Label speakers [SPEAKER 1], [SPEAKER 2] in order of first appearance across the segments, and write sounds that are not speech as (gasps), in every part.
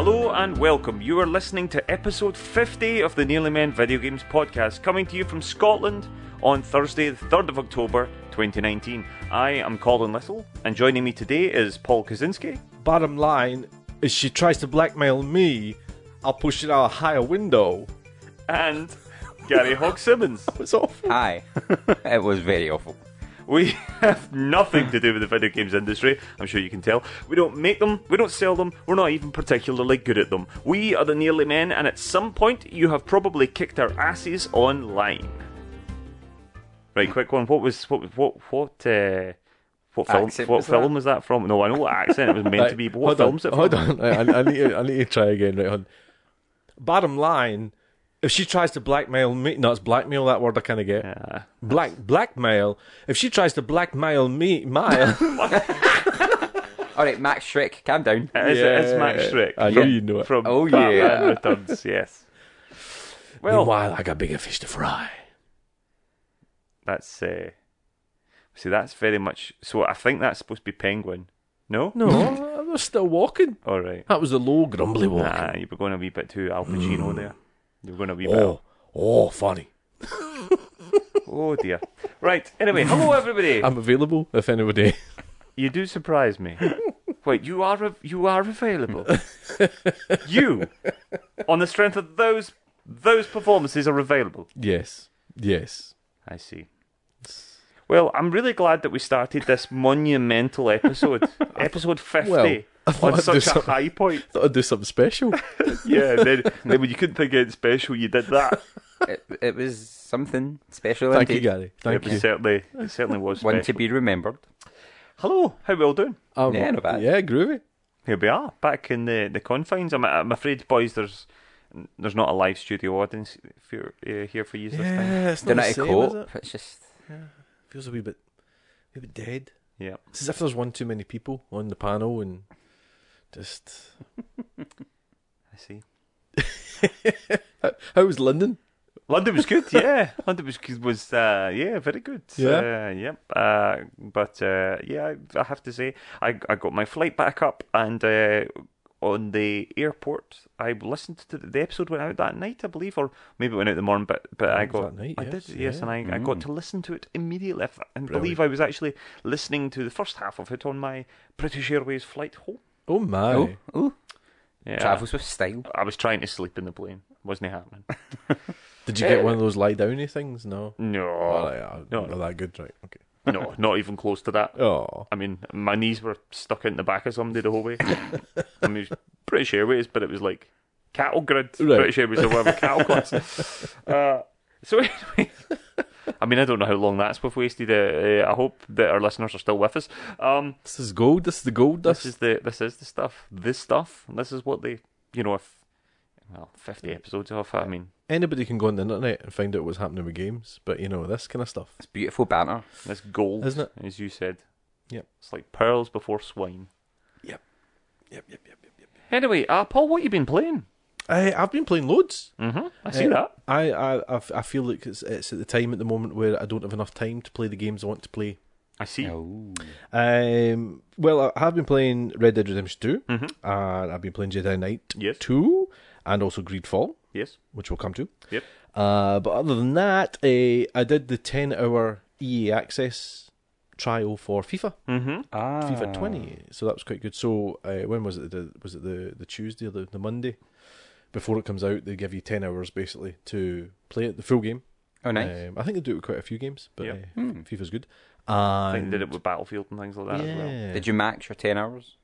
[SPEAKER 1] Hello and welcome. You are listening to episode 50 of the Nearly Men Video Games Podcast, coming to you from Scotland on Thursday, the 3rd of October 2019. I am Colin Little, and joining me today is Paul Kaczynski.
[SPEAKER 2] Bottom line is she tries to blackmail me, I'll push it out a higher window.
[SPEAKER 1] and Gary Hogg Simmons.
[SPEAKER 2] It's awful.
[SPEAKER 3] Hi. it was very awful.
[SPEAKER 1] We have nothing to do with the video games industry, I'm sure you can tell. We don't make them, we don't sell them, we're not even particularly good at them. We are the Nearly Men, and at some point, you have probably kicked our asses online. Right, quick one. What was what what what uh, what film?
[SPEAKER 3] Accent
[SPEAKER 1] what
[SPEAKER 3] was that?
[SPEAKER 1] film was that from? No, I know what accent it was meant
[SPEAKER 2] (laughs) Right,
[SPEAKER 1] to be, but what
[SPEAKER 2] hold
[SPEAKER 1] film's
[SPEAKER 2] on,
[SPEAKER 1] it from?
[SPEAKER 2] hold on. (laughs) I, I- I need to, I need to try again. Right, hold on. Bottom line, if she tries to blackmail me, no, it's blackmail that word I kind of get.
[SPEAKER 1] Yeah.
[SPEAKER 2] Black blackmail. If she tries to blackmail me, (laughs) mile.
[SPEAKER 3] All right, Max Shrek, calm down.
[SPEAKER 1] It is, it is Max
[SPEAKER 2] Yeah,
[SPEAKER 1] Shrek.
[SPEAKER 2] I know you know it.
[SPEAKER 1] From
[SPEAKER 3] Oh,
[SPEAKER 1] Batman
[SPEAKER 3] yeah.
[SPEAKER 1] Returns, yes. Well,
[SPEAKER 2] Meanwhile, I got bigger fish to fry.
[SPEAKER 1] That's uh, see, that's very much. So I think that's supposed to be Penguin. No,
[SPEAKER 2] No, I was Oh, still walking.
[SPEAKER 1] All right.
[SPEAKER 2] That was a low, grumbly walk.
[SPEAKER 1] Ah, you were going a wee bit too Al Pacino there. You were going a wee bit.
[SPEAKER 2] Mm. oh, oh, funny.
[SPEAKER 1] Oh dear. Right.
[SPEAKER 2] (laughs)
[SPEAKER 1] Anyway, hello everybody.
[SPEAKER 2] I'm available if anybody.
[SPEAKER 1] You do surprise
[SPEAKER 2] (laughs)
[SPEAKER 1] me. Wait, you are av- you are available. you, on the strength of those those performances, are available.
[SPEAKER 2] yes, yes.
[SPEAKER 1] I see. Well, I'm really glad that we started this monumental
[SPEAKER 2] (laughs)
[SPEAKER 1] episode, episode fifty,
[SPEAKER 2] I
[SPEAKER 1] on
[SPEAKER 2] thought I'd do
[SPEAKER 1] such a
[SPEAKER 2] something.
[SPEAKER 1] high point.
[SPEAKER 2] Thought I'd do something (laughs) special.
[SPEAKER 1] Yeah, and then, then when you couldn't think of anything special, you did that.
[SPEAKER 3] It, it was something special
[SPEAKER 2] Thank you,
[SPEAKER 3] indeed.
[SPEAKER 2] Gary. Thank
[SPEAKER 1] it was
[SPEAKER 2] you.
[SPEAKER 1] certainly it certainly was
[SPEAKER 3] One to
[SPEAKER 1] special.
[SPEAKER 3] be remembered.
[SPEAKER 1] Hello, how we all doing?
[SPEAKER 2] Um,
[SPEAKER 3] Yeah, not bad.
[SPEAKER 2] yeah, groovy.
[SPEAKER 1] Here we are, back in the, the confines. I'm, I'm afraid, boys, there's there's not a live studio audience for, uh, here for you this time.
[SPEAKER 2] it's
[SPEAKER 3] Don't need to cope. It's just
[SPEAKER 2] Feels a wee bit, a wee bit dead.
[SPEAKER 1] Yeah.
[SPEAKER 2] It's as if there's one too many people on the panel and just.
[SPEAKER 1] I see.
[SPEAKER 2] How, how was London?
[SPEAKER 1] London was good, yeah. London was good- was uh, yeah, very good.
[SPEAKER 2] Yeah.
[SPEAKER 1] uh, yep. Uh, but uh, yeah, I, I have to say, I I got my flight back up, and uh, on the airport, I listened to the, the episode went out that night, I believe, or maybe it went out the morning. But but I
[SPEAKER 2] It was
[SPEAKER 1] got
[SPEAKER 2] that night,
[SPEAKER 1] I
[SPEAKER 2] yes,
[SPEAKER 1] did yes,
[SPEAKER 2] yeah.
[SPEAKER 1] and I, I got to listen to it immediately, If- and believe
[SPEAKER 2] Brilliant.
[SPEAKER 1] I was actually listening to the first half of it on my British Airways flight home.
[SPEAKER 2] Oh my!
[SPEAKER 3] oh, oh,
[SPEAKER 1] Yeah,
[SPEAKER 3] travels with style.
[SPEAKER 1] I was trying to sleep in the plane. Wasn't it happening? (laughs)
[SPEAKER 2] Did you get one of those lie downy things? No.
[SPEAKER 1] No,
[SPEAKER 2] Oh, yeah,
[SPEAKER 1] no,
[SPEAKER 2] not that good, right? Okay.
[SPEAKER 1] no, not even close to that.
[SPEAKER 2] Oh,
[SPEAKER 1] I mean, my knees were stuck in the back of somebody the whole way. I mean, it was British Airways, but it was like cattle grid,
[SPEAKER 2] Right.
[SPEAKER 1] British Airways or whatever, cattle grids. Uh, so (laughs) anyway, I mean, I don't know how long that's we've wasted. Uh, uh, I hope that our listeners are still with us. Um,
[SPEAKER 2] this is gold. This is the gold
[SPEAKER 1] this
[SPEAKER 2] dust.
[SPEAKER 1] is the this is the stuff. This stuff. This is what they, you know, if well, fifty episodes of. I mean,
[SPEAKER 2] Anybody can go on the internet and find out what's happening with games, but you know this kind of stuff.
[SPEAKER 3] It's beautiful banner.
[SPEAKER 1] this gold,
[SPEAKER 2] Isn't it?
[SPEAKER 1] As you said,
[SPEAKER 2] Yep.
[SPEAKER 1] it's like pearls before swine.
[SPEAKER 2] Yep. Yep. Yep. Yep. Yep. yep.
[SPEAKER 1] Anyway, uh, Paul, what you been playing?
[SPEAKER 2] I, I've been playing loads.
[SPEAKER 1] hmm I see
[SPEAKER 2] Uh,
[SPEAKER 1] that.
[SPEAKER 2] I, I, I f- I feel like it's, it's at the time at the moment where I don't have enough time to play the games I want to play.
[SPEAKER 1] I see.
[SPEAKER 3] Oh,
[SPEAKER 2] Um, well, I have been playing Red Dead Redemption 2,
[SPEAKER 1] Mhm.
[SPEAKER 2] and I've been playing Jedi Knight
[SPEAKER 1] Yes.
[SPEAKER 2] 2, and also Greedfall,
[SPEAKER 1] Yes.
[SPEAKER 2] which we'll come to.
[SPEAKER 1] Yep.
[SPEAKER 2] Uh, but other than that, uh, I did the 10 hour EA Access trial for FIFA,
[SPEAKER 1] Mm-hmm.
[SPEAKER 3] ah,
[SPEAKER 2] FIFA 20, so that was quite good. So, uh, when was it? The, was it the, the Tuesday or the, the Monday? Before it comes out, they give you 10 hours basically to play it, the full game.
[SPEAKER 3] Oh, nice.
[SPEAKER 2] Um, I think they do it with quite a few games, but
[SPEAKER 1] Yep.
[SPEAKER 2] uh,
[SPEAKER 3] Hmm.
[SPEAKER 2] FIFA's good.
[SPEAKER 1] I think
[SPEAKER 2] And
[SPEAKER 1] they did it with Battlefield and things like that as well.
[SPEAKER 2] yeah.
[SPEAKER 3] Did you max your ten hours?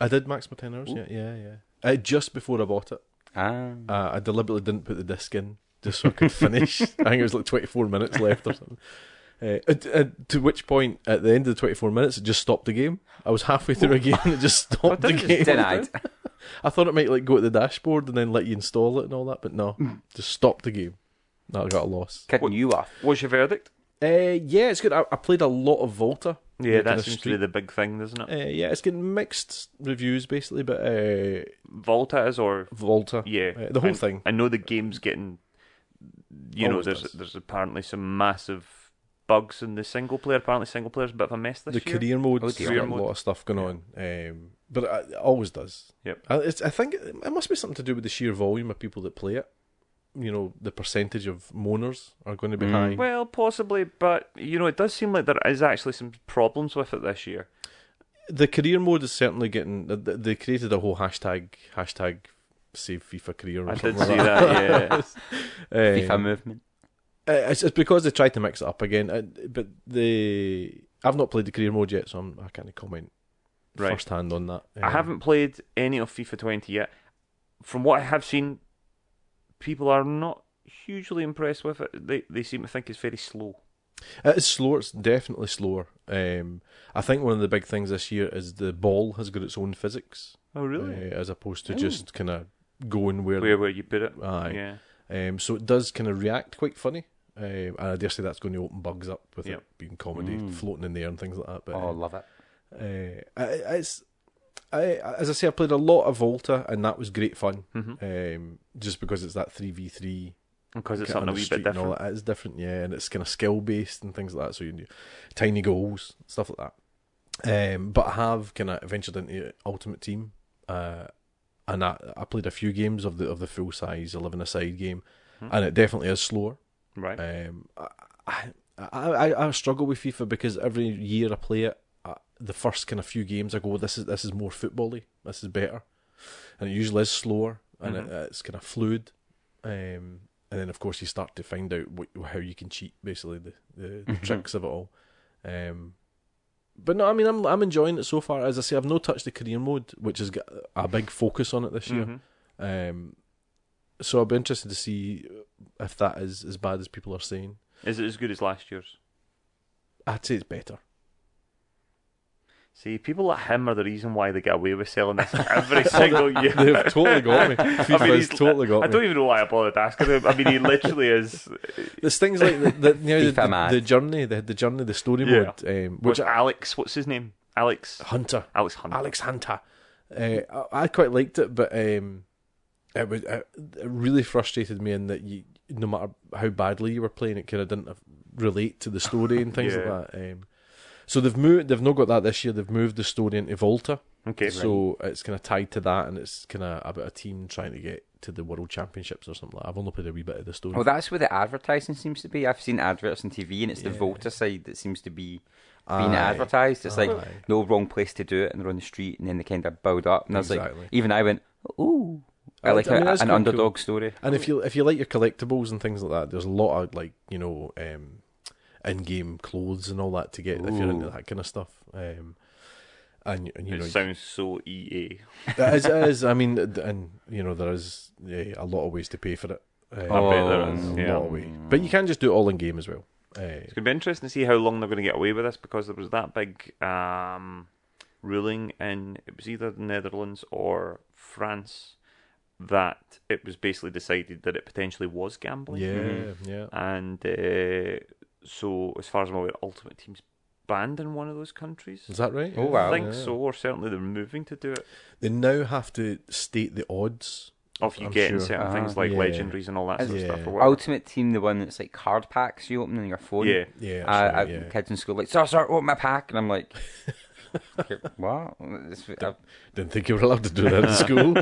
[SPEAKER 2] I did max my ten hours.
[SPEAKER 3] Ooh.
[SPEAKER 2] Yeah, yeah, yeah. Uh, just before I bought it,
[SPEAKER 3] Ah,
[SPEAKER 2] uh, I deliberately didn't put the disc in just so I could (laughs) finish. I think it was like twenty four minutes left or something. Uh, uh, t- uh, to which point, at the end of the twenty four minutes, it just stopped the game. I was halfway through a game and it (laughs) just stopped the
[SPEAKER 1] did it just
[SPEAKER 2] game.
[SPEAKER 3] denied.
[SPEAKER 2] I thought it might like go to the dashboard and then let you install it and all that, but no, just stopped the game. No, I got a loss.
[SPEAKER 3] Kicking you off.
[SPEAKER 1] What's your verdict?
[SPEAKER 2] Uh, yeah, it's good. I, I played a lot of Volta.
[SPEAKER 1] Yeah,
[SPEAKER 2] Like, in
[SPEAKER 1] that
[SPEAKER 2] the
[SPEAKER 1] seems to
[SPEAKER 2] street.
[SPEAKER 1] be the big thing, doesn't it?
[SPEAKER 2] Uh, yeah, it's getting mixed reviews basically, but uh,
[SPEAKER 1] Volta is or
[SPEAKER 2] Volta,
[SPEAKER 1] yeah,
[SPEAKER 2] uh, the whole
[SPEAKER 1] I-
[SPEAKER 2] thing.
[SPEAKER 1] I know the game's getting. You know,
[SPEAKER 2] Always
[SPEAKER 1] there's
[SPEAKER 2] does.
[SPEAKER 1] there's apparently some massive bugs in the single player. Apparently, single player's a bit of a mess this
[SPEAKER 2] the
[SPEAKER 1] year.
[SPEAKER 2] career mode,
[SPEAKER 3] Oh,
[SPEAKER 2] oh,
[SPEAKER 3] dear.
[SPEAKER 2] a
[SPEAKER 1] Career
[SPEAKER 2] lot of stuff going on. Um, but it, it always does.
[SPEAKER 1] Yep.
[SPEAKER 2] I, it's, I think it it must be something to do with the sheer volume of people that play it. You know, the percentage of moaners are going to be high.
[SPEAKER 1] Mm. Well, possibly, but you know, it does seem like there is actually some problems with it this year.
[SPEAKER 2] the career mode is certainly getting. th- th- They created a whole hashtag hashtag save FIFA career. Or
[SPEAKER 1] I
[SPEAKER 2] something
[SPEAKER 1] did
[SPEAKER 2] like
[SPEAKER 1] see that.
[SPEAKER 2] (laughs)
[SPEAKER 1] Yeah,
[SPEAKER 2] Eh,
[SPEAKER 3] FIFA movement.
[SPEAKER 2] Uh, it's, it's because they tried to mix it up again. uh, But the I've not played the career mode yet, so I'm, I can't comment
[SPEAKER 1] Right.
[SPEAKER 2] first hand on that.
[SPEAKER 1] I
[SPEAKER 2] Um,
[SPEAKER 1] haven't played any of FIFA 20 yet. From what I have seen, people are not hugely impressed with it. They they seem to think it's very slow.
[SPEAKER 2] It is slower. It's definitely slower. Um, I think one of the big things this year is the ball has got its own physics,
[SPEAKER 1] Oh,
[SPEAKER 2] uh, as opposed to
[SPEAKER 1] Oh.
[SPEAKER 2] just kind of going where.
[SPEAKER 1] Where where you put it?
[SPEAKER 2] Aye.
[SPEAKER 1] Yeah.
[SPEAKER 2] Um, so it does kind of react quite funny. Um, and I dare say that's going to open bugs up with
[SPEAKER 1] Yep.
[SPEAKER 2] it being comedy
[SPEAKER 3] Mm.
[SPEAKER 2] floating in the air and things like that. But
[SPEAKER 3] Oh, love it.
[SPEAKER 2] uh, I, I- it's I, as I say, I played a lot of Volta, and that was great fun.
[SPEAKER 1] Mm-hmm.
[SPEAKER 2] Um, just because it's that three v three,
[SPEAKER 1] Because it's something a wee bit
[SPEAKER 2] and all
[SPEAKER 1] different.
[SPEAKER 2] that. It's different, yeah, and it's kind of skill based and things like that. So you do tiny goals, stuff like that. Um, but I have kind of ventured into Ultimate Team, uh, and I, I played a few games of the of the full size eleven a side game,
[SPEAKER 1] Hmm.
[SPEAKER 2] and it definitely is slower.
[SPEAKER 1] Right.
[SPEAKER 2] Um, I, I, I, I struggle with FIFA because every year I play it, I, the first kind of few games I go, this is this is more footbally, this is better, and it usually is slower and it, it's kind of fluid. Um, and then of course you start to find out what, how you can cheat, basically the the, the
[SPEAKER 3] Mhm.
[SPEAKER 2] tricks of it all. Um, but no, I mean I'm I'm enjoying it so far. As I say, I've no touched the career mode, which has got a big focus on it this year.
[SPEAKER 1] Mhm.
[SPEAKER 2] Um, so I'll be interested to see if that is as bad as people are saying.
[SPEAKER 1] Is it as good as last year's?
[SPEAKER 2] I'd say
[SPEAKER 1] (laughs)
[SPEAKER 2] it's better.
[SPEAKER 1] See, people like him are the reason why they get away with selling this every single year.
[SPEAKER 2] (laughs) They've totally got me.
[SPEAKER 1] (laughs) I mean,
[SPEAKER 2] FIFA's
[SPEAKER 1] he's-
[SPEAKER 2] totally got
[SPEAKER 1] I
[SPEAKER 2] me.
[SPEAKER 1] don't even know why I bothered asking him. I mean, he literally
[SPEAKER 2] (laughs)
[SPEAKER 1] is.
[SPEAKER 2] There's things like the, the,
[SPEAKER 1] (laughs)
[SPEAKER 2] you know, the,
[SPEAKER 3] FIFA
[SPEAKER 2] the,
[SPEAKER 3] mad.
[SPEAKER 2] the journey, the, the journey, the story
[SPEAKER 1] Yeah.
[SPEAKER 2] mode, um,
[SPEAKER 1] Which
[SPEAKER 2] which
[SPEAKER 1] Alex? What's his name?
[SPEAKER 2] (sighs)
[SPEAKER 1] Alex.
[SPEAKER 2] Hunter,
[SPEAKER 1] Alex Hunt.
[SPEAKER 2] Alex Hunter, uh, I, I quite liked it, but um, it was it, it really frustrated me in that you, no matter how badly you were playing, it kind of didn't relate to the story and
[SPEAKER 1] (laughs)
[SPEAKER 2] things
[SPEAKER 1] Yeah.
[SPEAKER 2] like that. Um, so they've moved, they've not got that this year. They've moved the story into Volta,
[SPEAKER 1] Okay.
[SPEAKER 2] so it's kind of tied to that, and it's kind of about a team trying to get to the World Championships or something. like that. I've only played a wee bit of the story.
[SPEAKER 3] Well, that's where the advertising seems to be. I've seen adverts on TV, and it's the
[SPEAKER 2] Yeah.
[SPEAKER 3] voter side that seems to be being
[SPEAKER 2] Aye.
[SPEAKER 3] advertised. It's like
[SPEAKER 2] Aye.
[SPEAKER 3] no wrong place to do it, and they're on the street, and then they kind of build up. And I was
[SPEAKER 2] Exactly.
[SPEAKER 3] like, even I went, ooh, I
[SPEAKER 2] I-
[SPEAKER 3] like
[SPEAKER 2] I mean,
[SPEAKER 3] a-
[SPEAKER 2] that's
[SPEAKER 3] an
[SPEAKER 2] quite
[SPEAKER 3] underdog story.
[SPEAKER 2] And if you if you like your collectibles and things like that, there's a lot of like you know um, in-game clothes and all that to get if you're into
[SPEAKER 3] Ooh.
[SPEAKER 2] that kind of stuff. Um, and, and you
[SPEAKER 1] It
[SPEAKER 2] know,
[SPEAKER 1] sounds so E EA.
[SPEAKER 2] it is, it is, I mean, th- and you know, there is yeah, a lot of ways to pay for it. Uh,
[SPEAKER 1] I bet there is,
[SPEAKER 2] a
[SPEAKER 1] yeah.
[SPEAKER 2] lot of way. But you can just do it all in game as well. Uh,
[SPEAKER 1] It's going to be interesting to see how long they're going to get away with this because there was that big um, ruling in it was either the Netherlands or France that it was basically decided that it potentially was gambling.
[SPEAKER 2] yeah,
[SPEAKER 3] Mhm.
[SPEAKER 1] Mm-hmm.
[SPEAKER 2] yeah.
[SPEAKER 1] And uh, so, as far as I'm aware, Ultimate Team's banned in one of those countries.
[SPEAKER 2] Is that right?
[SPEAKER 3] Oh,
[SPEAKER 1] I
[SPEAKER 2] Yeah.
[SPEAKER 3] wow.
[SPEAKER 1] think
[SPEAKER 2] Yeah.
[SPEAKER 1] so, or certainly they're moving to do it.
[SPEAKER 2] They now have to state the odds.
[SPEAKER 1] Of you
[SPEAKER 2] I'm
[SPEAKER 1] getting
[SPEAKER 2] sure.
[SPEAKER 1] certain
[SPEAKER 3] Ah,
[SPEAKER 1] things like
[SPEAKER 2] yeah.
[SPEAKER 1] legendaries and all that sort of
[SPEAKER 2] Yeah.
[SPEAKER 1] stuff. Or whatever.
[SPEAKER 3] Ultimate Team, the one that's like card packs you open on your phone.
[SPEAKER 1] Yeah.
[SPEAKER 2] Yeah,
[SPEAKER 3] I, I,
[SPEAKER 2] actually, yeah.
[SPEAKER 3] Kids in school like, sir, sir, open my pack, and
[SPEAKER 2] (laughs)
[SPEAKER 3] I'm like, "Okay, what? It's- I-
[SPEAKER 2] Didn't think you were allowed to do that in school.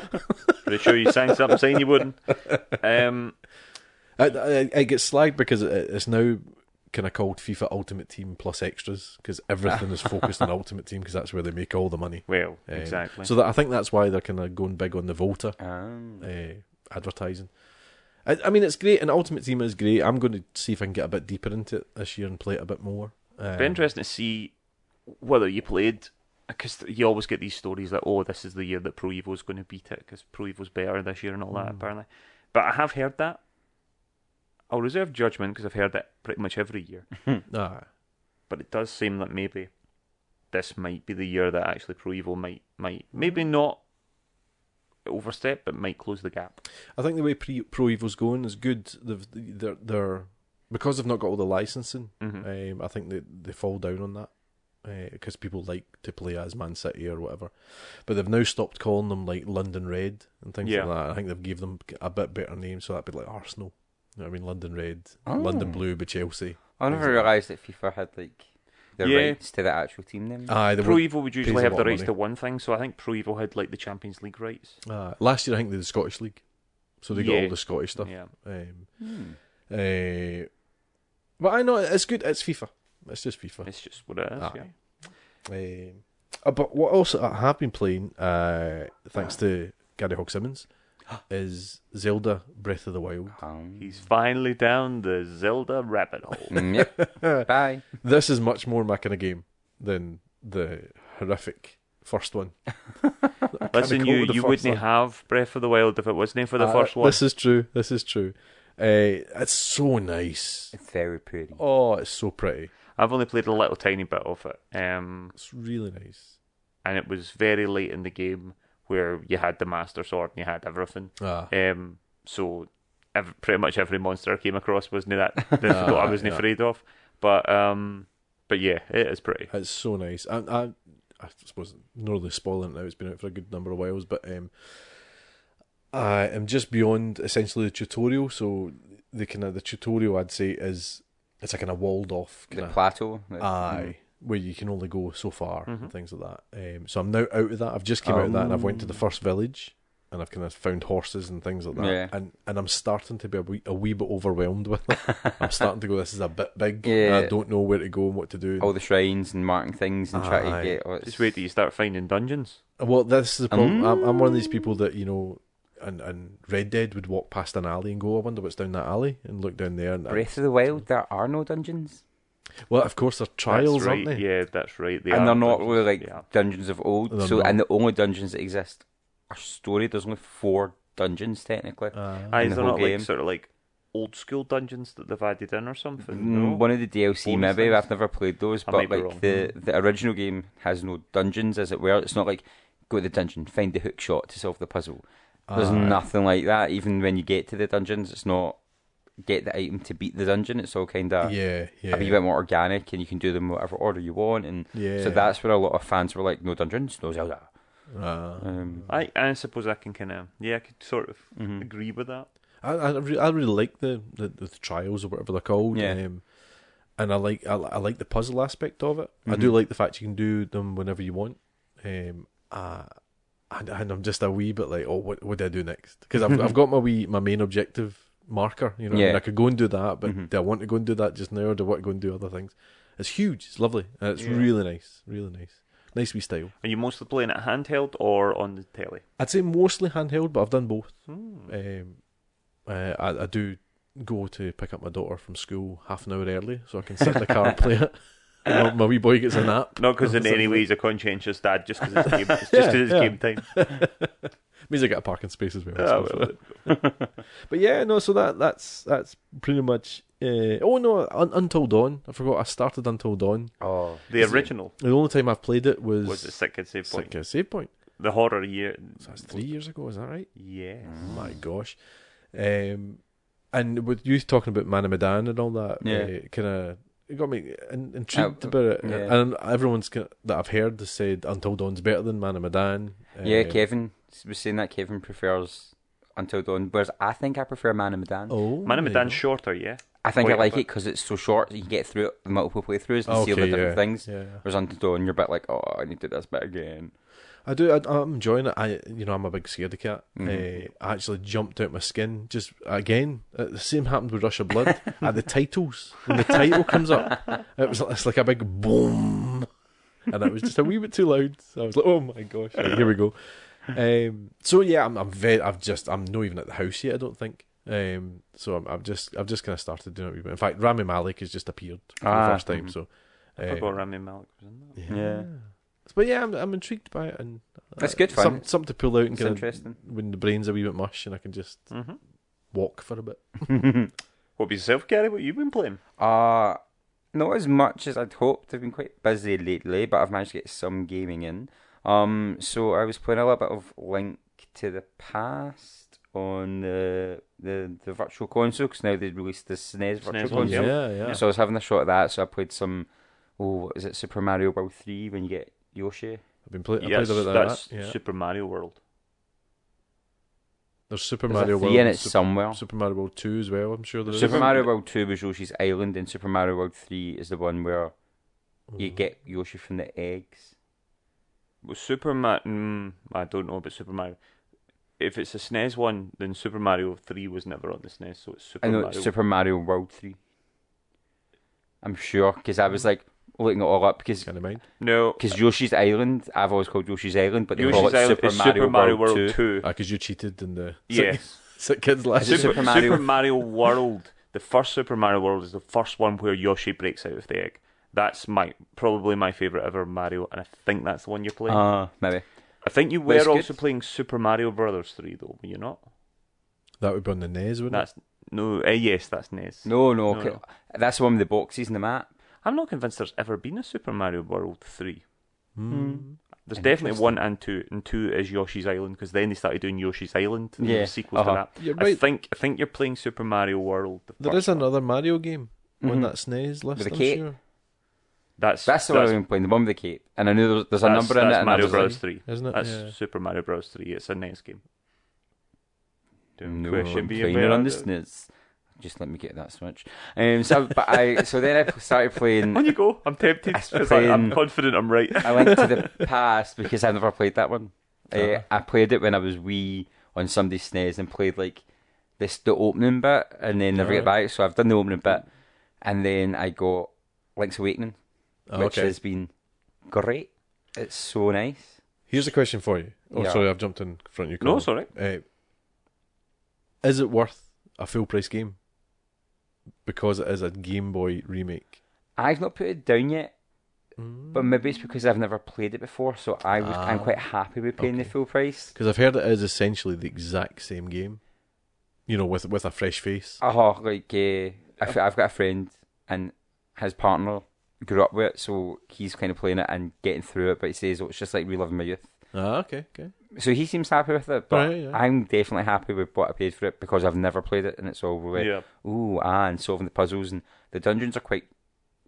[SPEAKER 1] Pretty sure you signed something saying you
[SPEAKER 2] (laughs)
[SPEAKER 1] wouldn't. Um,
[SPEAKER 2] I, I, I get slagged because it, it's now kind of called FIFA Ultimate Team plus extras because everything is focused on Ultimate Team because that's where they make all the money.
[SPEAKER 1] well,
[SPEAKER 2] Um,
[SPEAKER 1] exactly.
[SPEAKER 2] So that, I think that's why they're kind of going big on the Volta
[SPEAKER 3] um,
[SPEAKER 2] uh, advertising. I, I mean, it's great, and Ultimate Team is great. I'm going to see if I can get a bit deeper into it this year and play it a bit more. Um,
[SPEAKER 1] It'd be interesting to see whether you played because you always get these stories like, oh, this is the year that Pro Evo's going to beat it because Pro Evo's better this year and all that. Apparently, but I have heard that. I'll reserve judgment because I've heard that pretty much every year.
[SPEAKER 3] (laughs)
[SPEAKER 2] ah,
[SPEAKER 1] But it does seem that maybe this might be the year that actually Pro Evo might might maybe not overstep, but might close the gap.
[SPEAKER 2] I think the way pre, Pro Evo's going is good. They've, they're, they're because they've not got all the licensing.
[SPEAKER 1] Mm-hmm.
[SPEAKER 2] Um, I think they they fall down on that because people like to play as Man City or whatever, but they've now stopped calling them like London Red and things
[SPEAKER 1] Yeah.
[SPEAKER 2] like that. I think they've gave them a bit better name, so that'd be like Arsenal. You know what I mean, London Red,
[SPEAKER 3] Oh.
[SPEAKER 2] London Blue, but Chelsea.
[SPEAKER 3] I never realised that FIFA had like the
[SPEAKER 1] Yeah.
[SPEAKER 3] rights to the actual team then?
[SPEAKER 2] Aye, they
[SPEAKER 1] Pro
[SPEAKER 2] were,
[SPEAKER 1] Evo would
[SPEAKER 2] pays
[SPEAKER 1] usually
[SPEAKER 2] a
[SPEAKER 1] have
[SPEAKER 2] lot
[SPEAKER 1] the
[SPEAKER 2] of
[SPEAKER 1] rights
[SPEAKER 2] money.
[SPEAKER 1] to one thing, so I think Pro Evo had like the Champions League rights.
[SPEAKER 2] uh, last year I think they did the Scottish League, so they got
[SPEAKER 1] Yeah.
[SPEAKER 2] all the Scottish stuff.
[SPEAKER 1] Yeah.
[SPEAKER 2] Um,
[SPEAKER 3] Hmm.
[SPEAKER 2] eh, but I know it's good. It's FIFA. It's just FIFA.
[SPEAKER 1] It's just what it is.
[SPEAKER 2] Aye.
[SPEAKER 1] yeah.
[SPEAKER 2] Um, uh, but what else I have been playing, uh, thanks to Gary Hogg
[SPEAKER 1] (gasps)
[SPEAKER 2] Simmons, is Zelda Breath of the Wild. (laughs)
[SPEAKER 3] Um,
[SPEAKER 1] He's finally down the Zelda rabbit
[SPEAKER 2] (laughs)
[SPEAKER 1] hole.
[SPEAKER 3] (laughs) mm, yep. Bye.
[SPEAKER 2] This is much more my kind of game than the horrific
[SPEAKER 1] (laughs)
[SPEAKER 2] first one.
[SPEAKER 1] Listen,
[SPEAKER 2] cool
[SPEAKER 1] you,
[SPEAKER 2] with the
[SPEAKER 1] you
[SPEAKER 2] first
[SPEAKER 1] wouldn't
[SPEAKER 2] one.
[SPEAKER 1] have Breath of the Wild if it wasn't for the
[SPEAKER 2] Uh,
[SPEAKER 1] first one.
[SPEAKER 2] This is true. This is true. Uh, it's so nice.
[SPEAKER 3] It's very pretty.
[SPEAKER 2] Oh, it's so pretty.
[SPEAKER 1] I've only played a little tiny bit of it, um,
[SPEAKER 2] It's really nice.
[SPEAKER 1] and it was very late in the game where you had the Master Sword and you had everything.
[SPEAKER 2] Ah,
[SPEAKER 1] Um, so ev- pretty much every monster I came across wasn't that difficult.
[SPEAKER 2] (laughs)
[SPEAKER 1] I wasn't
[SPEAKER 2] yeah.
[SPEAKER 1] afraid of, but um, but yeah, it is pretty.
[SPEAKER 2] it's so nice. I, I, I suppose not really spoiling it now. It's been out for a good number of whiles, but um, I am just beyond essentially the tutorial. So the kind of the tutorial I'd say is it's a kind of walled off
[SPEAKER 3] The
[SPEAKER 2] kind of
[SPEAKER 3] plateau. the-
[SPEAKER 2] aye.
[SPEAKER 3] Mm-hmm.
[SPEAKER 2] Where you can only go so far and things like that. Um, so I'm now out of that. I've just came out of that and I've went
[SPEAKER 3] Oh.
[SPEAKER 2] to the first village and I've kind of found horses and things like that.
[SPEAKER 3] Yeah.
[SPEAKER 2] And and I'm starting to be a wee, a wee bit overwhelmed with it. I'm starting to go, this is a bit big. and I
[SPEAKER 3] Yeah. Oh,
[SPEAKER 2] don't know where to go and what to do.
[SPEAKER 3] hmm. All the shrines and marking things and trying
[SPEAKER 2] Aye.
[SPEAKER 3] to get. Oh,
[SPEAKER 1] Just wait till you start finding dungeons.
[SPEAKER 2] Well, this is the problem.
[SPEAKER 1] Mm.
[SPEAKER 2] I'm, I'm one of these people that you know, and and Red Dead would walk past an alley and go, I wonder what's down that alley, and look down there. And
[SPEAKER 3] Breath of the Wild, there are no dungeons.
[SPEAKER 2] well, of course, they're trials,
[SPEAKER 1] that's right.
[SPEAKER 2] aren't they?
[SPEAKER 1] Yeah, that's right. They
[SPEAKER 3] and
[SPEAKER 1] are
[SPEAKER 3] they're not
[SPEAKER 1] dungeons.
[SPEAKER 3] really like
[SPEAKER 1] Yeah.
[SPEAKER 3] dungeons of old.
[SPEAKER 2] They're
[SPEAKER 3] so,
[SPEAKER 2] not.
[SPEAKER 3] and the only dungeons that exist are story. There's only four dungeons technically.
[SPEAKER 2] Uh,
[SPEAKER 1] Aye, is
[SPEAKER 3] in the
[SPEAKER 1] there
[SPEAKER 3] whole
[SPEAKER 1] not
[SPEAKER 3] game.
[SPEAKER 1] like sort of like old school dungeons that they've added in or something?
[SPEAKER 3] Mm,
[SPEAKER 1] No?
[SPEAKER 3] One of the DLC,
[SPEAKER 1] Bonus
[SPEAKER 3] maybe.
[SPEAKER 1] things?
[SPEAKER 3] I've never played those,
[SPEAKER 1] I
[SPEAKER 3] but
[SPEAKER 1] might be
[SPEAKER 3] like
[SPEAKER 1] wrong.
[SPEAKER 3] the the original game has no dungeons, as it were. It's not like go to the dungeon, find the hook shot to solve the puzzle. There's
[SPEAKER 2] Aye.
[SPEAKER 3] nothing like that. Even when you get to the dungeons, it's not get the item to beat the dungeon. It's all kind of
[SPEAKER 2] yeah, yeah.
[SPEAKER 3] a wee bit more organic, and you can do them whatever order you want. And
[SPEAKER 2] yeah.
[SPEAKER 3] so that's where a lot of fans were like, "No dungeons, no Zelda."
[SPEAKER 2] Uh,
[SPEAKER 3] Um,
[SPEAKER 1] I, I suppose I can kind of yeah, I could sort of
[SPEAKER 2] Mm.
[SPEAKER 3] mhm.
[SPEAKER 1] agree with that.
[SPEAKER 2] I I, re- I really like the, the the trials or whatever they're called.
[SPEAKER 3] Yeah.
[SPEAKER 2] Um, and I like I, li- I like the puzzle aspect of it. I do
[SPEAKER 3] Mhm.
[SPEAKER 2] like the fact you can do them whenever you want. Um, uh, and, and I'm just a wee bit like, oh, what what do I do next? Because I've (laughs) I've got my wee my main objective marker. You know, what I, mean?
[SPEAKER 3] Yeah.
[SPEAKER 2] I could go and do that, but
[SPEAKER 3] Mhm.
[SPEAKER 2] do I want to go and do that just now, or do I want to go and do other things? It's huge. It's lovely. And it's
[SPEAKER 1] Yeah.
[SPEAKER 2] really nice. Really nice. Nice wee style.
[SPEAKER 1] Are you mostly playing it handheld or on the telly?
[SPEAKER 2] I'd say mostly handheld, but I've done both.
[SPEAKER 1] Hmm.
[SPEAKER 2] Um, uh, I, I do go to pick up my daughter from school half an hour early so I can sit in the car and play it. (laughs) My, my wee boy gets a nap.
[SPEAKER 1] Not because in
[SPEAKER 2] Something
[SPEAKER 1] any
[SPEAKER 2] like-
[SPEAKER 1] way he's a conscientious dad, just because
[SPEAKER 2] (laughs)
[SPEAKER 1] it's, game, it's, just
[SPEAKER 2] Yeah,
[SPEAKER 1] 'cause it's
[SPEAKER 2] yeah.
[SPEAKER 1] game time.
[SPEAKER 2] (laughs) Means I get a parking space as well. I
[SPEAKER 1] Oh,
[SPEAKER 2] suppose.
[SPEAKER 1] well,
[SPEAKER 2] (laughs) But yeah, no. So that that's that's pretty much. Uh, oh no, Un- Until Dawn. I forgot. I started Until Dawn.
[SPEAKER 3] oh,
[SPEAKER 1] the original
[SPEAKER 2] The only time I've played it was,
[SPEAKER 1] was the sick and save point.
[SPEAKER 2] like a save point.
[SPEAKER 1] The horror year.
[SPEAKER 2] So that's three Mm. years ago. Is that right?
[SPEAKER 1] Yes.
[SPEAKER 2] My gosh. Um, and with you talking about Manamadan and all that,
[SPEAKER 3] Yeah.
[SPEAKER 2] kind of it got me in, intrigued
[SPEAKER 3] Uh,
[SPEAKER 2] about it.
[SPEAKER 3] yeah.
[SPEAKER 2] And everyone's kinda, that I've heard has said Until Dawn's better than Uh, Manamadan.
[SPEAKER 3] yeah. Kevin was saying that Kevin prefers Until Dawn, whereas I think I prefer Man of Medan.
[SPEAKER 2] Oh,
[SPEAKER 1] Man of
[SPEAKER 2] there you
[SPEAKER 1] Medan's
[SPEAKER 2] go.
[SPEAKER 1] shorter, yeah.
[SPEAKER 2] Oh
[SPEAKER 3] I think
[SPEAKER 1] Wait,
[SPEAKER 3] I like
[SPEAKER 1] but-
[SPEAKER 3] it because it's so short. You can get through it multiple playthroughs and see all the
[SPEAKER 2] Okay,
[SPEAKER 3] different
[SPEAKER 2] yeah,
[SPEAKER 3] things.
[SPEAKER 2] Yeah,
[SPEAKER 3] Whereas Until Dawn, you're a bit like, oh, I need to do this bit again. (laughs)
[SPEAKER 2] I do. I, I'm enjoying it. I, you know, I'm a big scaredy cat.
[SPEAKER 3] Mhm.
[SPEAKER 2] Uh, I actually jumped out my skin just again. Uh, the same happened with Rush of Blood at the titles when the title comes up. It was it's like a big boom, and it was just a wee bit too loud. So I was like, oh my gosh, right, here we go. Um, so yeah, I'm, I'm very. I've just. I'm not even at the house yet. I don't think. Um, so I'm, I'm just. I've just kind of started doing it. a wee bit. In fact, Rami Malik has just appeared for
[SPEAKER 3] Ah,
[SPEAKER 2] the first time.
[SPEAKER 3] mhm.
[SPEAKER 2] So.
[SPEAKER 1] I
[SPEAKER 2] uh,
[SPEAKER 1] forgot Rami Malek was in that.
[SPEAKER 2] yeah.
[SPEAKER 3] Yeah.
[SPEAKER 2] But yeah, I'm, I'm intrigued by it, and uh,
[SPEAKER 3] It's good fun.
[SPEAKER 2] Some, something to pull out and
[SPEAKER 3] It's
[SPEAKER 2] kind of
[SPEAKER 3] interesting.
[SPEAKER 2] when the brain's a wee bit mush, and I can just
[SPEAKER 1] Mm-hmm.
[SPEAKER 2] walk for a bit.
[SPEAKER 1] What about yourself, Gary? What you been playing?
[SPEAKER 3] Uh, not as much as I'd hoped. I've been quite busy lately, but I've managed to get some gaming in. Um, so I was playing a little bit of Link to the Past on the the, the virtual console because now they've released the SNES virtual
[SPEAKER 1] SNES one,
[SPEAKER 3] console.
[SPEAKER 1] yeah.
[SPEAKER 2] E yeah.
[SPEAKER 3] So I was having a shot at that. So I played some. Oh, what is it Super Mario World three when you get Yoshi?
[SPEAKER 2] I've been play- I
[SPEAKER 1] yes,
[SPEAKER 2] played a bit of
[SPEAKER 1] that's
[SPEAKER 2] that. Yeah.
[SPEAKER 1] Super Mario World.
[SPEAKER 2] There's Super
[SPEAKER 3] There's a
[SPEAKER 2] Mario
[SPEAKER 3] three
[SPEAKER 2] World.
[SPEAKER 3] in
[SPEAKER 2] and
[SPEAKER 3] it
[SPEAKER 2] Sup-
[SPEAKER 3] somewhere.
[SPEAKER 2] Super Mario World Two as well. I'm sure there is.
[SPEAKER 3] Super Mario World 2 was Yoshi's Island, and Super Mario World 3 is the one where You
[SPEAKER 2] Mm.
[SPEAKER 3] get Yoshi from the eggs.
[SPEAKER 1] Well, Super Mario. Mm, I don't know about Super Mario. If it's a SNES one, then Super Mario Three was never on the SNES, so it's Super
[SPEAKER 3] I know
[SPEAKER 1] Mario.
[SPEAKER 3] it's Super Mario World 3. I'm sure, because I was like looking it all up, because
[SPEAKER 2] Kind of
[SPEAKER 3] (laughs)
[SPEAKER 2] mind.
[SPEAKER 1] no,
[SPEAKER 3] Yoshi's Island, I've always called Yoshi's Island, but they call
[SPEAKER 1] Yoshi's
[SPEAKER 3] it
[SPEAKER 1] Island
[SPEAKER 3] Super,
[SPEAKER 1] is
[SPEAKER 3] Mario
[SPEAKER 1] Super Mario
[SPEAKER 3] World,
[SPEAKER 1] World,
[SPEAKER 3] 2. (laughs)
[SPEAKER 1] Two.
[SPEAKER 2] Ah, because you cheated in the
[SPEAKER 1] Yes.
[SPEAKER 2] sick (laughs) kids last
[SPEAKER 3] Is
[SPEAKER 2] year.
[SPEAKER 3] it
[SPEAKER 1] Super,
[SPEAKER 3] Super Mario-
[SPEAKER 1] Super Mario World. The first Super Mario World is the first one where Yoshi breaks out of the egg. That's my probably my favorite ever Mario, and I think that's the one you're playing.
[SPEAKER 3] Ah, maybe.
[SPEAKER 1] I think you
[SPEAKER 3] That's
[SPEAKER 1] were
[SPEAKER 3] good.
[SPEAKER 1] also playing Super Mario Brothers Three, though. Were you not?
[SPEAKER 2] That would be on the NES, wouldn't
[SPEAKER 1] That's no. Uh, yes, that's NES.
[SPEAKER 3] No, no,
[SPEAKER 1] No,
[SPEAKER 3] okay.
[SPEAKER 1] no.
[SPEAKER 3] that's the one with the boxes and the map.
[SPEAKER 1] I'm not convinced there's ever been a Super Mario World Three.
[SPEAKER 2] it?
[SPEAKER 3] Hmm.
[SPEAKER 2] Mm.
[SPEAKER 1] There's definitely one and two, and two is Yoshi's Island because then they started doing Yoshi's Island. And there
[SPEAKER 3] Yeah,
[SPEAKER 1] was sequels
[SPEAKER 3] uh-huh.
[SPEAKER 1] to that.
[SPEAKER 2] You're
[SPEAKER 1] I
[SPEAKER 2] right.
[SPEAKER 1] think I think you're playing Super Mario World. The
[SPEAKER 2] There
[SPEAKER 1] first
[SPEAKER 2] is another Mario game on
[SPEAKER 1] Mm-hmm.
[SPEAKER 3] Mhm.
[SPEAKER 2] that SNES list,
[SPEAKER 3] With a
[SPEAKER 2] I'm
[SPEAKER 3] cake.
[SPEAKER 2] sure.
[SPEAKER 1] That's
[SPEAKER 3] That's the one I've been playing, the one with the cape. And I knew there was, there's a
[SPEAKER 1] that's-
[SPEAKER 3] number in it.
[SPEAKER 1] that's
[SPEAKER 3] and I
[SPEAKER 1] Mario
[SPEAKER 3] was like,
[SPEAKER 1] Bros. Three.
[SPEAKER 2] Isn't it?
[SPEAKER 1] That's
[SPEAKER 2] Yeah.
[SPEAKER 1] Super Mario Bros. Three. It's a NES game.
[SPEAKER 3] No,
[SPEAKER 1] question
[SPEAKER 3] I'm
[SPEAKER 1] being
[SPEAKER 3] playing
[SPEAKER 1] made
[SPEAKER 3] it on
[SPEAKER 1] out
[SPEAKER 3] the
[SPEAKER 1] of-
[SPEAKER 3] SNES. Just let me get that switch. Um, so, but I, so then I started playing.
[SPEAKER 1] On you go. I'm tempted. (laughs)
[SPEAKER 3] That's
[SPEAKER 1] 'cause I, am
[SPEAKER 3] playing-
[SPEAKER 1] confident I'm right.
[SPEAKER 3] I went to
[SPEAKER 2] (laughs)
[SPEAKER 3] the past because I've never played that one. Uh,
[SPEAKER 2] Uh-huh.
[SPEAKER 3] I played it when I was wee on somebody's snares and played like this the opening bit and then never get back. So I've done the opening bit and then I got Link's Awakening,
[SPEAKER 2] Ah,
[SPEAKER 3] which
[SPEAKER 2] okay.
[SPEAKER 3] has been great. It's so nice.
[SPEAKER 2] Here's a question for you. Oh,
[SPEAKER 3] Yeah.
[SPEAKER 2] sorry, I've jumped in front of you.
[SPEAKER 1] no,
[SPEAKER 2] Colin.
[SPEAKER 1] it's alright.
[SPEAKER 2] Uh, is it worth a full price game? Because it is a Game Boy remake.
[SPEAKER 3] I've not put it down yet,
[SPEAKER 2] Mm.
[SPEAKER 3] but maybe it's because I've never played it before. So I was, I'm
[SPEAKER 2] Ah,
[SPEAKER 3] quite happy with paying the
[SPEAKER 2] okay.
[SPEAKER 3] full price.
[SPEAKER 2] Because I've heard it is essentially the exact same game. You know, with with a fresh face.
[SPEAKER 3] Oh, like uh, I've, I've got a friend and his partner grew up with it, so he's kind of playing it and getting through it. But he says oh, it's just like reliving my youth.
[SPEAKER 2] Ah, okay, okay.
[SPEAKER 3] So he seems happy with it, but
[SPEAKER 2] Right, yeah.
[SPEAKER 3] I'm definitely happy with what I paid for it because I've never played it, and it's all with
[SPEAKER 1] Yeah.
[SPEAKER 3] ooh ah and solving the puzzles and the dungeons are quite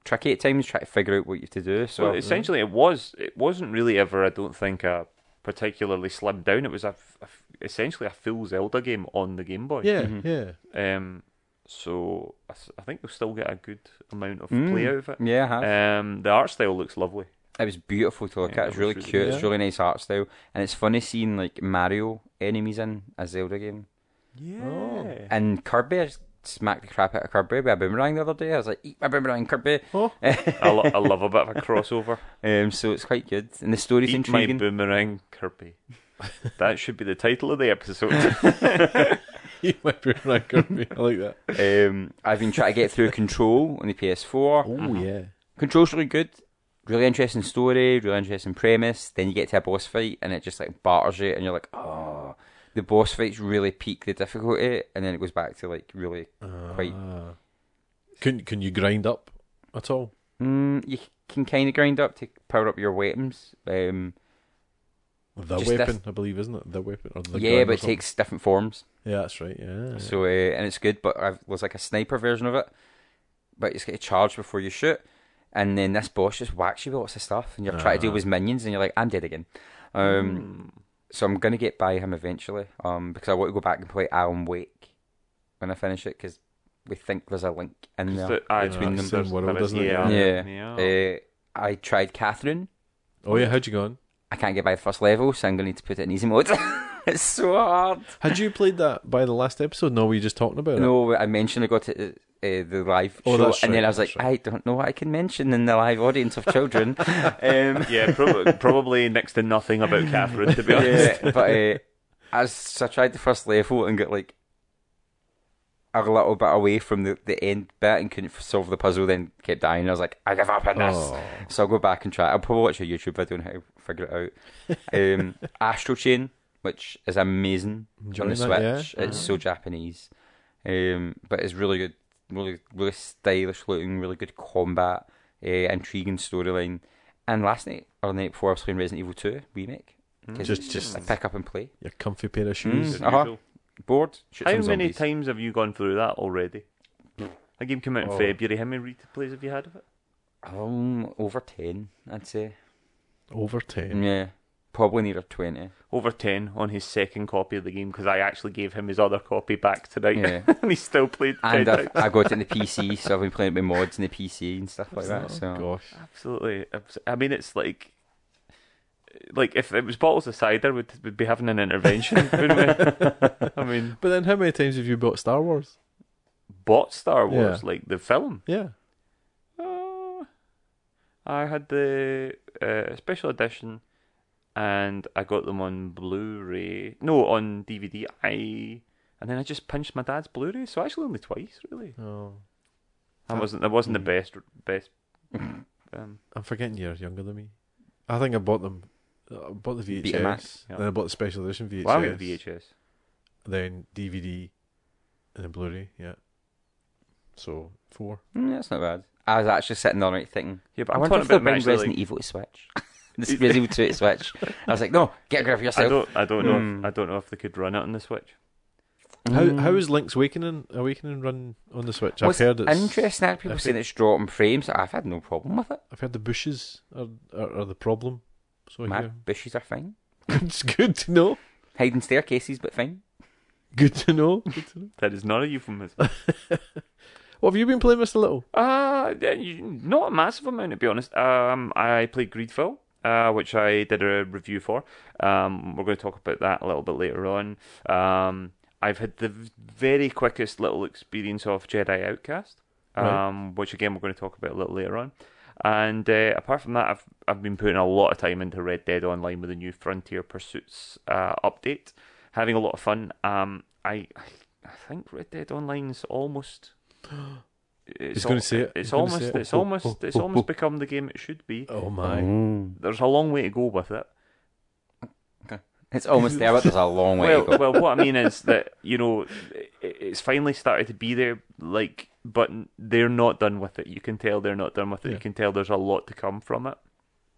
[SPEAKER 3] tricky at times. Try to figure out what you have to do. So
[SPEAKER 1] well, essentially, it was. It wasn't really ever. I don't think a particularly slimmed down. It was a, f- a f- essentially a full Zelda game on the Game
[SPEAKER 3] Oh,
[SPEAKER 1] Boy.
[SPEAKER 2] Yeah,
[SPEAKER 3] mm-hmm.
[SPEAKER 2] yeah. (laughs)
[SPEAKER 1] Um. So I, s- I think they'll still get a good amount of
[SPEAKER 3] Mm.
[SPEAKER 1] play out of it.
[SPEAKER 3] yeah, I have.
[SPEAKER 1] Um. The art style looks lovely.
[SPEAKER 3] It was beautiful to look
[SPEAKER 1] Yeah,
[SPEAKER 3] at.
[SPEAKER 1] it
[SPEAKER 3] It's
[SPEAKER 1] was
[SPEAKER 3] really
[SPEAKER 1] really
[SPEAKER 3] cute. It's
[SPEAKER 2] good.
[SPEAKER 3] really nice art style, and it's funny seeing like Mario enemies in a Zelda game.
[SPEAKER 1] Yeah. Oh.
[SPEAKER 3] And Kirby, I just smacked the crap out of Kirby with a boomerang the other day. I was like, eat my boomerang, Kirby.
[SPEAKER 2] Oh.
[SPEAKER 1] I, lo- I love a bit of a
[SPEAKER 3] (laughs)
[SPEAKER 1] crossover.
[SPEAKER 3] Um, so it's quite good. And the story's
[SPEAKER 1] Eat my
[SPEAKER 3] intriguing.
[SPEAKER 1] boomerang, Kirby. that should be the title of the episode.
[SPEAKER 2] you might be right, Kirby. I like
[SPEAKER 3] (laughs)
[SPEAKER 2] that.
[SPEAKER 3] um, I've been trying to get through Control on the PS4.
[SPEAKER 2] Oh yeah.
[SPEAKER 3] Control's really good. Really interesting story, really interesting premise. Then you get to a boss fight and it just like batters you, and you're like, oh. The boss fights really peak the difficulty, and then it goes back to like really quite.
[SPEAKER 2] Ah. Can can you grind up at all?
[SPEAKER 3] Mm, you can kind of grind up to power up your weapons. Um,
[SPEAKER 2] The
[SPEAKER 3] Just
[SPEAKER 2] weapon,
[SPEAKER 3] this-
[SPEAKER 2] I believe, isn't it? The weapon or the
[SPEAKER 3] yeah,
[SPEAKER 2] grind
[SPEAKER 3] but
[SPEAKER 2] or
[SPEAKER 3] it
[SPEAKER 2] something?
[SPEAKER 3] takes different forms.
[SPEAKER 2] Yeah, that's right. Yeah.
[SPEAKER 3] So uh, and it's good, but I've, there's like a sniper version of it, but you just get a charge before you shoot, and then this boss just whacks you with lots of stuff, and you're trying to deal
[SPEAKER 2] Ah.
[SPEAKER 3] with his minions, and you're like, I'm dead again. (laughs)
[SPEAKER 1] Hmm.
[SPEAKER 3] Um, So I'm gonna get by him eventually, um, because I want to go back and play Alan Wake when I finish it, because we think there's a link in
[SPEAKER 1] Just
[SPEAKER 3] there.
[SPEAKER 1] the- aye,
[SPEAKER 2] between
[SPEAKER 1] there's-
[SPEAKER 2] them.
[SPEAKER 1] there's-
[SPEAKER 2] World,
[SPEAKER 1] there is-
[SPEAKER 2] doesn't it?
[SPEAKER 1] Yeah.
[SPEAKER 3] Yeah.
[SPEAKER 1] yeah.
[SPEAKER 3] Uh, I tried Catherine.
[SPEAKER 2] oh yeah, how'd you go on?
[SPEAKER 3] I can't get by the first level, so I'm gonna need to put it in easy mode. (laughs) it's so hard.
[SPEAKER 2] Had you played that by the last episode? No, were you just talking about it?
[SPEAKER 3] No, I mentioned I got it. at, Uh, the live
[SPEAKER 2] Oh,
[SPEAKER 3] show,
[SPEAKER 2] that's
[SPEAKER 3] and then
[SPEAKER 2] right,
[SPEAKER 3] I was like,
[SPEAKER 2] that's right.
[SPEAKER 3] I don't know what I can mention in the live audience of
[SPEAKER 1] (laughs)
[SPEAKER 2] (laughs)
[SPEAKER 3] children. um,
[SPEAKER 1] Yeah,
[SPEAKER 3] (laughs)
[SPEAKER 1] prob- probably next to nothing about Catherine, to be honest.
[SPEAKER 3] yeah, but uh, I, s- so I tried the first level and got like a little bit away from the, the end bit and couldn't f- solve the puzzle. Then kept dying. I was like, I give up on this.
[SPEAKER 2] Oh.
[SPEAKER 3] So I'll go back and try. it. I'll probably watch a YouTube video on how to figure
[SPEAKER 2] (laughs)
[SPEAKER 3] it out. Um, Astral Chain, which is amazing on
[SPEAKER 2] Enjoying
[SPEAKER 3] the
[SPEAKER 2] that, yeah?
[SPEAKER 3] Switch. It's so Japanese, um, but it's really good, really really stylish looking, really good combat, uh, intriguing storyline. And last night or the night before, I was playing Resident Evil Two remake. (laughs) 'cause
[SPEAKER 2] Mm. Just-
[SPEAKER 3] it's
[SPEAKER 1] Hmm.
[SPEAKER 2] just-
[SPEAKER 3] a pick up and play.
[SPEAKER 2] Your comfy pair of
[SPEAKER 3] Mm,
[SPEAKER 2] shoes.
[SPEAKER 1] As
[SPEAKER 3] uh-huh.
[SPEAKER 1] usual.
[SPEAKER 3] Bored. Shoot
[SPEAKER 1] How
[SPEAKER 3] some
[SPEAKER 1] many
[SPEAKER 3] zombies.
[SPEAKER 1] times have you gone through that already? That game came out in
[SPEAKER 3] Oh.
[SPEAKER 1] February. How many replays have you had of it?
[SPEAKER 3] Um, over ten, I'd say.
[SPEAKER 2] Over ten.
[SPEAKER 3] Yeah. Probably near a 20.
[SPEAKER 1] over 10 on his second copy of the game because I actually gave him his other copy back tonight
[SPEAKER 3] Yeah.
[SPEAKER 1] (laughs) and he still played 10
[SPEAKER 3] And I've,
[SPEAKER 1] times.
[SPEAKER 3] I got it in the PC, so I've been playing it with mods in the PC and stuff Mm, like that. So
[SPEAKER 2] Oh, Gosh.
[SPEAKER 1] Absolutely. abs- I mean, it's like. Like if it was bottles of cider, we'd, we'd be having an intervention, (laughs) wouldn't we? I mean,
[SPEAKER 2] But then, how many times have you bought Star Wars?
[SPEAKER 1] bought Star Wars like the film.
[SPEAKER 2] Yeah.
[SPEAKER 1] Uh, I had the uh, special edition, and I got them on Blu-ray. No, on DVD. I and then I just pinched my dad's Blu-ray, so actually only twice really.
[SPEAKER 2] Oh.
[SPEAKER 1] I wasn't. That wasn't the
[SPEAKER 2] Mm.
[SPEAKER 1] best. Best. Um,
[SPEAKER 2] I'm forgetting you're younger than me. I think I bought them. I bought the VHS.
[SPEAKER 3] Betamax,
[SPEAKER 1] yeah.
[SPEAKER 2] Then I bought the special edition VHS.
[SPEAKER 1] well, I got the VHS.
[SPEAKER 2] Then DVD, and then Blu-ray. Yeah. So four.
[SPEAKER 3] (laughs) mm, that's not bad. I was actually sitting on it thinking,
[SPEAKER 1] Yeah, but
[SPEAKER 3] I
[SPEAKER 1] I'm
[SPEAKER 3] wonder
[SPEAKER 1] talking
[SPEAKER 3] if they're
[SPEAKER 1] about
[SPEAKER 3] bringing
[SPEAKER 1] actually,
[SPEAKER 3] Resident
[SPEAKER 1] like,
[SPEAKER 3] Evil to Switch. this Resident Evil 2 to Switch. I was like, no, get a grip of
[SPEAKER 1] I
[SPEAKER 3] yourself.
[SPEAKER 1] don't. I don't know. If,
[SPEAKER 3] Mm.
[SPEAKER 1] I don't know if they could run it on the Switch.
[SPEAKER 2] How how is Link's Awakening Awakening run on the Switch? I've
[SPEAKER 3] What's
[SPEAKER 2] heard it's
[SPEAKER 3] Mm. interesting? I had people
[SPEAKER 2] I
[SPEAKER 3] saying it's dropping frames. I've had no problem with it.
[SPEAKER 2] I've heard the bushes are are, are the problem. So
[SPEAKER 3] My
[SPEAKER 2] yeah,
[SPEAKER 3] bushes are fine.
[SPEAKER 2] it's good to know.
[SPEAKER 3] Hiding staircases, but fine.
[SPEAKER 2] Good to know. Good to know.
[SPEAKER 1] That is not a euphemism.
[SPEAKER 2] what have you been playing, Mister Little?
[SPEAKER 1] Uh, yeah, you- not a massive amount to be honest. Um, I played Greedfall, uh, which I did a review for. Um, we're going to talk about that a little bit later on. Um, I've had the v- very quickest little experience of Jedi Outcast, um,
[SPEAKER 2] Right.
[SPEAKER 1] which again we're going to talk about a little later on. And uh, apart from that, I've I've been putting a lot of time into Red Dead Online with the new Frontier Pursuits uh, update, having a lot of fun. Um, I I think Red Dead Online's
[SPEAKER 2] (gasps)
[SPEAKER 1] almost. It's
[SPEAKER 2] He's gonna say it.
[SPEAKER 1] It's
[SPEAKER 2] He's gonna say
[SPEAKER 1] almost.
[SPEAKER 2] it.
[SPEAKER 1] It's
[SPEAKER 2] Oh, oh,
[SPEAKER 1] almost.
[SPEAKER 2] (laughs) oh,
[SPEAKER 1] It's
[SPEAKER 2] oh,
[SPEAKER 1] almost
[SPEAKER 2] oh.
[SPEAKER 1] become the game it should be.
[SPEAKER 2] Oh my!
[SPEAKER 1] Um,
[SPEAKER 3] Mm.
[SPEAKER 1] There's a long way to go with it.
[SPEAKER 3] It's almost there, but there's a long way
[SPEAKER 1] well,
[SPEAKER 3] to go.
[SPEAKER 1] well, what I mean
[SPEAKER 2] (laughs)
[SPEAKER 1] is that you know, it, it's finally started to be there. Like, but they're not done with it. You can tell they're not done with it.
[SPEAKER 2] Yeah.
[SPEAKER 1] You can tell there's a lot to come from it.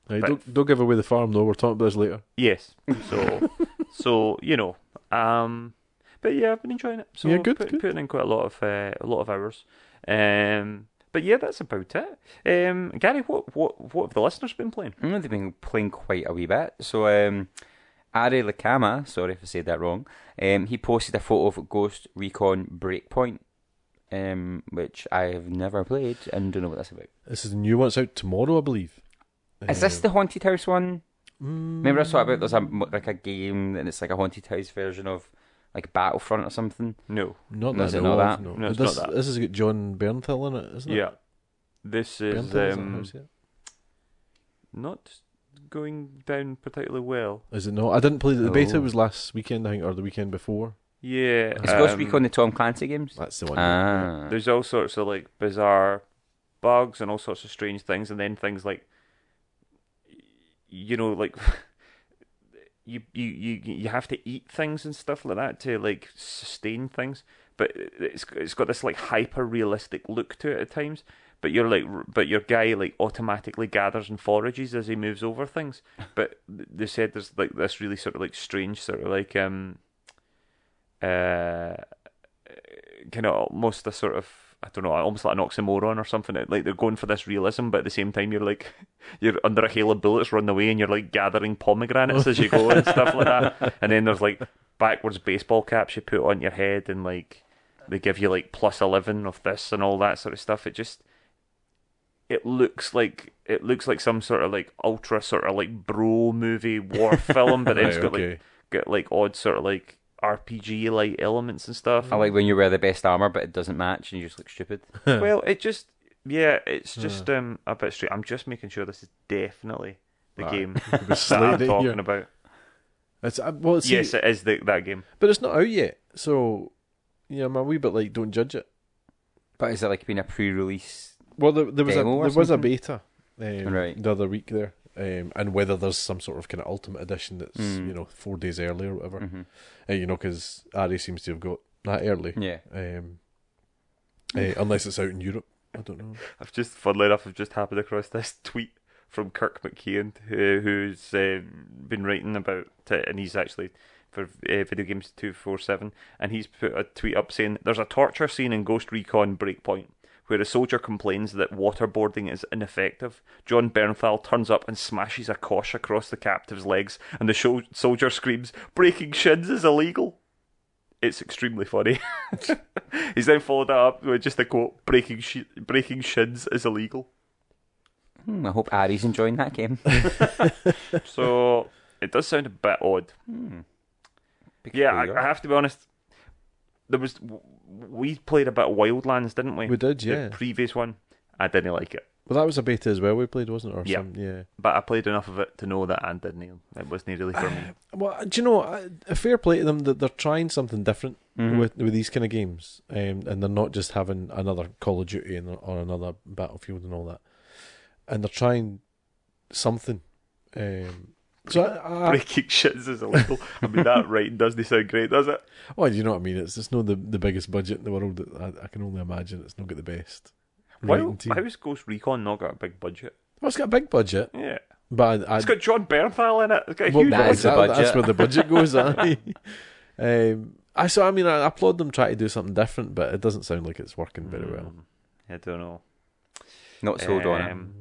[SPEAKER 2] Hey,
[SPEAKER 1] But-
[SPEAKER 2] don't don't give away the farm though. We're talking about this later. (laughs)
[SPEAKER 1] Yes. So, so you know, um, but yeah, I've been enjoying it. So
[SPEAKER 2] Yeah, good,
[SPEAKER 1] put-
[SPEAKER 2] good.
[SPEAKER 1] Putting in quite a lot of uh, a lot of hours. Um, but yeah, that's about it. Um, Gary, what what what have the listeners been playing?
[SPEAKER 3] Mm, they've been playing quite a wee bit. So, um, Ari Lakama, sorry if I said that wrong, um, he posted a photo of Ghost Recon Breakpoint, um, which I have never played and don't know what that's about.
[SPEAKER 2] This is the new one. It's out tomorrow, I believe.
[SPEAKER 3] Is
[SPEAKER 2] Uh,
[SPEAKER 3] this the Haunted House one?
[SPEAKER 2] Mm,
[SPEAKER 3] Remember I saw about there's a m- like a game and it's like a Haunted House version of like Battlefront or something.
[SPEAKER 1] No,
[SPEAKER 2] not that.
[SPEAKER 3] No, is
[SPEAKER 2] I
[SPEAKER 3] it
[SPEAKER 2] know of,
[SPEAKER 3] not that?
[SPEAKER 2] No,
[SPEAKER 1] No, it's
[SPEAKER 2] this,
[SPEAKER 1] not that.
[SPEAKER 2] This has got John Bernthal in it, isn't it?
[SPEAKER 1] yeah, this is
[SPEAKER 2] Bernthal, isn't it?
[SPEAKER 1] um,
[SPEAKER 2] How's it?
[SPEAKER 1] not going down particularly well.
[SPEAKER 2] Is it not? I didn't play the, the beta.
[SPEAKER 3] Oh.
[SPEAKER 2] was last weekend, I think, or the weekend before.
[SPEAKER 1] Yeah,
[SPEAKER 3] It's Ghost
[SPEAKER 1] um,
[SPEAKER 3] Recon the Tom Clancy games.
[SPEAKER 2] That's the one.
[SPEAKER 3] Ah,
[SPEAKER 1] There's all sorts of like bizarre bugs and all sorts of strange things, and then things like you know, like (laughs) you you you you have to eat things and stuff like that to like sustain things. But it's it's got this like hyper realistic look to it at times. But you're like, but your guy like automatically gathers and forages as he moves over things. But they said there's like this really sort of like strange sort of like um uh kind of almost a sort of I don't know, almost like an oxymoron or something. Like they're going for this realism, but at the same time you're like (laughs) you're under a hail of bullets running away, and you're like gathering pomegranates as you go and stuff like that. And then there's like backwards baseball caps you put on your head, and like they give you like plus eleven of this and all that sort of stuff. It just it looks like it looks like some sort of like ultra sort of like bro movie war film, but then it's
[SPEAKER 2] Right,
[SPEAKER 1] got like
[SPEAKER 2] okay.
[SPEAKER 1] got like odd sort of like RPG like elements and stuff.
[SPEAKER 3] Ah. I like when you wear the best armor, but it doesn't match, and you just look stupid.
[SPEAKER 2] (laughs)
[SPEAKER 1] well, it just yeah, it's just um a bit straight. I'm just making sure this is definitely the
[SPEAKER 2] Right.
[SPEAKER 1] game
[SPEAKER 2] We've
[SPEAKER 1] that I'm
[SPEAKER 2] slated it
[SPEAKER 1] talking
[SPEAKER 2] here.
[SPEAKER 1] about.
[SPEAKER 2] It's, uh, well, see,
[SPEAKER 1] yes, it is the, that game.
[SPEAKER 2] but it's not out yet, so yeah, I'm a wee bit like, don't judge it.
[SPEAKER 3] But is it like being a pre-release?
[SPEAKER 2] Well, there, there was a
[SPEAKER 3] Demo or
[SPEAKER 2] there was a
[SPEAKER 3] something?
[SPEAKER 2] beta um,
[SPEAKER 3] Right.
[SPEAKER 2] the other week there, um, and whether there's some sort of kind of ultimate edition that's
[SPEAKER 3] Mm.
[SPEAKER 2] you know four days early or whatever,
[SPEAKER 3] Mhm.
[SPEAKER 2] uh, you know, because Ari seems to have got that early,
[SPEAKER 3] Yeah.
[SPEAKER 2] um, eh, unless it's out in Europe. I don't know.
[SPEAKER 1] I've just funnily enough, I've just happened across this (laughs) tweet from Kirk McKeon, who, who's uh, been writing about it, and he's actually for uh, Video Games Two Four Seven, and he's put a tweet up saying there's a torture scene in Ghost Recon Breakpoint. where a soldier complains that waterboarding is ineffective. John Bernthal turns up and smashes a kosh across the captive's legs, and the sho- soldier screams, Breaking shins is illegal. It's extremely funny. (laughs) He's then followed that up with just a quote, Breaking, shi breaking shins is
[SPEAKER 2] (laughs)
[SPEAKER 1] illegal.
[SPEAKER 3] Hmm, I hope Ari's enjoying that (laughs) game.
[SPEAKER 1] So it does sound a bit odd.
[SPEAKER 3] Hmm.
[SPEAKER 1] Yeah, I, I have to be honest. There was w- we played a bit of Wildlands, didn't we?
[SPEAKER 2] We did, yeah.
[SPEAKER 1] The previous one, I didn't like it,
[SPEAKER 2] Well, that was a beta as well. We played, wasn't it? Or
[SPEAKER 1] Yeah.
[SPEAKER 2] some- yeah.
[SPEAKER 1] but I played enough of it to know that I didn't. It wasn't really for
[SPEAKER 2] (sighs)
[SPEAKER 1] me.
[SPEAKER 2] Well, do you know I- a fair play to them that they're trying something different
[SPEAKER 1] Mm-hmm.
[SPEAKER 3] Mm-hmm.
[SPEAKER 2] with with these kind of games, um, and they're not just having another Call of Duty and or another Battlefield and all that, and they're trying something. Um, so I, I,
[SPEAKER 1] Breaking (laughs) shits is illegal. I mean,
[SPEAKER 2] (laughs)
[SPEAKER 1] that right doesn't sound great, does it?
[SPEAKER 2] well, you know what I mean. It's it's not the, the biggest budget in the world. that I, I can only imagine it's not got the best.
[SPEAKER 1] Well,
[SPEAKER 2] writing team.
[SPEAKER 1] how's Ghost Recon not got a big budget?
[SPEAKER 2] Well, it's got a big budget,
[SPEAKER 1] Yeah,
[SPEAKER 2] but I, I,
[SPEAKER 1] it's got John Bernthal in it. It's got a
[SPEAKER 2] Well,
[SPEAKER 1] huge.
[SPEAKER 3] that
[SPEAKER 1] budget.
[SPEAKER 2] that's,
[SPEAKER 3] is the
[SPEAKER 2] that- that's
[SPEAKER 3] budget.
[SPEAKER 2] where the
[SPEAKER 1] (laughs)
[SPEAKER 2] budget goes. aye. um, I so I mean I applaud them trying to do something different, but it doesn't sound like it's working very well.
[SPEAKER 1] Hmm, I don't know.
[SPEAKER 3] Not sold on
[SPEAKER 1] Um,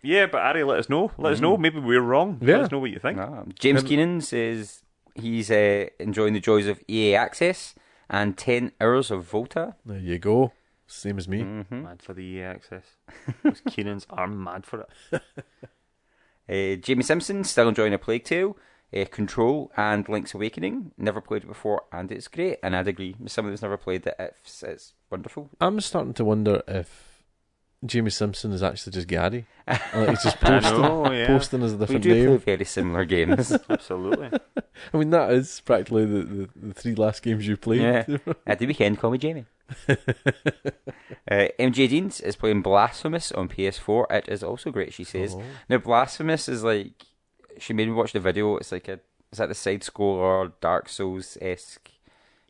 [SPEAKER 1] Yeah, but Ari, let us know. Let us
[SPEAKER 3] Mm.
[SPEAKER 1] know. Maybe we're wrong. Let
[SPEAKER 2] Yeah.
[SPEAKER 1] us know what you
[SPEAKER 3] it.
[SPEAKER 1] think.
[SPEAKER 3] Nah. Ah. James Keenan says he's uh, enjoying the joys of EA Access and 10 hours of Volta. Mm-hmm.
[SPEAKER 2] There you go, same as me.
[SPEAKER 3] Hmm?
[SPEAKER 1] Mad for the EA access.
[SPEAKER 3] (laughs)
[SPEAKER 1] Those Keenans are mad for it.
[SPEAKER 3] Uh, Jamie Simpson still enjoying a Plague Tale, uh, Control, and Link's Awakening. Never played it before, and it's great. And I'd agree. As someone who's never played it, it's, it's wonderful.
[SPEAKER 2] I'm starting to wonder if Jamie Simpson is actually just Gary.
[SPEAKER 3] (laughs)
[SPEAKER 2] Like he's just posting,
[SPEAKER 1] know, yeah.
[SPEAKER 2] posting as a
[SPEAKER 3] We
[SPEAKER 2] different
[SPEAKER 3] do play
[SPEAKER 2] name.
[SPEAKER 3] very
[SPEAKER 2] (laughs)
[SPEAKER 3] similar games.
[SPEAKER 1] Absolutely.
[SPEAKER 2] I mean, that is practically the, the, the three last games you played. (laughs)
[SPEAKER 3] yeah. At the weekend, call me Jamie. uh, MJ Deans is playing Blasphemous on PS4. It is also great, she says.
[SPEAKER 2] Oh.
[SPEAKER 3] Now, Blasphemous is like. She made me watch the video. It's like a. Is that the side scroller, Dark Souls esque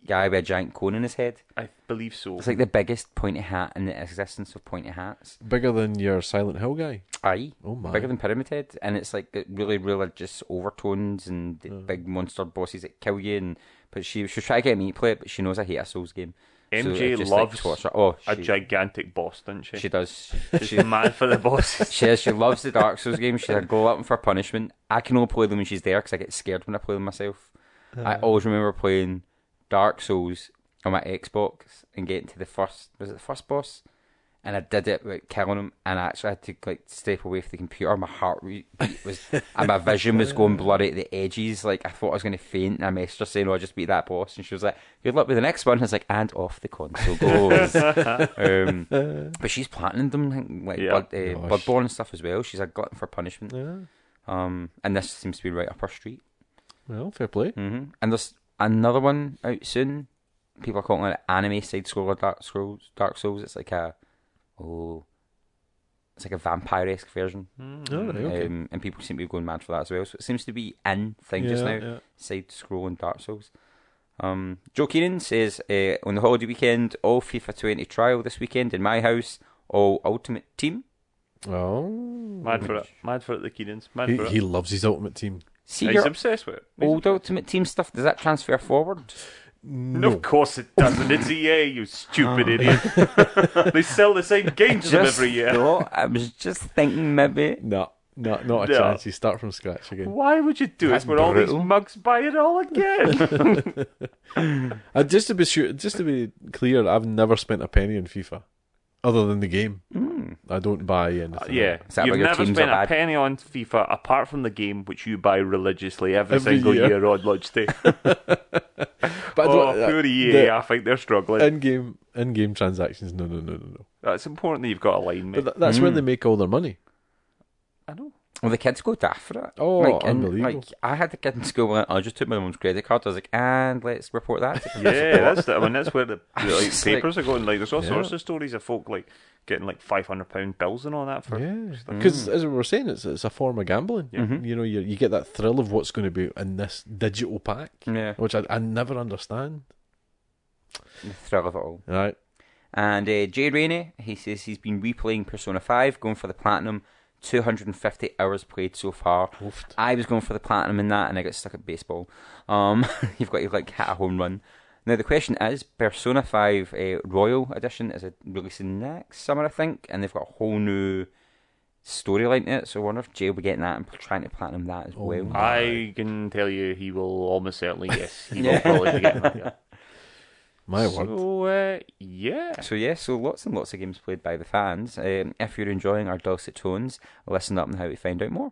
[SPEAKER 3] guy with a giant cone in his head?
[SPEAKER 1] I believe so.
[SPEAKER 3] It's like the biggest pointy hat in the existence of pointy hats.
[SPEAKER 2] Bigger than your Silent Hill guy.
[SPEAKER 3] Aye.
[SPEAKER 2] Oh my.
[SPEAKER 3] Bigger than Pyramid Head. And it's like got really religious overtones and the big monster bosses that kill you. And But she, she's trying to get me to play it, but she knows I hate a Souls game. So
[SPEAKER 1] MJ
[SPEAKER 3] it's just, like,
[SPEAKER 1] loves
[SPEAKER 3] torture. oh,
[SPEAKER 1] a
[SPEAKER 3] she,
[SPEAKER 1] gigantic boss, doesn't she? (laughs)
[SPEAKER 3] she does. She,
[SPEAKER 1] She's mad for the
[SPEAKER 3] (laughs)
[SPEAKER 1] bosses.
[SPEAKER 3] she, is, she loves the Dark Souls games. She's a glutton for punishment. I can only play them when she's there because I get scared when I play them myself. I always remember playing Dark Souls on my Xbox and getting to the first was it the first boss, and I did it without killing him. And I actually had to like step away from the computer. My heart re- beat was and my vision was going blurry at the edges. Like I thought I was going to faint. And I messaged her saying, "Oh, I just beat that boss," and she was like, "Good luck with the next one." I was like, "And off the console
[SPEAKER 1] Oh.
[SPEAKER 3] goes."
[SPEAKER 1] (laughs)
[SPEAKER 3] um,
[SPEAKER 2] (laughs)
[SPEAKER 3] but she's planning them like
[SPEAKER 1] Yeah.
[SPEAKER 3] blood, uh,
[SPEAKER 2] Gosh.
[SPEAKER 3] Bloodborne and stuff as well. She's a glutton for punishment. Um, and this seems to be right up her street.
[SPEAKER 2] Well, fair play.
[SPEAKER 3] Mm-hmm. And there's another one out soon. People are calling it anime side scroller Dark Scrolls. Dark Souls. It's like a oh, it's like a vampire esque version.
[SPEAKER 2] All right, okay.
[SPEAKER 3] Um, and people seem to be going mad for that as well. So it seems to be in thing just now.
[SPEAKER 2] Yeah, yeah.
[SPEAKER 3] Side scrolling Dark Souls. Um, Joe Keenan says uh, on the holiday weekend, all FIFA 20 trial this weekend in my house, all Ultimate Team.
[SPEAKER 2] Oh.
[SPEAKER 1] Mad for it. Mad for it, the Keenans. Mad
[SPEAKER 2] He,
[SPEAKER 1] for it.
[SPEAKER 2] he loves his ultimate team.
[SPEAKER 3] See
[SPEAKER 1] He's
[SPEAKER 3] your
[SPEAKER 1] obsessed with it. He's-
[SPEAKER 3] old Ultimate Team stuff. Does that transfer forward?
[SPEAKER 1] No, of course it doesn't.
[SPEAKER 3] (laughs)
[SPEAKER 1] It's EA, you stupid
[SPEAKER 2] (laughs)
[SPEAKER 1] idiot. they sell the same games to them
[SPEAKER 3] Oh, (laughs) Just
[SPEAKER 1] every year.
[SPEAKER 3] thought- I was just thinking maybe
[SPEAKER 2] No,
[SPEAKER 1] (laughs)
[SPEAKER 2] no, not a
[SPEAKER 1] No.
[SPEAKER 2] chance. You start from scratch again.
[SPEAKER 1] Why would you do
[SPEAKER 3] That's
[SPEAKER 1] it? Were all these
[SPEAKER 3] brutal.
[SPEAKER 1] mugs buy it all
[SPEAKER 3] (laughs)
[SPEAKER 1] again?
[SPEAKER 2] Uh, just to be sure, just to be clear, I've never spent a penny on FIFA, other than the game.
[SPEAKER 3] hmm,
[SPEAKER 2] I don't buy anything.
[SPEAKER 1] Uh, yeah,
[SPEAKER 3] Is that
[SPEAKER 1] you've
[SPEAKER 3] why your
[SPEAKER 1] never
[SPEAKER 3] teams are
[SPEAKER 1] spent a
[SPEAKER 3] bad?
[SPEAKER 1] penny on FIFA apart from the game which you buy religiously every,
[SPEAKER 2] Every
[SPEAKER 1] single
[SPEAKER 2] year.
[SPEAKER 1] year. on launch day.
[SPEAKER 2] but I
[SPEAKER 1] oh,
[SPEAKER 2] don't- uh,
[SPEAKER 1] poor EA,
[SPEAKER 2] the
[SPEAKER 1] I think they're struggling.
[SPEAKER 2] in-game in-game transactions. No, no, no, no, no.
[SPEAKER 1] That's important that you've got a line, mate.
[SPEAKER 2] But tha- that's where
[SPEAKER 1] Mm.
[SPEAKER 2] they make all their money.
[SPEAKER 1] I know.
[SPEAKER 3] Well, the kids go daft for it.
[SPEAKER 2] Oh,
[SPEAKER 3] and,
[SPEAKER 2] unbelievable.
[SPEAKER 3] like, I had a kid in school and I just took my mum's credit card. I was like, and let's report
[SPEAKER 1] (laughs)
[SPEAKER 3] that. to the
[SPEAKER 1] Yeah, that's the, I mean that's where the
[SPEAKER 3] was
[SPEAKER 1] like,
[SPEAKER 3] just like-
[SPEAKER 1] papers are going. Like there's all
[SPEAKER 2] Yeah.
[SPEAKER 1] sorts of stories of folk like getting like five hundred pound bills and all that for.
[SPEAKER 2] (laughs) Yeah,
[SPEAKER 1] Mm.
[SPEAKER 2] Mm-hmm. because as we were saying, it's it's a form of gambling.
[SPEAKER 1] Mm-hmm.
[SPEAKER 2] You know, you you get that thrill of what's going to be in this digital pack,
[SPEAKER 1] Mm.
[SPEAKER 3] Yeah.
[SPEAKER 2] which I, I never understand.
[SPEAKER 3] thrill of it all.
[SPEAKER 2] Right?
[SPEAKER 3] And uh, Jay Rainey, he says he's been replaying Persona 5, going for the platinum, 250 hours played so far.
[SPEAKER 2] Oofed.
[SPEAKER 3] (laughs) I was going for the platinum in that and I got stuck at baseball. Um, You've got to like hit a home run. Now the question is, Persona Five uh, Royal Edition is uh, releasing next summer, I think, and they've got a whole new storyline to it. So I wonder if Jay will be getting that and trying to platinum that as
[SPEAKER 2] Oh
[SPEAKER 3] well.
[SPEAKER 2] my-
[SPEAKER 1] I can tell you he will almost certainly, yes, he
[SPEAKER 3] Yeah.
[SPEAKER 1] will probably be getting that. yeah.
[SPEAKER 2] My word.
[SPEAKER 1] So, uh, yeah.
[SPEAKER 3] So yeah, so lots and lots of games played by the fans. Um, if you're enjoying our dulcet tones, listen up and how we find out more.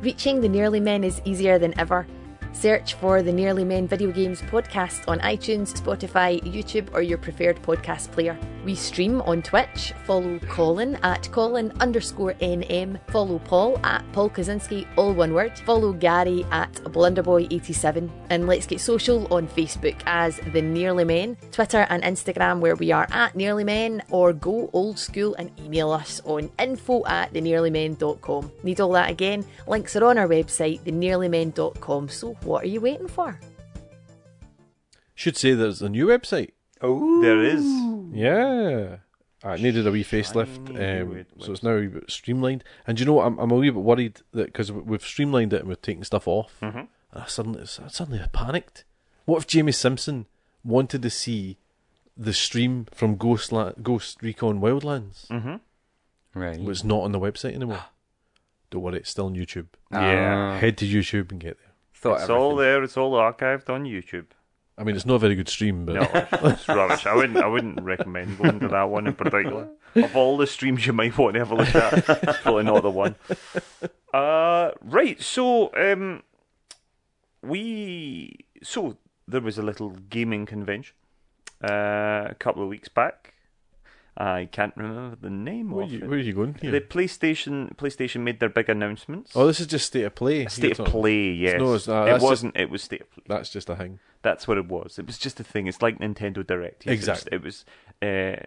[SPEAKER 4] Reaching the Nearly Men is easier than ever. Search for the Nearly Men Video Games podcast on iTunes, Spotify, YouTube, or your preferred podcast player. We stream on Twitch. Follow Colin at Colin underscore NM. Follow Paul at Paul Kaczynski, all one word. Follow Gary at Blunderboy87. And let's get social on Facebook as The Nearly Men, Twitter and Instagram where we are at Nearly Men, or go old school and email us on info at thenearlymen.com. Need all that again? Links are on our website, thenearlymen.com. So what are you waiting for?
[SPEAKER 2] Should say there's a new website.
[SPEAKER 3] Oh,
[SPEAKER 1] There is.
[SPEAKER 2] Yeah. Ah, it needed a wee facelift,
[SPEAKER 1] Shiny
[SPEAKER 2] um,
[SPEAKER 1] wee
[SPEAKER 2] so it's now a wee bit streamlined. And do you know, what? I'm, I'm a wee bit worried that because we've streamlined it and we're taking stuff off,
[SPEAKER 1] Hmm.
[SPEAKER 2] and
[SPEAKER 1] Mm-hmm,
[SPEAKER 2] I suddenly, I suddenly panicked. What if Jamie Simpson wanted to see the stream from Ghost, La- Ghost Recon Wildlands?
[SPEAKER 1] Hmm. mm-hmm.
[SPEAKER 3] right.
[SPEAKER 2] Well, it's not on the website anymore.
[SPEAKER 1] (gasps)
[SPEAKER 2] Don't worry, it's still on YouTube.
[SPEAKER 1] Yeah.
[SPEAKER 3] Ah,
[SPEAKER 2] Head to YouTube and get there.
[SPEAKER 3] thought
[SPEAKER 1] It's all
[SPEAKER 3] everything.
[SPEAKER 1] there. It's all archived on YouTube.
[SPEAKER 2] I mean, it's not a very good stream, but
[SPEAKER 1] No, it's rubbish. I wouldn't. I wouldn't recommend going to that one in particular. Of all the streams you might want to have a look at, it's probably not the one. Uh, right. So, um, we so there was a little gaming convention uh, a couple of weeks back. I can't remember the name
[SPEAKER 2] (laughs) where,
[SPEAKER 1] of
[SPEAKER 2] you,
[SPEAKER 1] it.
[SPEAKER 2] where are you going? Here?
[SPEAKER 1] The PlayStation PlayStation made their big announcements.
[SPEAKER 2] Oh, this is just state of play. you're
[SPEAKER 1] State of
[SPEAKER 2] talking.
[SPEAKER 1] play, yes.
[SPEAKER 2] no, it's- uh,
[SPEAKER 1] it
[SPEAKER 2] that's just-
[SPEAKER 1] wasn't. It was state of play.
[SPEAKER 2] That's just a thing.
[SPEAKER 1] That's what it was. It was just a thing. It's like Nintendo Direct. Yes,
[SPEAKER 2] Exactly.
[SPEAKER 1] It was, it was uh,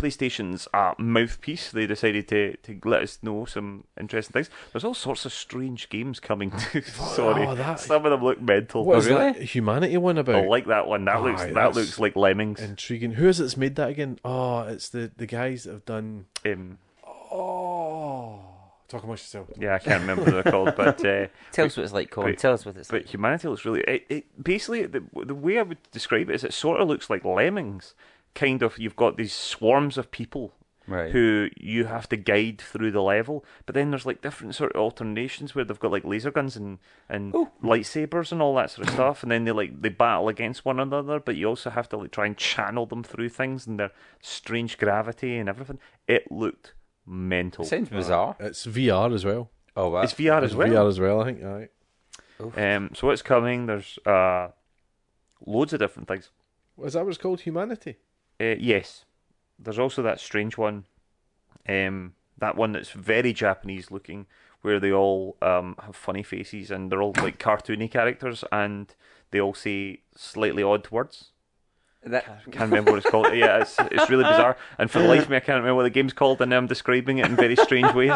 [SPEAKER 1] PlayStation's uh, mouthpiece. They decided to, to let us know some interesting things. There's all sorts of strange games coming (laughs) too. Sorry,
[SPEAKER 2] Oh, that-
[SPEAKER 1] some of them look mental.
[SPEAKER 2] What is
[SPEAKER 1] I
[SPEAKER 2] that humanity one about?
[SPEAKER 1] I like that one. That looks
[SPEAKER 2] Aye,
[SPEAKER 1] that
[SPEAKER 2] that's-
[SPEAKER 1] looks like Lemmings.
[SPEAKER 2] Intriguing. Who is it that's made that again? Oh, it's the the guys that have done.
[SPEAKER 1] Um,
[SPEAKER 2] Oh, talk amongst yourself.
[SPEAKER 1] yeah, I can't remember what they're called, (laughs) but uh,
[SPEAKER 3] Tell us what it's like, Colin.
[SPEAKER 1] Wait.
[SPEAKER 3] Tell us what it's
[SPEAKER 1] but
[SPEAKER 3] like.
[SPEAKER 1] humanity looks really. It, it basically the the way I would describe it is it sort of looks like Lemmings. Kind of, you've got these swarms of people
[SPEAKER 3] Right.
[SPEAKER 1] who you have to guide through the level. But then there's like different sort of alternations where they've got like laser guns and and
[SPEAKER 3] Oh.
[SPEAKER 1] lightsabers and all that sort of stuff. And then they like they battle against one another, but you also have to like try and channel them through things and their strange gravity and everything. It looked mental.
[SPEAKER 3] Sounds bizarre.
[SPEAKER 2] It's VR as well.
[SPEAKER 3] Oh, wow.
[SPEAKER 1] It's VR as
[SPEAKER 2] It's
[SPEAKER 1] well.
[SPEAKER 2] VR as well. I think. All right.
[SPEAKER 1] Um, so it's coming. There's uh, loads of different things.
[SPEAKER 2] Is that what it's called? Humanity.
[SPEAKER 1] Uh, yes. There's also that strange one, um, that one that's very Japanese looking, where they all um, have funny faces and they're all like cartoony characters and they all say slightly odd words.
[SPEAKER 3] That,
[SPEAKER 1] Can't remember what it's called. yeah, it's, it's really bizarre. And for the life of me, I can't remember what the game's called, and I'm describing it in very strange ways.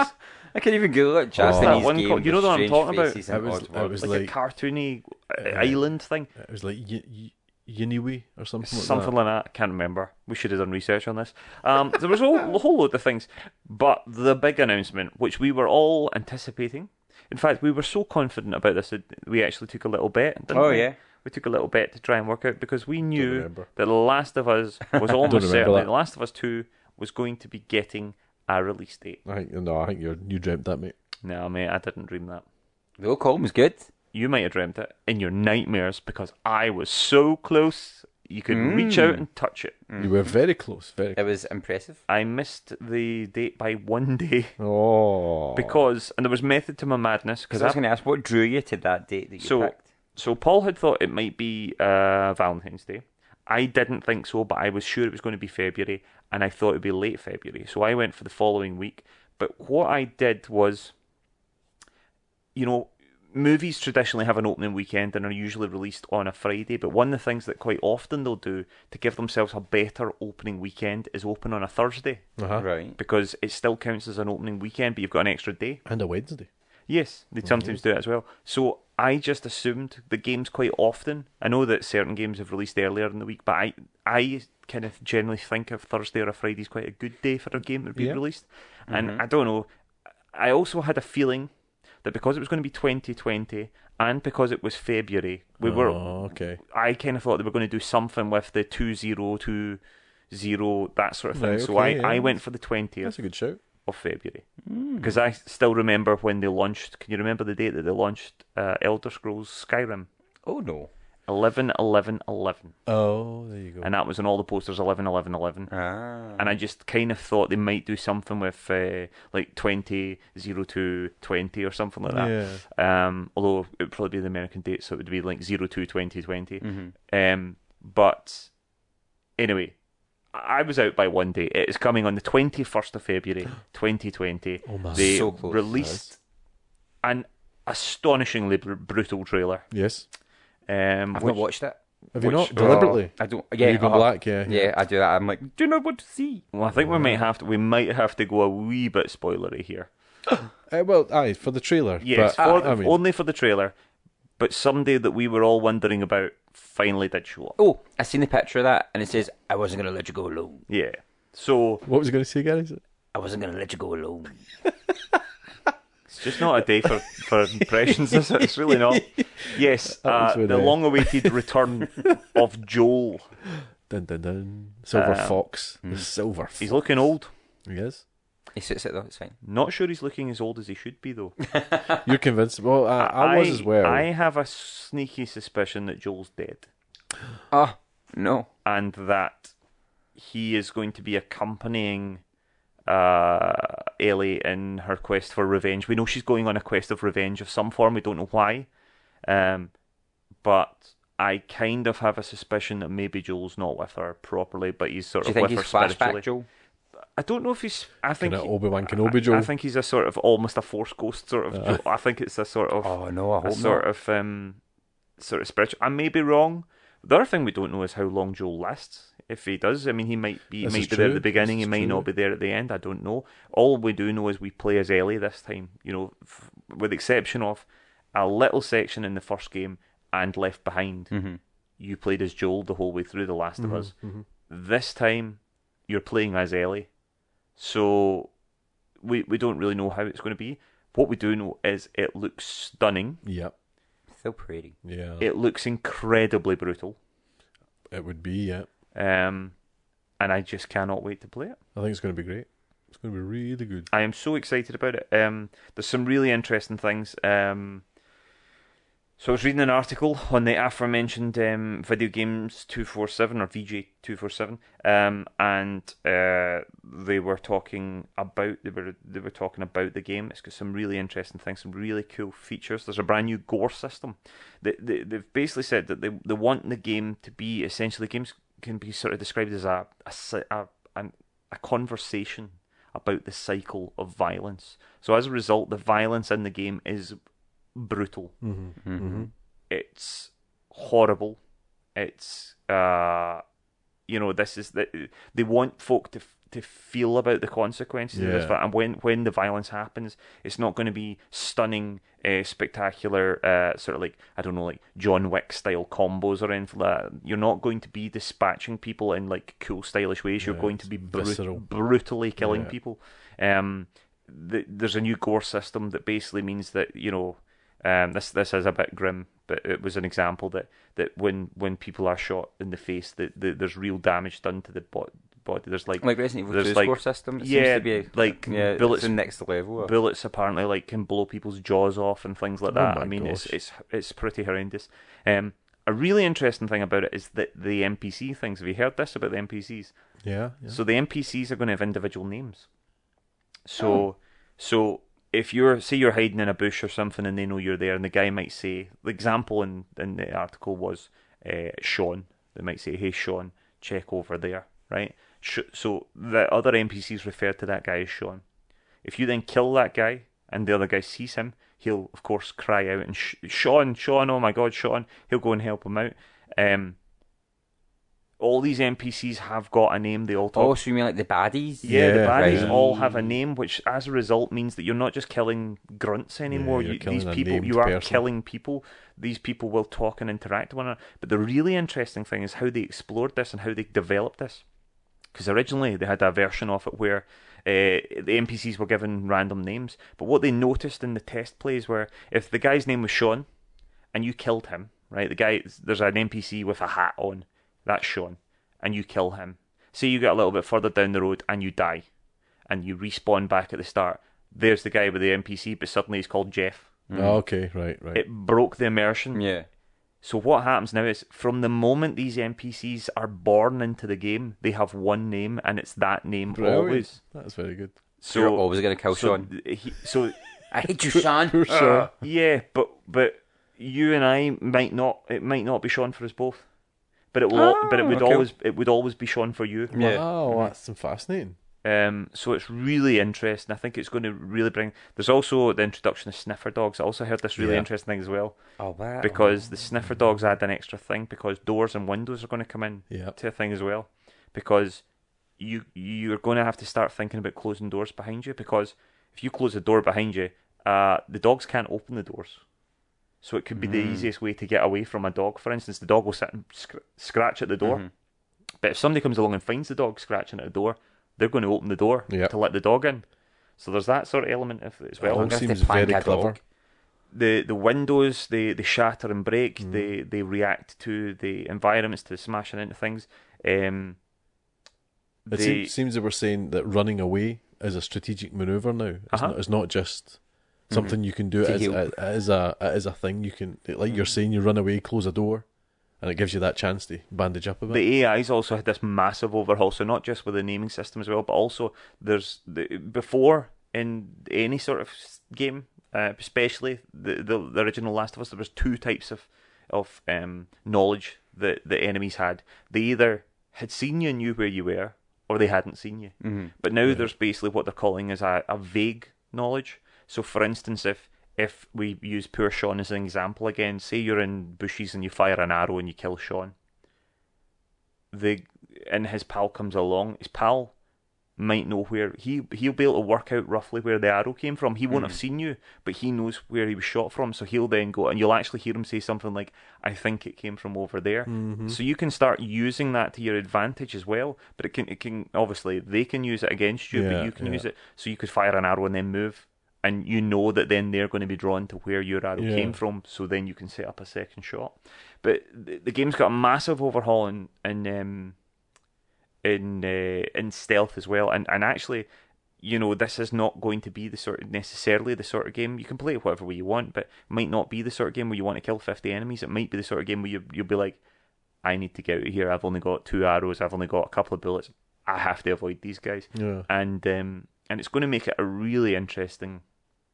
[SPEAKER 3] I can even Google it. Japanese
[SPEAKER 1] one
[SPEAKER 3] game
[SPEAKER 1] called? You know
[SPEAKER 3] with
[SPEAKER 1] the one I'm
[SPEAKER 3] strange
[SPEAKER 1] talking about?
[SPEAKER 3] faces
[SPEAKER 2] It
[SPEAKER 3] and
[SPEAKER 2] was-
[SPEAKER 3] odd
[SPEAKER 2] it
[SPEAKER 3] words.
[SPEAKER 1] (laughs)
[SPEAKER 2] was
[SPEAKER 1] It's like, a cartoony uh,
[SPEAKER 2] Uh,
[SPEAKER 1] island thing,
[SPEAKER 2] It was like y- y- Yiniwi or something.
[SPEAKER 1] something
[SPEAKER 2] Like
[SPEAKER 1] like that. Can't remember. We should have done research on this. Um, there was a whole, a whole load of things, but the big announcement, which we were all anticipating. In fact, we were so confident about this that we actually took a little bet. Didn't
[SPEAKER 3] Oh,
[SPEAKER 1] we?
[SPEAKER 3] yeah.
[SPEAKER 1] We took a little bet to try and work out because we knew
[SPEAKER 2] remember.
[SPEAKER 1] that The Last of (laughs) Us was
[SPEAKER 2] remember
[SPEAKER 1] almost certainly
[SPEAKER 2] that.
[SPEAKER 1] The Last of Us Two was going to be getting a release date.
[SPEAKER 2] that. I think no. I think you you dreamt that, mate.
[SPEAKER 1] No, mate, I didn't dream that.
[SPEAKER 3] The old Colin was good.
[SPEAKER 1] you might have dreamt it in your nightmares because I was so close. You could reach out and touch it.
[SPEAKER 2] You were very close. Very.
[SPEAKER 3] It was impressive.
[SPEAKER 1] I missed the date by one (laughs) day
[SPEAKER 2] Oh.
[SPEAKER 1] because, and there was method to my madness because
[SPEAKER 3] Because I was going to ask, what drew you to that date that you
[SPEAKER 1] so
[SPEAKER 3] picked?
[SPEAKER 1] so Paul had thought it might be uh, Valentine's Day. I didn't think so, but I was sure it was going to be February, and I thought it'd be late February. So I went for the following week. But what I did was, you know, movies traditionally have an opening weekend and are usually released on a Friday. But one of the things that quite often they'll do to give themselves a better opening weekend is open on a Thursday
[SPEAKER 2] Uh-huh.
[SPEAKER 3] Right.
[SPEAKER 1] because it still counts as an opening weekend, but you've got an extra day.
[SPEAKER 2] And a Wednesday.
[SPEAKER 1] Yes, they
[SPEAKER 2] Mhm.
[SPEAKER 1] sometimes do it as well. So I just assumed the games quite often. I know that certain games have released earlier in the week, but I I kind of generally think of Thursday or a Friday is quite a good day for a game to be
[SPEAKER 2] Yeah. Mm-hmm.
[SPEAKER 1] released. And I don't know. I also had a feeling that because it was going to be 2020, and because it was February, we were.
[SPEAKER 2] Oh, okay.
[SPEAKER 1] I kind of thought they were going to do something with the two zero two zero that sort of thing.
[SPEAKER 2] Right,
[SPEAKER 1] so I,
[SPEAKER 2] okay, yeah.
[SPEAKER 1] I went for the twentieth
[SPEAKER 2] That's a good shout.
[SPEAKER 1] of February because I still remember when they launched. Can you remember the date that they launched uh, Elder Scrolls Skyrim?
[SPEAKER 3] Oh no.
[SPEAKER 1] 11 11 11
[SPEAKER 2] Oh, there you go.
[SPEAKER 1] and that was on all the posters 11 11 11
[SPEAKER 3] Ah.
[SPEAKER 1] and I just kind of thought they might do something with uh, like 20, 02, 20 or something like that. Um, although it would probably be the American date, so it would be like 02, 2020.
[SPEAKER 3] Mm-hmm.
[SPEAKER 1] Um, but anyway, I I was out by one day. It is coming on the 21st of February, 2020.
[SPEAKER 2] Oh my.
[SPEAKER 1] they
[SPEAKER 3] So close.
[SPEAKER 1] released an astonishingly br- brutal trailer.
[SPEAKER 2] yes.
[SPEAKER 1] Um,
[SPEAKER 3] I've
[SPEAKER 1] which-
[SPEAKER 3] not watched it.
[SPEAKER 2] Have you
[SPEAKER 1] Which-
[SPEAKER 2] not deliberately?
[SPEAKER 3] I don't. Yeah.
[SPEAKER 2] you go
[SPEAKER 3] uh-huh.
[SPEAKER 2] black, yeah,
[SPEAKER 3] Yeah. I do that. I'm like, do not want to see.
[SPEAKER 1] well, I think we might have to we might have to go a wee bit spoilery here.
[SPEAKER 2] Uh, well, aye, for the trailer.
[SPEAKER 1] Yes,
[SPEAKER 2] but,
[SPEAKER 1] for,
[SPEAKER 2] I mean,
[SPEAKER 1] only for the trailer, but someday that we were all wondering about finally did show up.
[SPEAKER 3] Oh, I seen the picture of that, and it says, "I wasn't gonna let you go alone.
[SPEAKER 1] Yeah. So
[SPEAKER 2] what was I going to say, guys?
[SPEAKER 3] I wasn't gonna let you go alone."
[SPEAKER 1] it's just not a day for,
[SPEAKER 2] (laughs)
[SPEAKER 1] for impressions, is it? It's really not. Yes,
[SPEAKER 2] was
[SPEAKER 1] uh,
[SPEAKER 2] with
[SPEAKER 1] the
[SPEAKER 2] a-
[SPEAKER 1] long awaited
[SPEAKER 2] (laughs)
[SPEAKER 1] return of Joel.
[SPEAKER 2] Dun dun dun. Silver fox. The silver fox.
[SPEAKER 1] Uh, hmm. He's looking old.
[SPEAKER 2] Yes.
[SPEAKER 3] He sits it though. It's fine.
[SPEAKER 1] Not sure he's looking as old as he should be, though.
[SPEAKER 2] You're convinced. Well, I, I was as well.
[SPEAKER 1] I have a sneaky suspicion that Joel's dead
[SPEAKER 3] Ah, no.
[SPEAKER 1] and that he is going to be accompanying uh, Ellie in her quest for revenge. We know she's going on a quest of revenge of some form. We don't know why, um, but I kind of have a suspicion that maybe Joel's not with her properly, but he's sort
[SPEAKER 3] Do you
[SPEAKER 1] of
[SPEAKER 3] think
[SPEAKER 1] with
[SPEAKER 3] he's
[SPEAKER 1] her spiritually.
[SPEAKER 3] flashback, Joel?
[SPEAKER 1] I don't know if he's. I think
[SPEAKER 2] Kinda
[SPEAKER 1] he-
[SPEAKER 2] Obi-Wan
[SPEAKER 1] I-
[SPEAKER 2] Kenobi Joel. Uh.
[SPEAKER 1] I think he's a sort of almost a force ghost sort of. Joel. I think it's a sort of
[SPEAKER 3] Oh no, I
[SPEAKER 1] a
[SPEAKER 3] hope
[SPEAKER 1] sort
[SPEAKER 3] not.
[SPEAKER 1] of um, sort of spiritual. I may be wrong. The other thing we don't know is how long Joel lasts. If he does, I mean, he might be he
[SPEAKER 2] This
[SPEAKER 1] might
[SPEAKER 2] is
[SPEAKER 1] be there at
[SPEAKER 2] true.
[SPEAKER 1] the beginning. He
[SPEAKER 2] This is
[SPEAKER 1] might
[SPEAKER 2] true.
[SPEAKER 1] not be there at the end. I don't know. All we do know is we play as Ellie this time. You know, f- with the exception of a little section in the first game and Left Behind,
[SPEAKER 2] Hmm.
[SPEAKER 3] Mm-hmm.
[SPEAKER 1] you played as Joel the whole way through The Last
[SPEAKER 2] Mm-hmm.
[SPEAKER 1] of Us. This time, you're playing as Ellie, so we we don't really know how it's going to be. What we do know is it looks stunning.
[SPEAKER 2] Yep.
[SPEAKER 3] Still pretty.
[SPEAKER 2] Yeah. It,
[SPEAKER 1] It looks incredibly brutal.
[SPEAKER 2] would be, yeah.
[SPEAKER 1] Um, and I just cannot wait to play it.
[SPEAKER 2] I think it's going to be great. It's going to be really good.
[SPEAKER 1] I am so excited about it. Um, there's some really interesting things. Um, so I was reading an article on the aforementioned um, Video Games 247 or VJ 247, um, and uh, they were talking about they were they were talking about the game. It's got some really interesting things, some really cool features. There's a brand new gore system. They, they they've basically said that they they want the game to be essentially games can be sort of described as a a si- a, an, a conversation about the cycle of violence. So as a result, the violence in the game is brutal. It's horrible. It's uh, you know, this is the, they want folk to f- to feel about the consequences of this.
[SPEAKER 2] Yeah.
[SPEAKER 1] And when when the violence happens, it's not going to be stunning, uh, spectacular, uh, sort of like I don't know, like John Wick style combos or anything like that. You're not going to be dispatching people in like cool, stylish ways. You're
[SPEAKER 2] Yeah,
[SPEAKER 1] going to
[SPEAKER 2] it's
[SPEAKER 1] be bru-
[SPEAKER 2] visceral.
[SPEAKER 1] brutally killing
[SPEAKER 2] Yeah.
[SPEAKER 1] people. Um, th- there's a new gore system that basically means that you know um, this this is a bit grim, but it was an example that, that when, when people are shot in the face, that the, there's real damage done to the bo- body. There's like
[SPEAKER 3] Like Resident Evil
[SPEAKER 1] There's
[SPEAKER 3] 2
[SPEAKER 1] like-
[SPEAKER 3] score system. It
[SPEAKER 1] yeah,
[SPEAKER 3] seems to be
[SPEAKER 1] like
[SPEAKER 3] yeah,
[SPEAKER 1] bullets-
[SPEAKER 3] it's the next level.
[SPEAKER 1] bullets apparently like can blow people's jaws off and things like
[SPEAKER 2] Oh
[SPEAKER 1] that.
[SPEAKER 2] my
[SPEAKER 1] I mean, it's
[SPEAKER 2] gosh.
[SPEAKER 1] it's it's pretty horrendous. Um, a really interesting thing about it is that the NPC things. Have you heard this about the NPCs?
[SPEAKER 2] Yeah. yeah.
[SPEAKER 1] So the NPCs are going to have individual names. So so if you're say you're hiding in a bush or something and they know you're there and the guy might say the example in, in the article was uh, Sean. They might say, "Hey Sean, check over there," right? Sh- so the other NPCs refer to that guy as Sean. If you then kill that guy and the other guy sees him, he'll of course cry out and sh- Sean, Sean, oh my God, Sean. He'll go and help him out. Um, all these NPCs have got a name. They all talk
[SPEAKER 3] Oh, so you mean like the baddies?
[SPEAKER 1] yeah, the
[SPEAKER 2] Yeah,
[SPEAKER 1] baddies
[SPEAKER 2] right.
[SPEAKER 1] all have a name, which as a result means that you're not just killing grunts anymore.
[SPEAKER 2] you're
[SPEAKER 1] you,
[SPEAKER 2] killing
[SPEAKER 1] these
[SPEAKER 2] a
[SPEAKER 1] people,
[SPEAKER 2] named
[SPEAKER 1] you are
[SPEAKER 2] person.
[SPEAKER 1] killing people. These people will talk and interact with one another. But the really interesting thing is how they explored this and how they developed this. Because originally they had a version of it where uh, the NPCs were given random names. But what they noticed in the test plays were if the guy's name was Sean, and you killed him, right? The guy, there's an NPC with a hat on. That's Sean. And you kill him. Say you get a little bit further down the road and you die. And you respawn back at the start. There's the guy with the NPC, but suddenly he's called Jeff.
[SPEAKER 2] Oh, okay, right, right.
[SPEAKER 1] mm. It broke the immersion.
[SPEAKER 3] Yeah.
[SPEAKER 1] So what happens now is from the moment these NPCs are born into the game, they have one name and it's that name
[SPEAKER 2] Brilliant.
[SPEAKER 1] always.
[SPEAKER 2] That's very good.
[SPEAKER 1] So
[SPEAKER 3] You're always gonna kill
[SPEAKER 1] so Ah.
[SPEAKER 3] Sean.
[SPEAKER 1] th- He, so
[SPEAKER 3] I hate
[SPEAKER 2] (laughs)
[SPEAKER 3] you, Sean.
[SPEAKER 2] Poor
[SPEAKER 1] Uh,
[SPEAKER 2] Sean.
[SPEAKER 1] yeah, but but you and I might not it might not be Sean for us both. But it will al- but it would
[SPEAKER 3] Oh, okay.
[SPEAKER 1] always it would always be Sean for you.
[SPEAKER 3] Yeah.
[SPEAKER 2] Wow, that's fascinating.
[SPEAKER 1] Um, so it's really interesting. I think it's going to really bring. There's also the introduction of sniffer dogs. I also heard this really
[SPEAKER 2] Yeah.
[SPEAKER 1] interesting thing as well
[SPEAKER 3] Oh wow.
[SPEAKER 1] because the sniffer dogs add an extra thing because doors and windows are going to come in
[SPEAKER 2] Yep.
[SPEAKER 1] to a thing as well because you you're going to have to start thinking about closing doors behind you because if you close the door behind you, uh, the dogs can't open the doors. So it could be the
[SPEAKER 2] Mm.
[SPEAKER 1] easiest way to get away from a dog. For instance, the dog will sit and scr- scratch at the door.
[SPEAKER 2] Mm-hmm.
[SPEAKER 1] But if somebody comes along and finds the dog scratching at the door, they're going to open the door
[SPEAKER 2] Yep.
[SPEAKER 1] to let the dog in. So there's that sort of element of it as well
[SPEAKER 2] all
[SPEAKER 3] gonna have to
[SPEAKER 2] seems
[SPEAKER 3] plank
[SPEAKER 2] very
[SPEAKER 3] a
[SPEAKER 2] clever.
[SPEAKER 3] dog.
[SPEAKER 1] the the windows they, they shatter and break
[SPEAKER 2] Mm.
[SPEAKER 1] they they react to the environments to smashing into things um they-
[SPEAKER 2] It seems, seems they were saying that running away is a strategic maneuver now. It's,
[SPEAKER 1] Uh-huh.
[SPEAKER 2] not, it's not just something you can do.
[SPEAKER 3] To
[SPEAKER 2] It is,
[SPEAKER 3] heal.
[SPEAKER 2] it is a it is a thing you can like you're saying. You run away, close a door, and it gives you that chance to bandage up a bit.
[SPEAKER 1] the AI's also had this massive overhaul so not just with the naming system as well but also there's the, before in any sort of s- game uh, especially the, the the original Last of Us there was two types of of um knowledge that the enemies had they either had seen you and knew where you were or they hadn't seen you But now there's basically what they're calling is a, a vague knowledge. So, for instance, if if we use poor Sean as an example again, say you're in bushes and you fire an arrow and you kill Sean, the and his pal comes along. His pal might know where he he'll be able to work out roughly where the arrow came from. He
[SPEAKER 2] Mm.
[SPEAKER 1] won't have seen you, but he knows where he was shot from, so he'll then go and you'll actually hear him say something like, "I think it came from over there."
[SPEAKER 2] Mm-hmm.
[SPEAKER 1] So you can start using that to your advantage as well. But it can it can obviously they can use it against you,
[SPEAKER 2] Yeah,
[SPEAKER 1] but you can
[SPEAKER 2] yeah.
[SPEAKER 1] use it so you could fire an arrow and then move. And you know that then they're going to be drawn to where your arrow
[SPEAKER 2] Yeah.
[SPEAKER 1] came from, so then you can set up a second shot. But the, the game's got a massive overhaul in in um, in uh, in stealth as well, and and actually, you know, this is not going to be the sort of necessarily the sort of game you can play it whatever way you want, but it might not be the sort of game where you want to kill fifty enemies. It might be the sort of game where you you'll be like, I need to get out of here. I've only got two arrows. I've only got a couple of bullets. I have to avoid these guys,
[SPEAKER 2] yeah.
[SPEAKER 1] and um, and it's going to make it a really interesting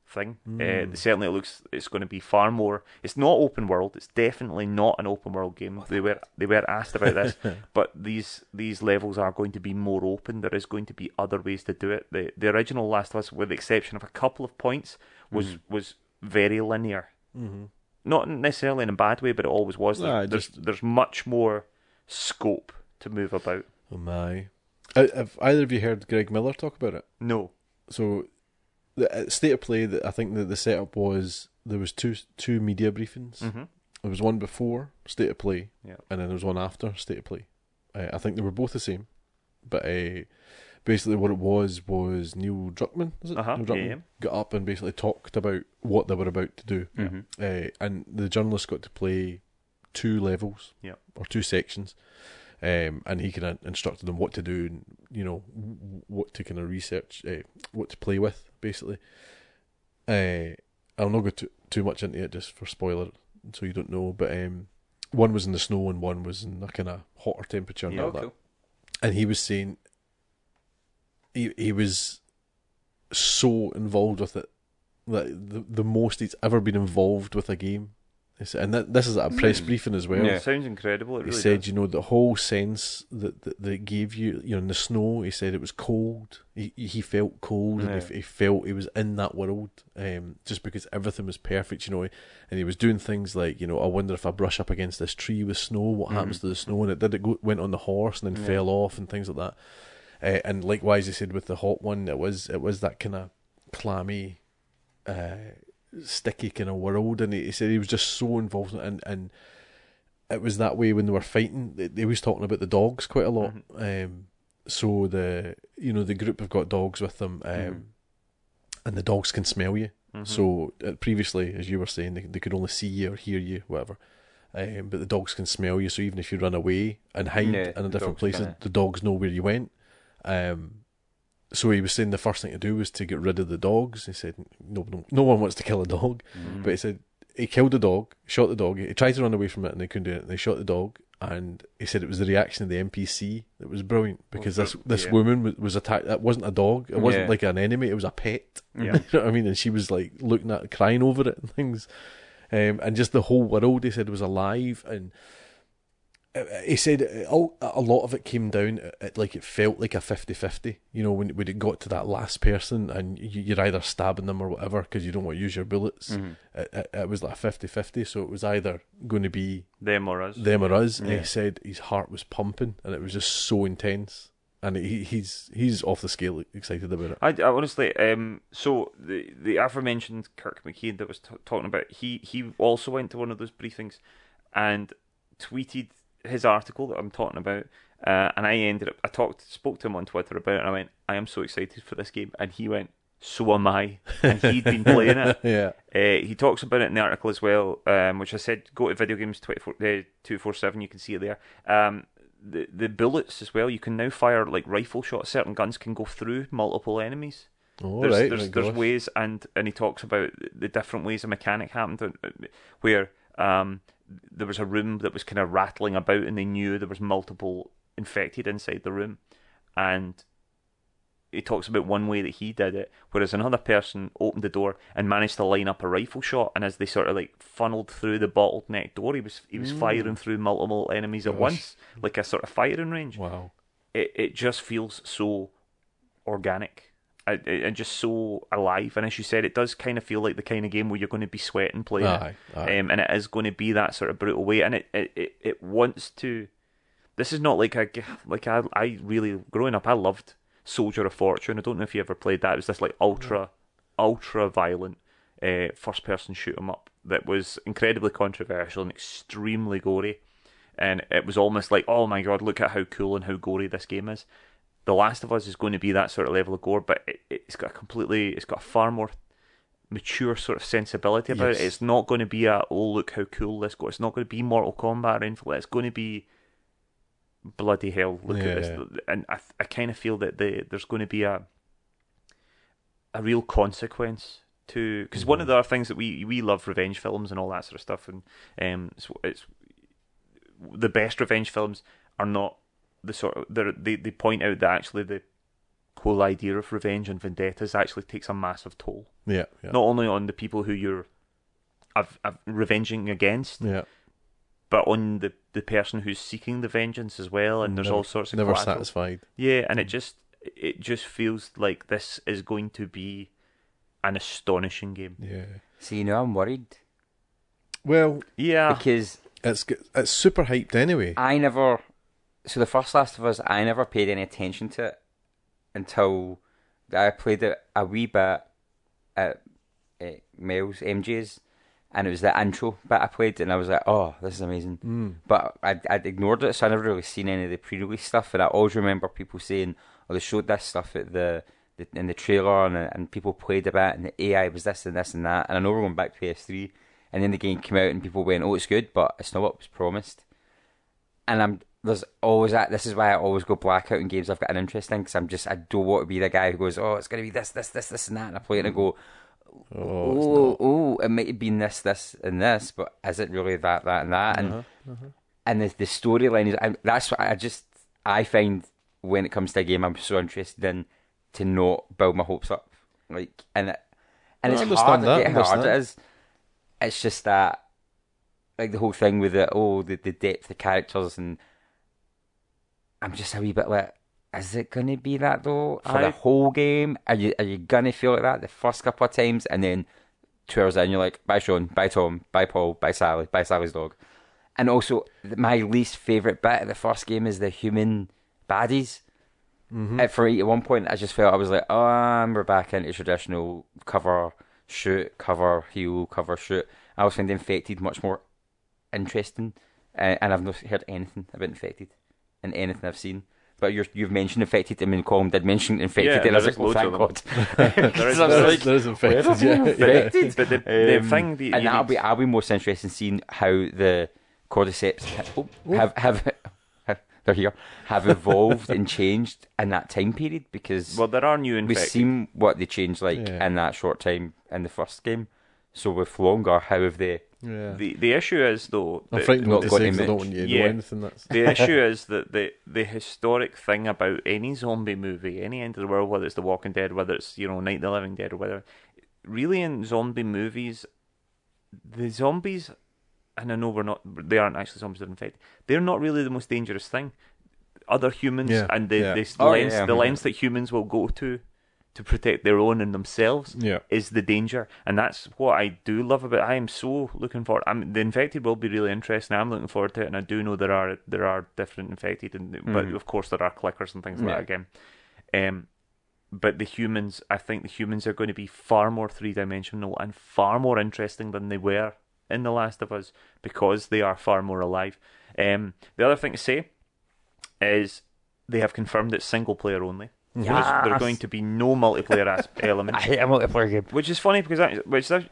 [SPEAKER 1] thing. Uh, certainly, it looks it's going to be far more. It's not open world. It's definitely not an open world game. They were they were asked about this, but these these levels are going to be more open. There is going to be other ways to do it. The the original Last of Us, with the exception of a couple of points, was was very linear. Mm-hmm. Not necessarily in a bad way, but it always was. There-
[SPEAKER 2] Nah, it
[SPEAKER 1] there's
[SPEAKER 2] just-
[SPEAKER 1] there's much more scope to move about.
[SPEAKER 2] Oh my! I, have either of you heard Greg Miller talk about it?
[SPEAKER 1] No.
[SPEAKER 2] So, the uh, state of play that I think that the setup was there was two two media briefings.
[SPEAKER 1] Mm-hmm.
[SPEAKER 2] There was one before state of play,
[SPEAKER 1] Yep.
[SPEAKER 2] and then there was one after state of play. Uh, I think they were both the same, but uh, basically what it was was Neil Druckmann, is it?
[SPEAKER 1] Uh-huh,
[SPEAKER 2] Neil Druckmann
[SPEAKER 1] yeah, yeah.
[SPEAKER 2] got up and basically talked about what they were about to do,
[SPEAKER 3] Mhm.
[SPEAKER 2] uh, and the journalist got to play two levels
[SPEAKER 1] Yep.
[SPEAKER 2] or two sections, um, and he kind of instructed them what to do and you know w- what to kind of research, uh, what to play with, basically. Uh, I'll not go too, too much into it just for spoiler, so you don't know. But um, one was in the snow and one was in a kind of hotter temperature and
[SPEAKER 1] Yeah,
[SPEAKER 2] all that. And he was saying he he was so involved with it that the, the most he's ever been involved with a game. He said- And that, this is at a press briefing as well.
[SPEAKER 3] Yeah.
[SPEAKER 1] Sounds incredible. It
[SPEAKER 2] He
[SPEAKER 1] really
[SPEAKER 2] said,
[SPEAKER 1] does.
[SPEAKER 2] you know, the whole sense that, that that it gave you, you know, in the snow. He said it was cold. He he felt cold, and he, f-
[SPEAKER 3] Yeah.
[SPEAKER 2] he felt he was in that world, um, just because everything was perfect, you know. And he was doing things like, you know, I wonder if I brush up against this tree with snow, what
[SPEAKER 1] Mm-hmm.
[SPEAKER 2] happens to the snow? And it did. It go, went on the horse and then fell off and things like that. Uh, and likewise, he said with the hot one, it was it was that kind of clammy, uh, sticky kind of world. And he, he said he was just so involved in it and and it was that way when they were fighting. They, they was talking about the dogs quite a lot. Um, so the you know the group have got dogs with them, um, and the dogs can smell you.
[SPEAKER 1] Mm-hmm.
[SPEAKER 3] Mm-hmm.
[SPEAKER 2] So uh, previously, as you were saying, they, they could only see you or hear you, whatever. Um, but the dogs can smell you, so even if you run away and hide
[SPEAKER 3] Yeah,
[SPEAKER 2] in a
[SPEAKER 3] the
[SPEAKER 2] different
[SPEAKER 3] dogs
[SPEAKER 2] place,
[SPEAKER 3] kinda-
[SPEAKER 2] the dogs know where you went. Um, so he was saying the first thing to do was to get rid of the dogs. He said no, no, no one wants to kill a dog,
[SPEAKER 3] Mm-hmm.
[SPEAKER 2] but he said he killed the dog, shot the dog. He tried to run away from it and they couldn't do it. They shot the dog, and he said it was the reaction of the NPC that was brilliant because this this
[SPEAKER 1] yeah.
[SPEAKER 2] woman was, was attacked. That wasn't a dog. It wasn't
[SPEAKER 3] Yeah.
[SPEAKER 2] like an enemy. It was a pet.
[SPEAKER 1] Yeah.
[SPEAKER 2] (laughs) you know what I mean? And she was like looking at, crying over it and things. Um, and just the whole world, he said, was alive. And uh, he said uh, all, a lot of it came down, at- at, like it felt like a 50 50. You know, when, when it got to that last person and you, you're either stabbing them or whatever because you don't want to use your bullets,
[SPEAKER 1] Mm-hmm.
[SPEAKER 2] it, it, it was like a 50 50. So it was either going to be
[SPEAKER 1] Them or us.
[SPEAKER 2] them or us. And
[SPEAKER 3] Yeah.
[SPEAKER 2] he said his heart was pumping and it was just so intense. And he, he's he's off the scale excited about it.
[SPEAKER 1] I, I honestly, um, so the the aforementioned Kirk McKean that was t- talking about, he he also went to one of those briefings, and tweeted his article that I'm talking about, uh, and I ended up I talked spoke to him on Twitter about it, and I went, I am so excited for this game, and he went, so am I, and he'd been playing it.
[SPEAKER 2] Yeah.
[SPEAKER 1] Uh, he talks about it in the article as well, um, which I said go to video games 24, uh, 247, you can see it there. Um, the, the bullets as well, you can now fire like rifle shots, certain guns can go through multiple enemies.
[SPEAKER 2] All
[SPEAKER 1] there's
[SPEAKER 2] right,
[SPEAKER 1] there's,
[SPEAKER 2] my
[SPEAKER 1] there's
[SPEAKER 2] gosh.
[SPEAKER 1] ways, and, and he talks about the different ways a mechanic happened uh, where um, there was a room that was kind of rattling about, and they knew there was multiple infected inside the room. And he talks about one way that he did it, whereas another person opened the door and managed to line up a rifle shot, and as they sort of like funneled through the bottleneck door, he was he was firing through multiple enemies at
[SPEAKER 2] Mm. Gosh.
[SPEAKER 1] once, like a sort of firing range.
[SPEAKER 2] Wow.
[SPEAKER 1] It it just feels so organic. I- I- And just so alive, and as you said, it does kind of feel like the kind of game where you're going to be sweating playing, it.
[SPEAKER 2] Aye, aye.
[SPEAKER 1] Um, and it is going to be that sort of brutal way, and it it, it, it wants to this is not like a g- like I I really growing up I loved Soldier of Fortune. I don't know if you ever played that. It was this like ultra ultra violent uh, first person shoot 'em up that was incredibly controversial and extremely gory. And it was almost like, oh my god, look at how cool and how gory this game is. The Last of Us is going to be that sort of level of gore, but it, it's got a completely, it's got a far more mature sort of sensibility about it.
[SPEAKER 2] Yes.
[SPEAKER 1] It's not going to be a oh look how cool this got. It's not going to be Mortal Kombat or anything. like that. It's going to be bloody hell, look at
[SPEAKER 2] Yeah.
[SPEAKER 1] this. And I, I kind of feel that the, there's going to be a a real consequence to because one
[SPEAKER 2] Mm-hmm.
[SPEAKER 1] of the other things that we we love revenge films and all that sort of stuff, and um, it's, it's the best revenge films are not the sort of they're, they they point out that actually the whole idea of revenge and vendettas actually takes a massive toll
[SPEAKER 2] Yeah. Yeah.
[SPEAKER 1] not only on the people who you're av- av- revenging against
[SPEAKER 2] yeah.
[SPEAKER 1] but on the, the person who's seeking the vengeance as well and there's all sorts of
[SPEAKER 2] never
[SPEAKER 1] collateral.
[SPEAKER 2] satisfied.
[SPEAKER 1] Yeah, and it just it just feels like this is going to be an astonishing game.
[SPEAKER 2] Yeah.
[SPEAKER 3] See, now I'm worried
[SPEAKER 2] Well,
[SPEAKER 1] Yeah,
[SPEAKER 3] because
[SPEAKER 2] it's g- it's super hyped anyway.
[SPEAKER 1] Ah.
[SPEAKER 3] I never. So the first Last of Us, I never paid any attention to it until I played it a wee bit at, eh, at Mel's MJ's, and it was the intro bit I played, and I was like, "Oh, this is amazing." Mm. But I'd, I'd ignored it, so I never really seen any of the pre-release stuff, and I always remember people saying, "Oh, they showed this stuff at the." the- In the trailer, and, and people played about, it, and the AI was this and this and that. And I know we're going back to PS3, and then the game came out, and people went, "Oh, it's good, but it's not what was promised." and I'm there's always that. This is why I always go blackout in games I've got an interest in because I'm just I don't want to be the guy who goes, oh, it's gonna be this, this, this, this, and that, and I play it and I go,
[SPEAKER 2] Mm-hmm.
[SPEAKER 3] oh, oh, it might have been this, this, and this, but is it really that, that, and that? And
[SPEAKER 2] Mm-hmm.
[SPEAKER 3] and the, the storyline is I, that's what I just I find when it comes to a game I'm so interested in to not build my hopes up like and it, and
[SPEAKER 2] I
[SPEAKER 3] it's
[SPEAKER 2] understand
[SPEAKER 3] hard
[SPEAKER 2] that,
[SPEAKER 3] I get how hard
[SPEAKER 2] understand.
[SPEAKER 3] it is. It's just that like the whole thing with the oh the, the depth of characters and I'm just a wee bit like is it gonna be that though for
[SPEAKER 1] I-
[SPEAKER 3] the whole game? Are you are you gonna feel like that the first couple of times and then two hours in you're like bye Sean, bye Tom, bye Paul, bye Sally, bye Sally's dog. And also th- my least favorite bit of the first game is the human baddies.
[SPEAKER 2] Mm-hmm.
[SPEAKER 1] Mm-hmm.
[SPEAKER 3] At for at one point, I just felt I was like, oh, um, we're back into traditional cover, shoot, cover, heal, cover, shoot. I was finding Infected much more interesting, uh, and I've not heard anything about Infected in anything I've seen. But you're, you've mentioned infected. I mean, Colm did mention infected,
[SPEAKER 1] Yeah,
[SPEAKER 3] and I
[SPEAKER 1] there
[SPEAKER 3] was like, oh,
[SPEAKER 1] is
[SPEAKER 3] thank God.
[SPEAKER 1] loads
[SPEAKER 3] 'Cause I
[SPEAKER 1] (laughs) there
[SPEAKER 3] was
[SPEAKER 2] There
[SPEAKER 1] is-
[SPEAKER 2] is,
[SPEAKER 3] like,
[SPEAKER 2] there is
[SPEAKER 1] (laughs)
[SPEAKER 2] infected.
[SPEAKER 3] where have
[SPEAKER 2] Yeah.
[SPEAKER 3] I been infected?
[SPEAKER 1] But the, the
[SPEAKER 3] Um,
[SPEAKER 1] thing that you
[SPEAKER 3] and that'll
[SPEAKER 1] need-
[SPEAKER 3] be I'll be most interested in seeing how the cordyceps ha- oh, have have, have (laughs) they're here have evolved and changed in that time period because
[SPEAKER 1] well, there are new
[SPEAKER 3] we've
[SPEAKER 1] infected.
[SPEAKER 3] seen what they changed like
[SPEAKER 2] Yeah.
[SPEAKER 3] in that short time in the first game. So with longer, how have they?
[SPEAKER 2] Yeah.
[SPEAKER 1] The the issue is though.
[SPEAKER 2] I'm
[SPEAKER 1] that-
[SPEAKER 2] frightened
[SPEAKER 3] not
[SPEAKER 2] what to
[SPEAKER 3] got
[SPEAKER 2] say 'cause I
[SPEAKER 3] image.
[SPEAKER 2] don't want you to
[SPEAKER 1] Yeah.
[SPEAKER 2] know anything. That's
[SPEAKER 1] the issue is that the the historic thing about any zombie movie, any end of the world, whether it's The Walking Dead, whether it's you know Night of the Living Dead, or whether really in zombie movies, the zombies, and I know we're not, they aren't actually zombies; they're infected. They're not really the most dangerous thing. Other humans
[SPEAKER 2] Yeah,
[SPEAKER 1] and the
[SPEAKER 2] yeah.
[SPEAKER 1] this
[SPEAKER 3] Oh,
[SPEAKER 1] lens,
[SPEAKER 3] yeah,
[SPEAKER 1] the
[SPEAKER 3] yeah.
[SPEAKER 1] lens that humans will go to to protect their own and themselves
[SPEAKER 2] Yeah.
[SPEAKER 1] is the danger, and that's what I do love about. I am so looking forward. I'm the infected will be really interesting. I'm looking forward to it, and I do know there are there are different infected, and but of course there are clickers and things like that again. Um, but the humans, I think the humans are going to be far more three dimensional and far more interesting than they were in The Last of Us because they are far more alive. Um, the other thing to say is they have confirmed it's single player only. There's- There's
[SPEAKER 3] Yes.
[SPEAKER 1] going to be no multiplayer as- element.
[SPEAKER 3] hate a multiplayer game.
[SPEAKER 1] Which is funny because that, which is a,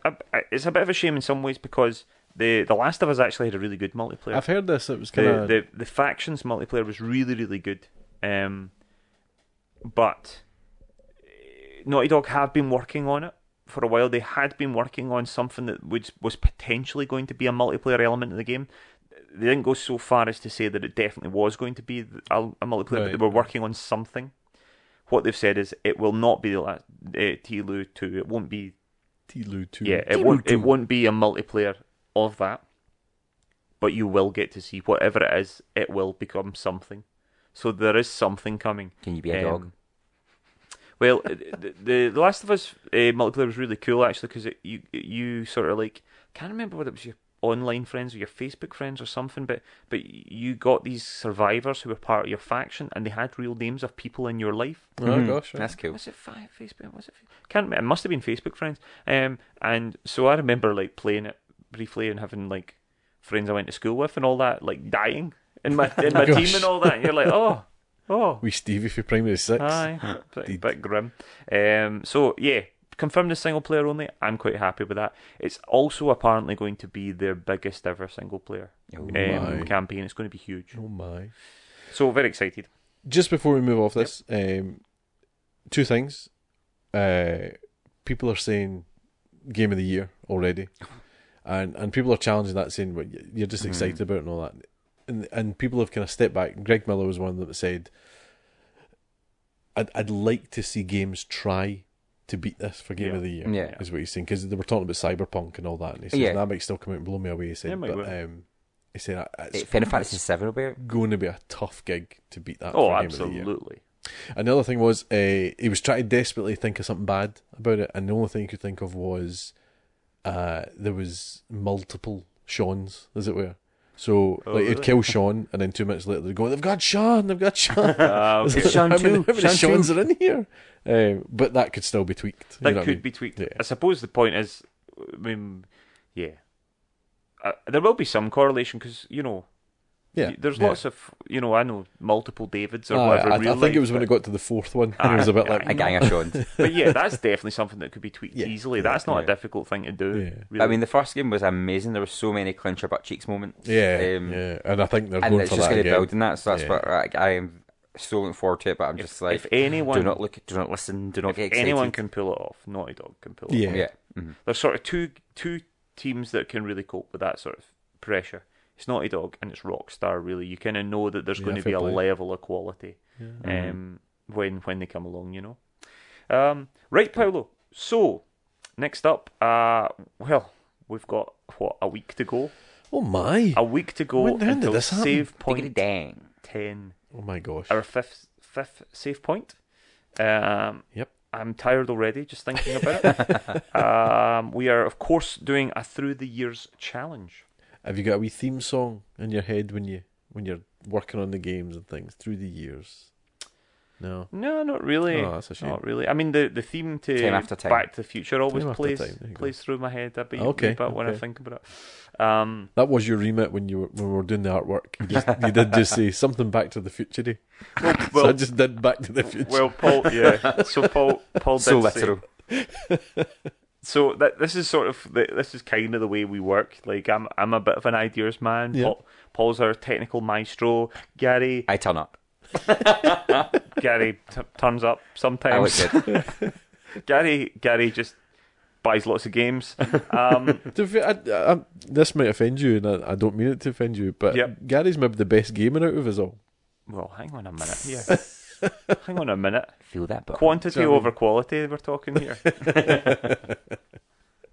[SPEAKER 1] it's a bit of a shame in some ways because the the Last of Us actually had a really good multiplayer.
[SPEAKER 2] I've heard this. It was kind
[SPEAKER 1] the,
[SPEAKER 2] of
[SPEAKER 1] the the factions multiplayer was really really good, um, but eh, Naughty Dog have been working on it for a while. They had been working on something that was was potentially going to be a multiplayer element in the game. They didn't go so far as to say that it definitely was going to be a, a multiplayer, but
[SPEAKER 2] Right.
[SPEAKER 1] they were working on something what they've said is it will not be the last uh, T-Lu 2. It won't be
[SPEAKER 2] T-Lou too.
[SPEAKER 1] yeah, it won't it won't be a multiplayer of that. But you will get to see whatever it is, it will become something. So there is something coming.
[SPEAKER 3] Can you be a
[SPEAKER 1] Um,
[SPEAKER 3] dog?
[SPEAKER 1] Well, the, the the Last of Us uh, multiplayer was really cool actually because you you sort of like can't remember whether it was your online friends or your Facebook friends or something, but but you got these survivors who were part of your faction and they had real names of people in your life.
[SPEAKER 2] Oh gosh. yeah.
[SPEAKER 3] Mm-hmm. That's cool.
[SPEAKER 1] Was it fi- Facebook? Was it? Fa- Can't. remember. It must have been Facebook friends. Um, and so I remember like playing it briefly and having like friends I went to school with and all that, like dying in my in
[SPEAKER 2] (laughs)
[SPEAKER 1] my team
[SPEAKER 2] Oh Gosh.
[SPEAKER 1] and all that. And you're like,
[SPEAKER 2] (laughs)
[SPEAKER 1] oh, oh,
[SPEAKER 2] We Stevie for primary six. (laughs)
[SPEAKER 1] aye, bit,
[SPEAKER 2] Indeed.
[SPEAKER 1] bit grim. Um, so yeah, confirmed the single player only. I'm quite happy with that. It's also apparently going to be their biggest ever single player
[SPEAKER 3] Oh
[SPEAKER 2] my.
[SPEAKER 1] um, campaign. It's going to be huge.
[SPEAKER 2] Oh my.
[SPEAKER 1] So very excited.
[SPEAKER 2] Just before we move off this, um, two things. Uh, people are saying game of the year
[SPEAKER 3] (laughs)
[SPEAKER 2] already, and and people are challenging that, saying well, y- you're
[SPEAKER 3] Mm-hmm.
[SPEAKER 2] just excited about it and all that. And and people have kind of stepped back. Greg Miller was one of them that said, "I'd I'd like to see games try." To beat this for game
[SPEAKER 1] Yeah.
[SPEAKER 2] of the year,
[SPEAKER 3] Yeah.
[SPEAKER 2] is what he's saying because they were talking about cyberpunk and all that, and he says
[SPEAKER 3] Yeah.
[SPEAKER 2] that might still come out and blow me away. He said,
[SPEAKER 1] Yeah, it might
[SPEAKER 2] but
[SPEAKER 1] will.
[SPEAKER 2] um, he said "I- it's
[SPEAKER 3] It- Eh, Final Fantasy Seven will be out.
[SPEAKER 2] going to be a tough gig to beat that.
[SPEAKER 1] Oh,
[SPEAKER 2] for Game Of the year.
[SPEAKER 1] absolutely.
[SPEAKER 2] Another thing was uh, he was trying to desperately think of something bad about it, and the only thing he could think of was uh, there was multiple Sean's, as it were. So
[SPEAKER 1] Oh,
[SPEAKER 2] like
[SPEAKER 1] really?
[SPEAKER 2] he'd kill Sean, and then two minutes later they'd go, "They've got Sean, they've got Sean."
[SPEAKER 1] Ah,
[SPEAKER 2] (laughs)
[SPEAKER 1] (laughs)
[SPEAKER 2] It's
[SPEAKER 1] okay.
[SPEAKER 2] like,
[SPEAKER 3] Sean
[SPEAKER 2] how many,
[SPEAKER 3] too,
[SPEAKER 2] how many
[SPEAKER 3] Sean
[SPEAKER 2] Sean's are in here? Um, but that could still be tweaked. you
[SPEAKER 1] That
[SPEAKER 2] know what
[SPEAKER 1] could
[SPEAKER 2] I mean?
[SPEAKER 1] be tweaked.
[SPEAKER 2] Yeah.
[SPEAKER 1] I suppose the point is, I mean, yeah, uh, there will be some correlation because you know,
[SPEAKER 2] Yeah,
[SPEAKER 1] y- there's
[SPEAKER 2] yeah.
[SPEAKER 1] lots of you know, I know multiple Davids or
[SPEAKER 2] Ah,
[SPEAKER 1] whatever.
[SPEAKER 2] I,
[SPEAKER 1] in real
[SPEAKER 2] I think it
[SPEAKER 1] life,
[SPEAKER 2] was when
[SPEAKER 1] but,
[SPEAKER 2] it got to the fourth one. (laughs) and it was a bit
[SPEAKER 1] Ah,
[SPEAKER 2] like,
[SPEAKER 3] A gang of Sean's.
[SPEAKER 2] (laughs)
[SPEAKER 1] but yeah, that's definitely something that could be tweaked
[SPEAKER 2] Yeah,
[SPEAKER 1] easily.
[SPEAKER 2] yeah,
[SPEAKER 1] That's not a
[SPEAKER 3] yeah.
[SPEAKER 1] difficult thing to do.
[SPEAKER 2] Yeah.
[SPEAKER 1] really.
[SPEAKER 3] I mean, the first game was amazing. There were so many clinch your butt cheeks moments.
[SPEAKER 2] yeah,
[SPEAKER 3] Um,
[SPEAKER 2] yeah, and I think they're
[SPEAKER 3] and
[SPEAKER 2] going
[SPEAKER 3] it's
[SPEAKER 2] for
[SPEAKER 3] just
[SPEAKER 2] that
[SPEAKER 3] going to
[SPEAKER 2] again.
[SPEAKER 3] build on that. So that's
[SPEAKER 2] Yeah.
[SPEAKER 3] what like, I am so looking forward to it. But I'm just like,
[SPEAKER 1] if anyone,
[SPEAKER 3] do not look, do not listen, do not
[SPEAKER 1] if
[SPEAKER 3] get excited.
[SPEAKER 1] anyone can pull it off, Naughty Dog can pull it
[SPEAKER 2] Yeah.
[SPEAKER 1] off.
[SPEAKER 3] yeah, Mhm.
[SPEAKER 1] There's sort of two two teams that can really cope with that sort of pressure. It's Naughty Dog and it's Rockstar. Really, you kind of know that there's
[SPEAKER 2] Yeah,
[SPEAKER 1] going to
[SPEAKER 2] fair
[SPEAKER 1] be a
[SPEAKER 2] play.
[SPEAKER 1] level of quality um, when when they come along. You know, um, right, Paolo. So next up, uh, well, we've got what a week to go.
[SPEAKER 2] Oh my!
[SPEAKER 1] A week to go
[SPEAKER 2] When the hell did
[SPEAKER 1] until
[SPEAKER 2] this happen?
[SPEAKER 1] save
[SPEAKER 3] Piggity
[SPEAKER 1] point
[SPEAKER 3] dang.
[SPEAKER 1] ten.
[SPEAKER 2] Oh my gosh!
[SPEAKER 1] Our fifth fifth save point. Um,
[SPEAKER 2] Yep.
[SPEAKER 1] I'm tired already just thinking about
[SPEAKER 2] (laughs)
[SPEAKER 1] it. um, we are, of course, doing a through the years challenge.
[SPEAKER 2] Have you got a wee theme song in your head when you when you're working on the games and things through the years? No.
[SPEAKER 1] No, not really.
[SPEAKER 2] Oh, that's a shame.
[SPEAKER 1] Not really. I mean, the, the theme to
[SPEAKER 3] Time after time.
[SPEAKER 1] Back to the Future always
[SPEAKER 2] Time after
[SPEAKER 1] plays
[SPEAKER 2] time, there you go.
[SPEAKER 1] plays through my head. I beat
[SPEAKER 2] Okay,
[SPEAKER 1] but when I
[SPEAKER 2] okay.
[SPEAKER 1] think about it, um,
[SPEAKER 2] That was your remit when you were, when we were doing the artwork. You, just, you did just say something Back to the Future. Day. (laughs) so I
[SPEAKER 1] well,
[SPEAKER 2] just did Back to the Future.
[SPEAKER 1] well, Paul, yeah.
[SPEAKER 2] (laughs)
[SPEAKER 1] So Paul, Paul did
[SPEAKER 3] So
[SPEAKER 1] say-
[SPEAKER 3] literal.
[SPEAKER 1] so that this is sort of the, this is kind of the way we work. Like I'm I'm a bit of an ideas man.
[SPEAKER 2] Yeah.
[SPEAKER 1] Paul, Paul's our technical maestro. Gary
[SPEAKER 3] I turn up.
[SPEAKER 1] Gary t- turns up
[SPEAKER 3] I look
[SPEAKER 1] sometimes. (laughs)
[SPEAKER 3] good.
[SPEAKER 1] Gary Gary just buys lots of games. Um,
[SPEAKER 2] (laughs) To be- I- I- this might offend you, and I, I don't mean it to offend you, but
[SPEAKER 1] Yep.
[SPEAKER 2] Gary's maybe the best gamer out of us all.
[SPEAKER 1] well, hang on a minute here.
[SPEAKER 3] (laughs)
[SPEAKER 1] hang on a minute.
[SPEAKER 3] Feel that, but
[SPEAKER 1] Quantity
[SPEAKER 2] Sorry.
[SPEAKER 1] over quality. We're talking
[SPEAKER 3] (laughs)
[SPEAKER 1] here.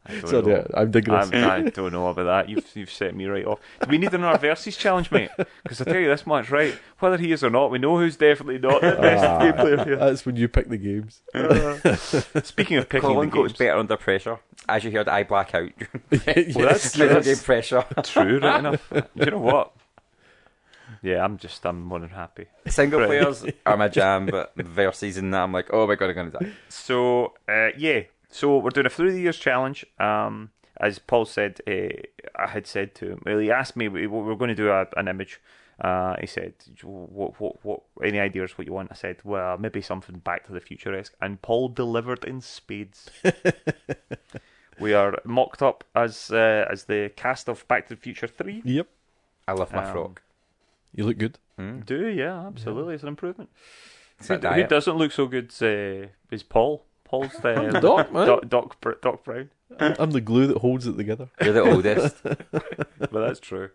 [SPEAKER 1] I don't
[SPEAKER 2] So
[SPEAKER 1] know.
[SPEAKER 2] yeah, I'm digressing.
[SPEAKER 1] I'm- I don't know about that. You've you've set me right off. Do we need another versus challenge, mate? Because I tell you this much, right? Whether he is or not, we know who's definitely not the best
[SPEAKER 3] Ah.
[SPEAKER 1] game player here.
[SPEAKER 2] (laughs) That's when you pick the games.
[SPEAKER 1] Uh, speaking of picking
[SPEAKER 3] Colin
[SPEAKER 1] the
[SPEAKER 3] goes
[SPEAKER 1] games,
[SPEAKER 3] better under pressure. As you heard, I black out.
[SPEAKER 1] (laughs)
[SPEAKER 3] (laughs)
[SPEAKER 2] (laughs)
[SPEAKER 1] well, that's,
[SPEAKER 3] Video
[SPEAKER 1] that's
[SPEAKER 3] game pressure.
[SPEAKER 1] true, right enough. You know what? Yeah, I'm just I'm more than happy.
[SPEAKER 3] (laughs) Single
[SPEAKER 1] Right.
[SPEAKER 3] players are my jam, but versus in that, I'm like, oh my god, I'm gonna die.
[SPEAKER 1] So uh, yeah, so we're doing a through the years challenge. Um, as Paul said, uh, I had said to him. Well, he asked me we, we were going to do a, an image. Uh, he said, "What, what, what? Any ideas what you want?" I said, "Well, maybe something Back to the Future esque." And Paul delivered in spades. we are mocked up as uh, as the cast of Back to the Future Three.
[SPEAKER 2] Yep.
[SPEAKER 3] I love my
[SPEAKER 1] Um,
[SPEAKER 3] (laughs) frog.
[SPEAKER 2] You look good.
[SPEAKER 1] Do yeah, absolutely, it's an improvement.
[SPEAKER 3] It's
[SPEAKER 1] Who,
[SPEAKER 3] that
[SPEAKER 1] who
[SPEAKER 3] diet.
[SPEAKER 1] doesn't look so good uh, is Paul. Paul's the
[SPEAKER 2] Doc, man.
[SPEAKER 1] Doc, Doc, Br- Doc Brown.
[SPEAKER 2] I'm the glue that holds it together.
[SPEAKER 3] You're the oldest. (laughs)
[SPEAKER 1] but that's true.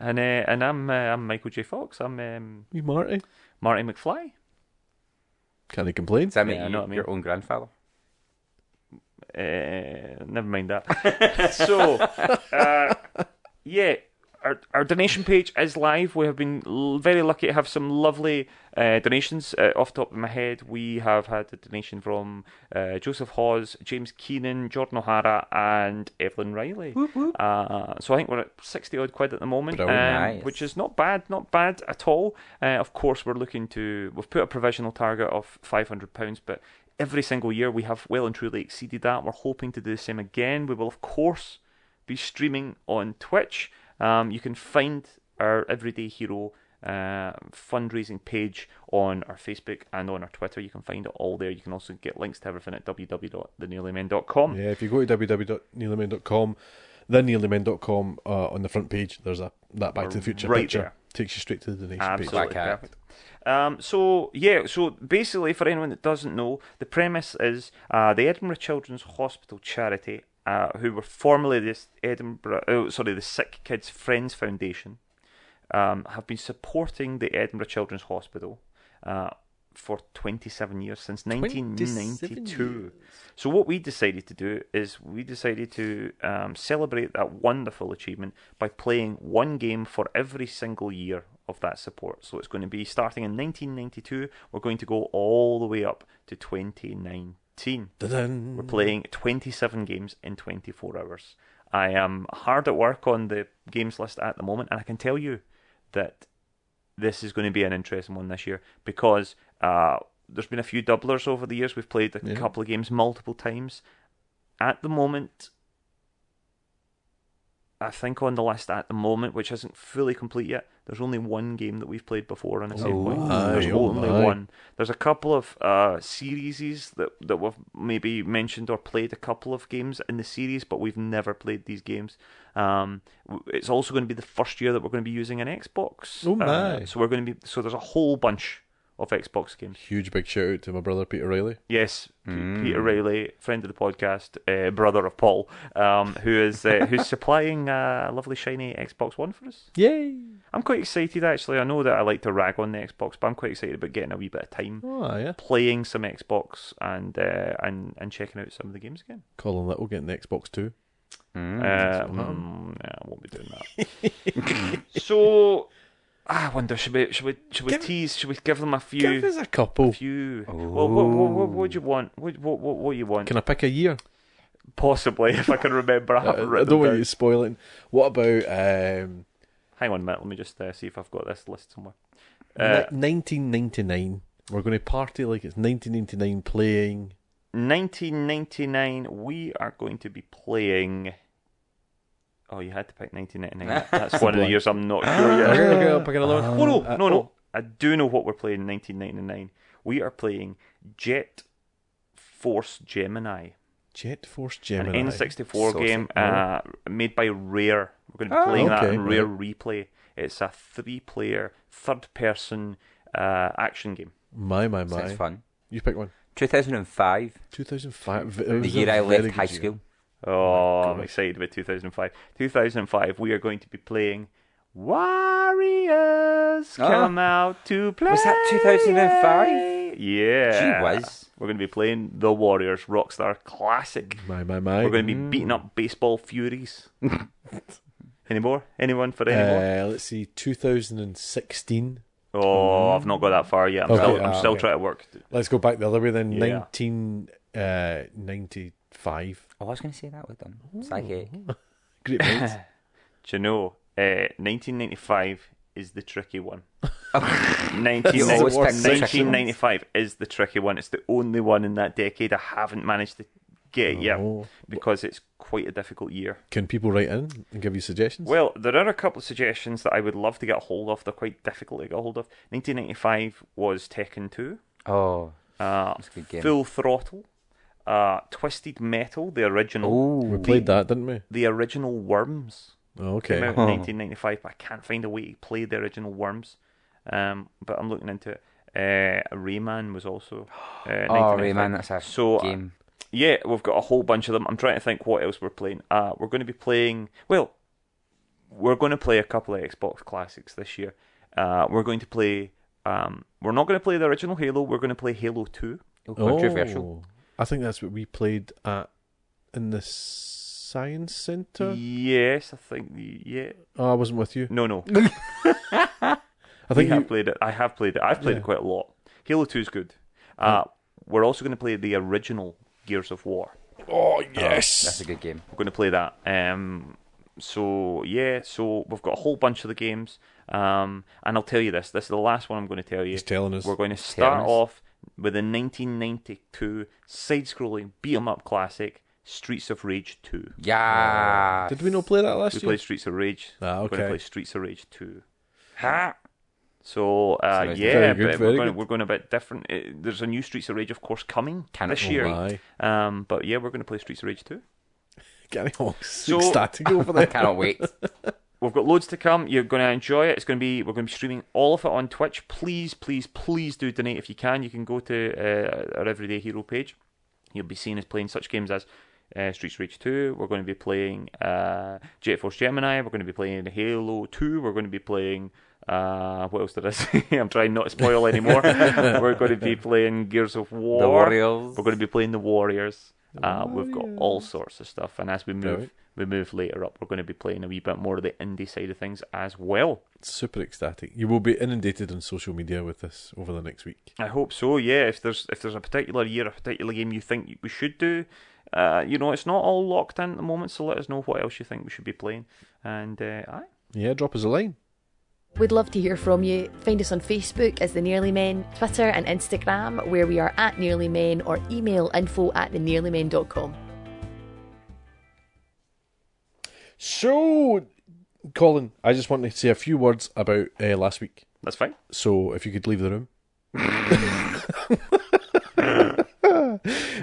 [SPEAKER 1] And uh, and I'm uh, I'm Michael J. Fox. I'm um,
[SPEAKER 2] You Marty.
[SPEAKER 1] Marty McFly.
[SPEAKER 2] Can I complain?
[SPEAKER 3] Does that make
[SPEAKER 1] Yeah, I
[SPEAKER 3] you
[SPEAKER 1] know what I mean.
[SPEAKER 3] your own grandfather?
[SPEAKER 1] Uh, never mind that. so, uh, yeah, our, our donation page is live. We have been l- very lucky to have some lovely uh, donations. Uh, off the top of my head, we have had a donation from uh, Joseph Hawes, James Keenan, Jordan O'Hara, and Evelyn Riley. Uh, so I think we're at 60 odd quid at the moment, um,
[SPEAKER 2] Brilliant.
[SPEAKER 3] Nice.
[SPEAKER 1] which is not bad, not bad at all. Uh, of course, we're looking to, we've put a provisional target of £500, but every single year we have well and truly exceeded that. We're hoping to do the same again. We will, of course, be streaming on Twitch. Um, you can find our Everyday Hero uh, fundraising page on our Facebook and on our Twitter. You can find it all there. You can also get links to everything at www.thenearlymen.com.
[SPEAKER 2] Yeah, if you go to www.neillyman.com, thenneillyman.com, uh, on the front page, there's a that Back to the Future
[SPEAKER 1] Right
[SPEAKER 2] picture.
[SPEAKER 1] there.
[SPEAKER 2] Takes you straight to the donation page.
[SPEAKER 1] Absolutely
[SPEAKER 3] Black hat.
[SPEAKER 1] perfect. Um, so yeah, so basically, for anyone that doesn't know, the premise is uh, the Edinburgh Children's Hospital charity, uh, who were formerly the Edinburgh, oh, sorry, the Sick Kids Friends Foundation, um, have been supporting the Edinburgh Children's Hospital uh, for 27 years since 1992. So what we decided to do is we decided to um, celebrate that wonderful achievement by playing one game for every single year of that support. So it's going to be starting in 1992. We're going to go all the way up to 2019.
[SPEAKER 2] Dun-dun.
[SPEAKER 1] We're playing 27 games in 24 hours. I am hard at work on the games list at the moment, and I can tell you that this is going to be an interesting one this year because uh, there's been a few doublers over the years. We've played a
[SPEAKER 2] Yeah.
[SPEAKER 1] couple of games multiple times. At the moment, I think on the list at the moment, which isn't fully complete yet, there's only one game that we've played before on a save
[SPEAKER 3] Oh
[SPEAKER 1] point.
[SPEAKER 2] my,
[SPEAKER 1] There's
[SPEAKER 2] oh
[SPEAKER 1] Uh, only
[SPEAKER 2] my.
[SPEAKER 1] one. There's a couple of uh, series that, that we've maybe mentioned or played a couple of games in the series, but we've never played these games. Um, w- it's also going to be the first year that we're going to be using an Xbox.
[SPEAKER 2] Oh
[SPEAKER 1] Uh,
[SPEAKER 2] my.
[SPEAKER 1] so we're going to be so there's a whole bunch of Xbox games.
[SPEAKER 2] Huge big shout out to my brother Peter Riley.
[SPEAKER 1] Yes, P-
[SPEAKER 2] Hmm.
[SPEAKER 1] Peter Riley, friend of the podcast, uh, brother of Paul, um, who is uh, who's (laughs) supplying uh, a lovely shiny Xbox One for us.
[SPEAKER 2] Yay!
[SPEAKER 1] I'm quite excited actually. I know that I like to rag on the Xbox, but I'm quite excited about getting a wee bit of time
[SPEAKER 2] Oh yeah.
[SPEAKER 1] playing some Xbox and uh, and and checking out some of the games again.
[SPEAKER 2] Colin Little getting the Xbox too.
[SPEAKER 1] Uh, mm, nah, I won't be doing that.
[SPEAKER 2] (laughs)
[SPEAKER 1] so I wonder should we should we should we
[SPEAKER 2] Give-
[SPEAKER 1] tease? Should we give them a few?
[SPEAKER 2] Give us a couple.
[SPEAKER 1] few. Well, what, what, what, what do you want? What, what, what, what do you want?
[SPEAKER 2] Can I pick
[SPEAKER 1] (laughs)
[SPEAKER 2] a year?
[SPEAKER 1] Possibly, if I can remember.
[SPEAKER 2] (laughs)
[SPEAKER 1] I
[SPEAKER 2] Uh,
[SPEAKER 1] haven't
[SPEAKER 2] I
[SPEAKER 1] written
[SPEAKER 2] don't
[SPEAKER 1] them
[SPEAKER 2] want
[SPEAKER 1] down.
[SPEAKER 2] you to spoil it. What about um,
[SPEAKER 1] Hang on a minute. Let me just uh, see if I've got this list somewhere.
[SPEAKER 2] ni- 1999? We're going to party like it's 1999 playing.
[SPEAKER 1] 1999, we are going to be playing. Oh, you had to pick
[SPEAKER 2] (laughs)
[SPEAKER 1] 1999. That's one of the years I'm
[SPEAKER 2] (gasps)
[SPEAKER 1] not sure yet.
[SPEAKER 2] Okay, okay, I'll pick another
[SPEAKER 1] Oh,
[SPEAKER 2] one. Uh,
[SPEAKER 1] no, no, no. I do know what we're playing in 1999. We are playing Jet Force Gemini,
[SPEAKER 2] Jet Force
[SPEAKER 1] an
[SPEAKER 2] Gemini.
[SPEAKER 1] N64
[SPEAKER 3] Saucy.
[SPEAKER 1] game uh, made by Rare. We're going to be
[SPEAKER 3] Oh,
[SPEAKER 1] playing that
[SPEAKER 2] okay,
[SPEAKER 1] in Rare Replay. It's a three player, third person uh, action game.
[SPEAKER 2] My, my, my.
[SPEAKER 3] Sounds fun.
[SPEAKER 2] You pick one.
[SPEAKER 3] 2005,
[SPEAKER 2] 2005.
[SPEAKER 3] the year I left high school.
[SPEAKER 1] Oh, I'm excited about 2005. 2005, we are going to be playing Warriors
[SPEAKER 3] Ah.
[SPEAKER 1] Come Out to Play.
[SPEAKER 3] Was that 2005?
[SPEAKER 1] Yeah.
[SPEAKER 3] Gee whiz.
[SPEAKER 1] We're going to be playing The Warriors Rockstar Classic.
[SPEAKER 2] My, my, my.
[SPEAKER 1] We're going to be beating up baseball furies. any more? Anyone for any more?
[SPEAKER 2] Uh, let's see, 2016.
[SPEAKER 1] Oh, I've not got that far yet. I'm
[SPEAKER 2] Okay,
[SPEAKER 1] still, I'm
[SPEAKER 2] ah,
[SPEAKER 1] still
[SPEAKER 2] okay.
[SPEAKER 1] trying to work.
[SPEAKER 2] Let's go back the other way then. uh,
[SPEAKER 1] Yeah.
[SPEAKER 2] 1995.
[SPEAKER 3] Oh, I was going to say that with them.
[SPEAKER 1] (laughs)
[SPEAKER 3] Psychic. (laughs)
[SPEAKER 2] Great minds.
[SPEAKER 1] Do you know, uh, 1995 is the tricky
[SPEAKER 3] (laughs)
[SPEAKER 1] one. 1990
[SPEAKER 3] You always pick the tricky
[SPEAKER 1] 1995 is the tricky one. It's the only one in that decade I haven't managed to get yet
[SPEAKER 2] Oh.
[SPEAKER 1] because it's quite a difficult year.
[SPEAKER 2] Can people write in and give you suggestions?
[SPEAKER 1] Well, there are a couple of suggestions that I would love to get hold of. They're quite difficult to get hold of. 1995 was Tekken 2,
[SPEAKER 3] Oh,
[SPEAKER 1] uh,
[SPEAKER 3] a good game.
[SPEAKER 1] Full Throttle, uh, Twisted Metal, the original,
[SPEAKER 2] we
[SPEAKER 3] oh,
[SPEAKER 2] played that, didn't we?
[SPEAKER 1] the original Worms.
[SPEAKER 2] Oh,
[SPEAKER 1] came
[SPEAKER 2] okay.
[SPEAKER 1] out in 1995, but I can't find a way to play the original Worms. Um, but I'm looking into it. Uh, Rayman was also. Uh,
[SPEAKER 3] (gasps)
[SPEAKER 1] 1995.
[SPEAKER 3] oh Rayman, that's a
[SPEAKER 1] So, uh,
[SPEAKER 3] game.
[SPEAKER 1] Yeah, we've got a whole bunch of them. I'm trying to think what else we're playing. Uh, we're going to be playing. Well, we're going to play a couple of Xbox classics this year. Uh, we're going to play. Um, we're not going to play the original Halo. We're going to play Halo Two.
[SPEAKER 3] Oh, controversial.
[SPEAKER 2] Oh, I think that's what we played at in the science centre.
[SPEAKER 1] Yes, I think. Yeah.
[SPEAKER 2] Oh, I wasn't with you.
[SPEAKER 1] No, no.
[SPEAKER 2] I
[SPEAKER 1] We
[SPEAKER 2] think
[SPEAKER 1] have
[SPEAKER 2] you-
[SPEAKER 1] played it. I have played it. I've played
[SPEAKER 2] Yeah.
[SPEAKER 1] it quite a lot. Halo Two is good. Uh, We're also going to play the original Gears of War.
[SPEAKER 2] Oh
[SPEAKER 3] That's
[SPEAKER 2] yes.
[SPEAKER 3] a good game.
[SPEAKER 1] We're going to play that. Um, so yeah, so we've got a whole bunch of the games. Um, and I'll tell you this: this is the last one I'm going to tell you.
[SPEAKER 2] He's telling us.
[SPEAKER 1] We're going to start
[SPEAKER 3] us.
[SPEAKER 1] off with the 1992 side-scrolling beat 'em up classic, Streets of Rage 2.
[SPEAKER 3] Yeah.
[SPEAKER 2] Did we not play that last
[SPEAKER 1] We
[SPEAKER 2] year?
[SPEAKER 1] played Streets of Rage.
[SPEAKER 2] Ah,
[SPEAKER 1] We're going
[SPEAKER 2] okay.
[SPEAKER 1] to play Streets of Rage 2.
[SPEAKER 3] Ha!
[SPEAKER 1] So uh,
[SPEAKER 3] Sounds
[SPEAKER 1] yeah,
[SPEAKER 2] very good,
[SPEAKER 1] but
[SPEAKER 2] very
[SPEAKER 1] we're going,
[SPEAKER 2] good.
[SPEAKER 1] we're going a bit different. Uh, there's a new Streets of Rage, of course, coming
[SPEAKER 3] Can't
[SPEAKER 2] Oh,
[SPEAKER 1] this
[SPEAKER 3] it
[SPEAKER 1] year.
[SPEAKER 2] Aye.
[SPEAKER 1] Um, but yeah, we're going to play Streets of Rage too.
[SPEAKER 2] Gary Hawk's
[SPEAKER 1] So- (laughs)
[SPEAKER 2] ecstatic over
[SPEAKER 3] I
[SPEAKER 2] there. (laughs)
[SPEAKER 3] cannot wait.
[SPEAKER 1] We've got loads to come. You're going to enjoy it. It's going to be we're going to be streaming all of it on Twitch. Please, please, please do donate if you can. You can go to uh, our Everyday Hero page. You'll be seeing us playing such games as uh, Streets of Rage 2. We're going to be playing uh, Jet Force Gemini. We're going to be playing Halo 2. We're going to be playing. Uh, what else did I (laughs) say? I'm trying not to spoil anymore. we're going to be playing Gears of War.
[SPEAKER 3] Warriors.
[SPEAKER 1] We're going to be playing the Warriors. Uh, we've got all sorts of stuff, and as we move,
[SPEAKER 2] Brilliant.
[SPEAKER 1] we move later up, we're going to be playing a wee bit more of the indie side of things as well.
[SPEAKER 2] Super ecstatic. You will be inundated on social media with this over the next week.
[SPEAKER 1] I hope so. Yeah, if there's if there's a particular year, a particular game you think we should do, uh, you know, it's not all locked in at the moment, so let us know what else you think we should be playing. And uh, aye.
[SPEAKER 2] Yeah, drop us a line.
[SPEAKER 4] We'd love to hear from you. Find us on Facebook as The Nearly Men, Twitter and Instagram, where we are at Nearly Men, or email info at thenearlymen.com.
[SPEAKER 2] So, Colin, I just want to say a few words about uh, last week.
[SPEAKER 1] that's fine.
[SPEAKER 2] So if you could leave the (laughs) room.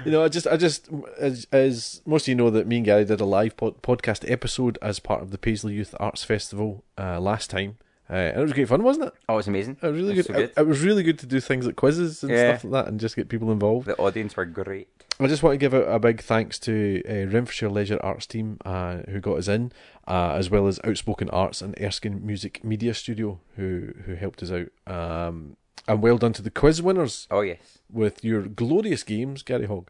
[SPEAKER 2] you know, I just, I just, as, as most of you know, that me and Gary did a live pod- podcast episode as part of the Paisley Youth Arts Festival uh, last time, uh, and it was great fun, wasn't it?
[SPEAKER 3] Oh, it's amazing.
[SPEAKER 2] It was really
[SPEAKER 3] It's
[SPEAKER 2] good.
[SPEAKER 3] so
[SPEAKER 2] It, it was really good to do things like quizzes and
[SPEAKER 3] Yeah.
[SPEAKER 2] stuff like that, and just get people involved.
[SPEAKER 3] The audience were great.
[SPEAKER 2] I just want to give a, a big thanks to uh, Renfrewshire Leisure Arts team uh, who got us in, uh, as well as Outspoken Arts and Erskine Music Media Studio who who helped us out. Um, and well done to the quiz winners
[SPEAKER 3] Oh yes.
[SPEAKER 2] with your glorious games, Gary Hogg,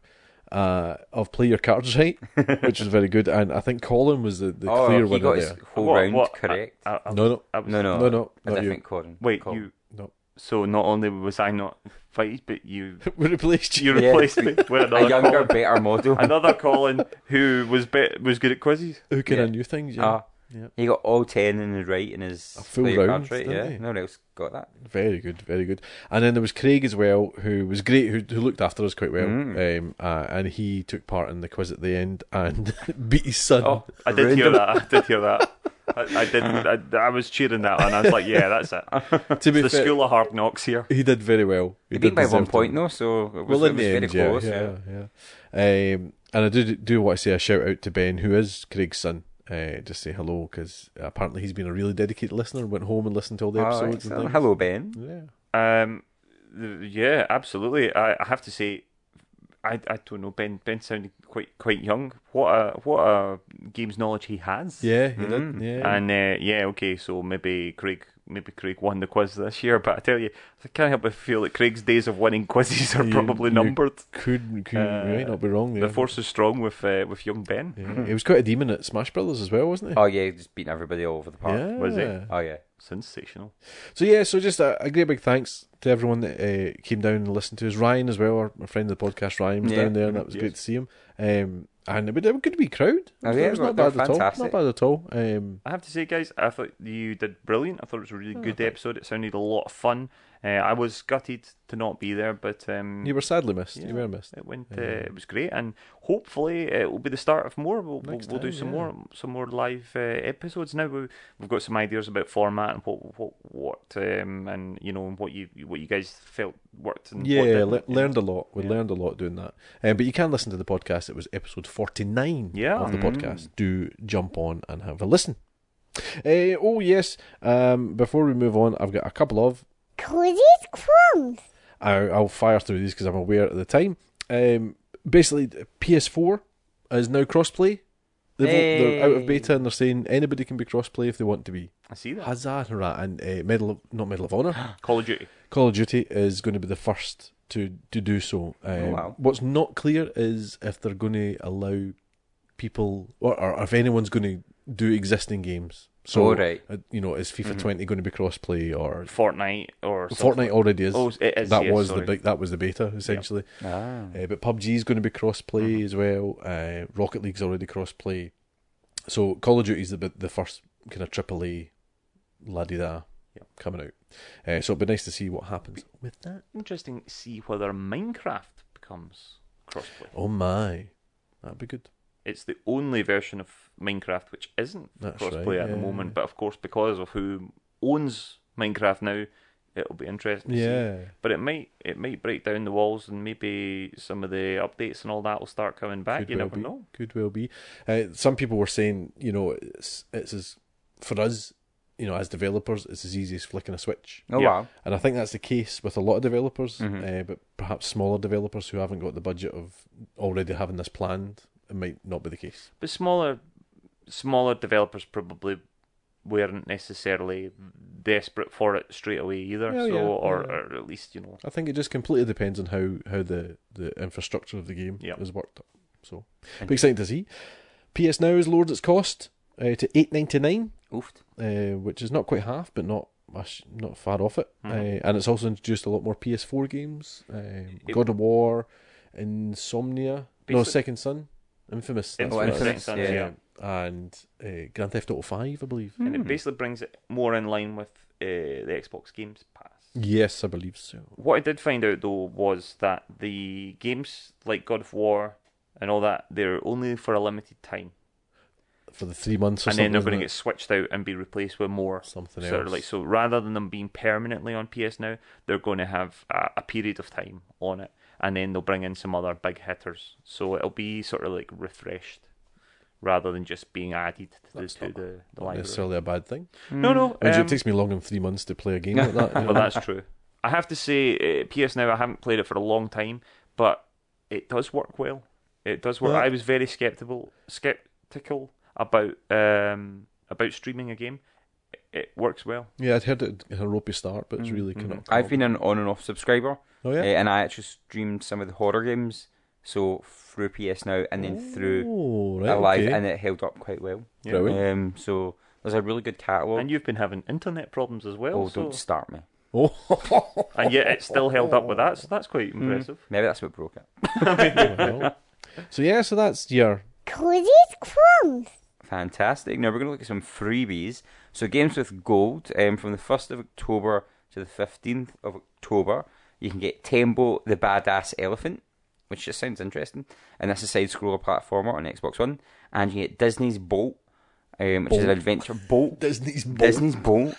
[SPEAKER 2] uh, of Play Your Cards
[SPEAKER 3] (laughs)
[SPEAKER 2] Right, which was very good. And I think Colin was the, the
[SPEAKER 3] oh,
[SPEAKER 2] clear
[SPEAKER 3] he
[SPEAKER 2] winner
[SPEAKER 3] got his
[SPEAKER 2] there.
[SPEAKER 3] whole
[SPEAKER 1] What-
[SPEAKER 3] round
[SPEAKER 1] what-
[SPEAKER 3] correct.
[SPEAKER 1] I- I- I-
[SPEAKER 2] No, (laughs) no,
[SPEAKER 1] I was-
[SPEAKER 3] no, no,
[SPEAKER 2] no, no,
[SPEAKER 3] a
[SPEAKER 2] not you.
[SPEAKER 3] different Colin.
[SPEAKER 1] Wait,
[SPEAKER 3] Colin.
[SPEAKER 1] you.
[SPEAKER 2] no.
[SPEAKER 1] So not only was I not fighted, but (laughs) you
[SPEAKER 2] We replaced you.
[SPEAKER 1] you replaced me (laughs) with
[SPEAKER 3] a
[SPEAKER 1] another
[SPEAKER 3] younger,
[SPEAKER 1] Colin,
[SPEAKER 2] (laughs)
[SPEAKER 3] better model.
[SPEAKER 1] another Colin who was bet was good at quizzes.
[SPEAKER 2] Who can
[SPEAKER 3] Yeah.
[SPEAKER 2] I new things? Yeah.
[SPEAKER 3] Ah,
[SPEAKER 2] Yep.
[SPEAKER 3] He got all ten in the right in his
[SPEAKER 2] A full
[SPEAKER 3] player
[SPEAKER 2] round,
[SPEAKER 3] cards, right?
[SPEAKER 2] didn't
[SPEAKER 3] Yeah,
[SPEAKER 2] he?
[SPEAKER 3] no one else got that.
[SPEAKER 2] Very good, very good. And then there was Craig as well, who was great, who, who looked after us quite well.
[SPEAKER 3] Mm.
[SPEAKER 2] Um, uh, and he took part in the quiz at the end and (laughs) beat his son.
[SPEAKER 1] Oh, I did hear
[SPEAKER 3] Random.
[SPEAKER 1] that. I did hear
[SPEAKER 2] (laughs)
[SPEAKER 1] that. I, I did. I, I was cheering that, and I was like, "Yeah, that's it."
[SPEAKER 2] (laughs) to be
[SPEAKER 1] The
[SPEAKER 2] fair,
[SPEAKER 1] school of hard knocks here.
[SPEAKER 2] he did very well. He
[SPEAKER 3] He
[SPEAKER 2] did
[SPEAKER 3] beat by one
[SPEAKER 2] deserve to
[SPEAKER 3] point
[SPEAKER 2] win.
[SPEAKER 3] though, so it was,
[SPEAKER 2] Well,
[SPEAKER 3] it
[SPEAKER 2] in
[SPEAKER 3] was
[SPEAKER 2] the
[SPEAKER 3] very
[SPEAKER 2] end, yeah,
[SPEAKER 3] close.
[SPEAKER 2] yeah, yeah. Um, and I do do want to say a shout out to Ben, who is Craig's son. Uh, just say hello because apparently he's been a really dedicated listener. Went home and listened to all the
[SPEAKER 3] All right,
[SPEAKER 2] episodes.
[SPEAKER 3] so-
[SPEAKER 2] and things.
[SPEAKER 3] Ah, hello, Ben.
[SPEAKER 2] Yeah.
[SPEAKER 1] Um, th- yeah, absolutely. I, I have to say, I, I don't know. Ben Ben sounded quite quite young. What a what a games knowledge he has.
[SPEAKER 2] Yeah, he
[SPEAKER 3] Mm.
[SPEAKER 2] did. Yeah.
[SPEAKER 1] And uh, yeah, okay, so maybe Craig maybe Craig won the quiz this year, but I tell you, I can't help but feel that Craig's days of winning (laughs) quizzes are
[SPEAKER 2] You-
[SPEAKER 1] probably
[SPEAKER 2] you-
[SPEAKER 1] numbered.
[SPEAKER 2] could, could
[SPEAKER 1] uh,
[SPEAKER 2] you might not be wrong there.
[SPEAKER 1] The force is strong with uh, with young Ben.
[SPEAKER 2] Yeah. He was quite a demon at Smash Brothers as well, wasn't he?
[SPEAKER 3] Oh yeah, he just beating everybody all over the park.
[SPEAKER 2] yeah.
[SPEAKER 1] was he?
[SPEAKER 3] Oh yeah.
[SPEAKER 1] Sensational.
[SPEAKER 2] So yeah, so just a, a great big thanks to everyone that uh, came down and listened to us. Ryan as well, our, our friend of the podcast, Ryan was
[SPEAKER 3] Yeah.
[SPEAKER 2] down there, and that was
[SPEAKER 1] Yes.
[SPEAKER 2] great to see him. Um, and it was a good wee crowd. It
[SPEAKER 3] Oh,
[SPEAKER 2] was,
[SPEAKER 3] yeah,
[SPEAKER 2] it was
[SPEAKER 3] they were-
[SPEAKER 2] not
[SPEAKER 3] they were
[SPEAKER 2] bad at all.
[SPEAKER 3] fantastic.
[SPEAKER 2] Not bad at all. Um,
[SPEAKER 1] I have to say, guys, I thought you did brilliant. I thought it was a
[SPEAKER 2] Hmm.
[SPEAKER 1] really good episode. It sounded a lot of fun. Uh, I was gutted to not be there, but um,
[SPEAKER 2] you were Mm-hmm. sadly missed.
[SPEAKER 1] Yeah.
[SPEAKER 2] You were missed.
[SPEAKER 1] it went.
[SPEAKER 2] Yeah.
[SPEAKER 1] Uh, it was great, and hopefully uh, it will be the start of more. We'll, we'll,
[SPEAKER 2] Next
[SPEAKER 1] we'll do
[SPEAKER 2] time,
[SPEAKER 1] some
[SPEAKER 2] yeah.
[SPEAKER 1] more some more live uh, episodes now. We, we've got some ideas about format and what what what um, and you know what you what you guys felt worked and Mm. what
[SPEAKER 2] Yeah,
[SPEAKER 1] didn't,
[SPEAKER 2] le-
[SPEAKER 1] you know.
[SPEAKER 2] learned a lot. We
[SPEAKER 1] Yeah.
[SPEAKER 2] learned a lot doing that. Um, but you can listen to the podcast. It was episode 49
[SPEAKER 1] Yeah.
[SPEAKER 2] of the
[SPEAKER 1] Mm.
[SPEAKER 2] podcast. Do jump on and have a listen. Uh, oh, yes. Um, before we move on, I've got a couple of
[SPEAKER 5] Cozy crumbs.
[SPEAKER 2] I, I'll fire through these because I'm aware at the time. Um, basically, PS4 is now crossplay. They've,
[SPEAKER 3] Hey.
[SPEAKER 2] They're out of beta and they're saying anybody can be crossplay if they want to be.
[SPEAKER 1] I see that
[SPEAKER 2] Hazard, hurrah, and uh, Medal of, not Medal
[SPEAKER 1] (gasps)
[SPEAKER 2] of Honor,
[SPEAKER 1] Call of Duty.
[SPEAKER 2] Call of Duty is going to be the first to, to do so. Um,
[SPEAKER 3] Oh, wow.
[SPEAKER 2] What's not clear is if they're going to allow people or, or if anyone's going to do existing games. So,
[SPEAKER 3] Oh, right.
[SPEAKER 2] uh, you know, is FIFA 20 going to be crossplay or
[SPEAKER 1] Fortnite or something.
[SPEAKER 2] Fortnite already is?
[SPEAKER 1] Oh, it is.
[SPEAKER 2] that
[SPEAKER 1] yes,
[SPEAKER 2] was
[SPEAKER 1] sorry.
[SPEAKER 2] the big, that was the beta essentially.
[SPEAKER 3] Ah.
[SPEAKER 2] Uh, but PUBG is going to be
[SPEAKER 1] Mm-hmm.
[SPEAKER 2] cross-play as well. Uh, Rocket League's already cross-play. So Call of Duty's the bit- the first kind of AAA la di da
[SPEAKER 1] Yep.
[SPEAKER 2] coming out. Uh, so it'd be nice to see what happens with that.
[SPEAKER 1] Interesting to see whether Minecraft becomes crossplay.
[SPEAKER 2] Oh my, that'd be good.
[SPEAKER 1] It's the only version of Minecraft which isn't
[SPEAKER 2] That's
[SPEAKER 1] crossplay
[SPEAKER 2] right,
[SPEAKER 1] at the
[SPEAKER 2] yeah.
[SPEAKER 1] moment, but of course because of who owns Minecraft now, it'll be interesting to see.
[SPEAKER 2] Yeah,
[SPEAKER 1] But it might it might break down the walls and maybe some of the updates and all that will start coming back.
[SPEAKER 2] could
[SPEAKER 1] you
[SPEAKER 2] well
[SPEAKER 1] never
[SPEAKER 2] be.
[SPEAKER 1] know.
[SPEAKER 2] Could well be. Uh, some people were saying, you know, it's it's as for us, you know, as developers, it's as easy as flicking a switch.
[SPEAKER 3] Oh
[SPEAKER 1] Yeah.
[SPEAKER 3] wow.
[SPEAKER 2] And I think that's the case with a lot of developers,
[SPEAKER 1] Mm-hmm.
[SPEAKER 2] uh, but perhaps smaller developers who haven't got the budget of already having this planned, it might not be the case.
[SPEAKER 1] But smaller smaller developers probably weren't necessarily desperate for it straight away either.
[SPEAKER 2] Yeah,
[SPEAKER 1] so
[SPEAKER 2] yeah,
[SPEAKER 1] or,
[SPEAKER 2] yeah.
[SPEAKER 1] or at least, you know,
[SPEAKER 2] I think it just completely depends on how, how the, the infrastructure of the game
[SPEAKER 1] Yep.
[SPEAKER 2] is worked up. So, be exciting to see. PS Now has lowered its cost uh, to eight ninety nine,
[SPEAKER 3] Oofed.
[SPEAKER 2] uh, which is not quite half, but not much, not far off it. Uh, and it's also introduced a lot more PS4 games, um,
[SPEAKER 1] Mm-hmm. It-
[SPEAKER 2] God of War, Insomnia, no
[SPEAKER 1] Basically-
[SPEAKER 2] Second Son, Infamous. that's
[SPEAKER 3] Oh,
[SPEAKER 2] what it is.
[SPEAKER 1] Infamous Second
[SPEAKER 3] Infamous, yeah.
[SPEAKER 1] Son, yeah.
[SPEAKER 2] Mm-hmm. and uh, Grand Theft Auto Five, I believe.
[SPEAKER 1] and it basically brings it more in line with uh, the Xbox Games Pass.
[SPEAKER 2] Yes, I believe so.
[SPEAKER 1] What I did find out though was that the games like God of War and all that they're only for a limited time,
[SPEAKER 2] For the three months, or
[SPEAKER 1] and then
[SPEAKER 2] something,
[SPEAKER 1] they're going to get
[SPEAKER 2] isn't
[SPEAKER 1] switched out and be replaced with more
[SPEAKER 2] Something
[SPEAKER 1] sort of
[SPEAKER 2] else.
[SPEAKER 1] like so. Rather than them being permanently on PS now, they're going to have a, a period of time on it, and then they'll bring in some other big hitters. So it'll be sort of like refreshed. Rather than just being added to, the,
[SPEAKER 2] That's
[SPEAKER 1] to
[SPEAKER 2] not-
[SPEAKER 1] the, the
[SPEAKER 2] it? Not
[SPEAKER 1] library.
[SPEAKER 2] necessarily a bad thing.
[SPEAKER 1] No, no.
[SPEAKER 2] I mean,
[SPEAKER 1] um,
[SPEAKER 2] it takes me longer than three months to play a game
[SPEAKER 1] (laughs)
[SPEAKER 2] like that. you
[SPEAKER 1] well,
[SPEAKER 2] know.
[SPEAKER 1] that's true. I have to say, uh, PS Now, I haven't played it for a long time, but it does work well. It does work.
[SPEAKER 2] Yeah.
[SPEAKER 1] I was very skeptical, skeptical about um, about streaming a game. It, it works well.
[SPEAKER 2] yeah, I'd heard it had a ropey start, but
[SPEAKER 1] Mm,
[SPEAKER 2] it's really kind of.
[SPEAKER 3] I've been an on and off subscriber.
[SPEAKER 2] Oh, yeah?
[SPEAKER 3] eh, and I actually streamed some of the horror games, so through PS Now and then through
[SPEAKER 2] Oh, right,
[SPEAKER 3] a live,
[SPEAKER 2] okay.
[SPEAKER 3] and it held up quite well.
[SPEAKER 1] Yeah.
[SPEAKER 2] Brilliant.
[SPEAKER 3] Um, so there's a really good catalogue.
[SPEAKER 1] And you've been having internet problems as well.
[SPEAKER 3] oh,
[SPEAKER 1] so-
[SPEAKER 3] don't start me.
[SPEAKER 2] (laughs) Oh,
[SPEAKER 1] and yet it's still held up with that, so that's quite impressive.
[SPEAKER 3] Maybe that's what broke it.
[SPEAKER 2] well. So yeah, so that's your
[SPEAKER 5] Cozy crumbs.
[SPEAKER 3] Fantastic. Now we're going to look at some freebies. So games with gold um, from the 1st of October to the 15th of October. You can get Tembo the Badass Elephant, which just sounds interesting. And that's a side scroller platformer on Xbox One. And you get Disney's Bolt, um, which is an
[SPEAKER 2] Bolt.
[SPEAKER 3] adventure. Bolt.
[SPEAKER 2] Disney's
[SPEAKER 3] Disney's Bolt,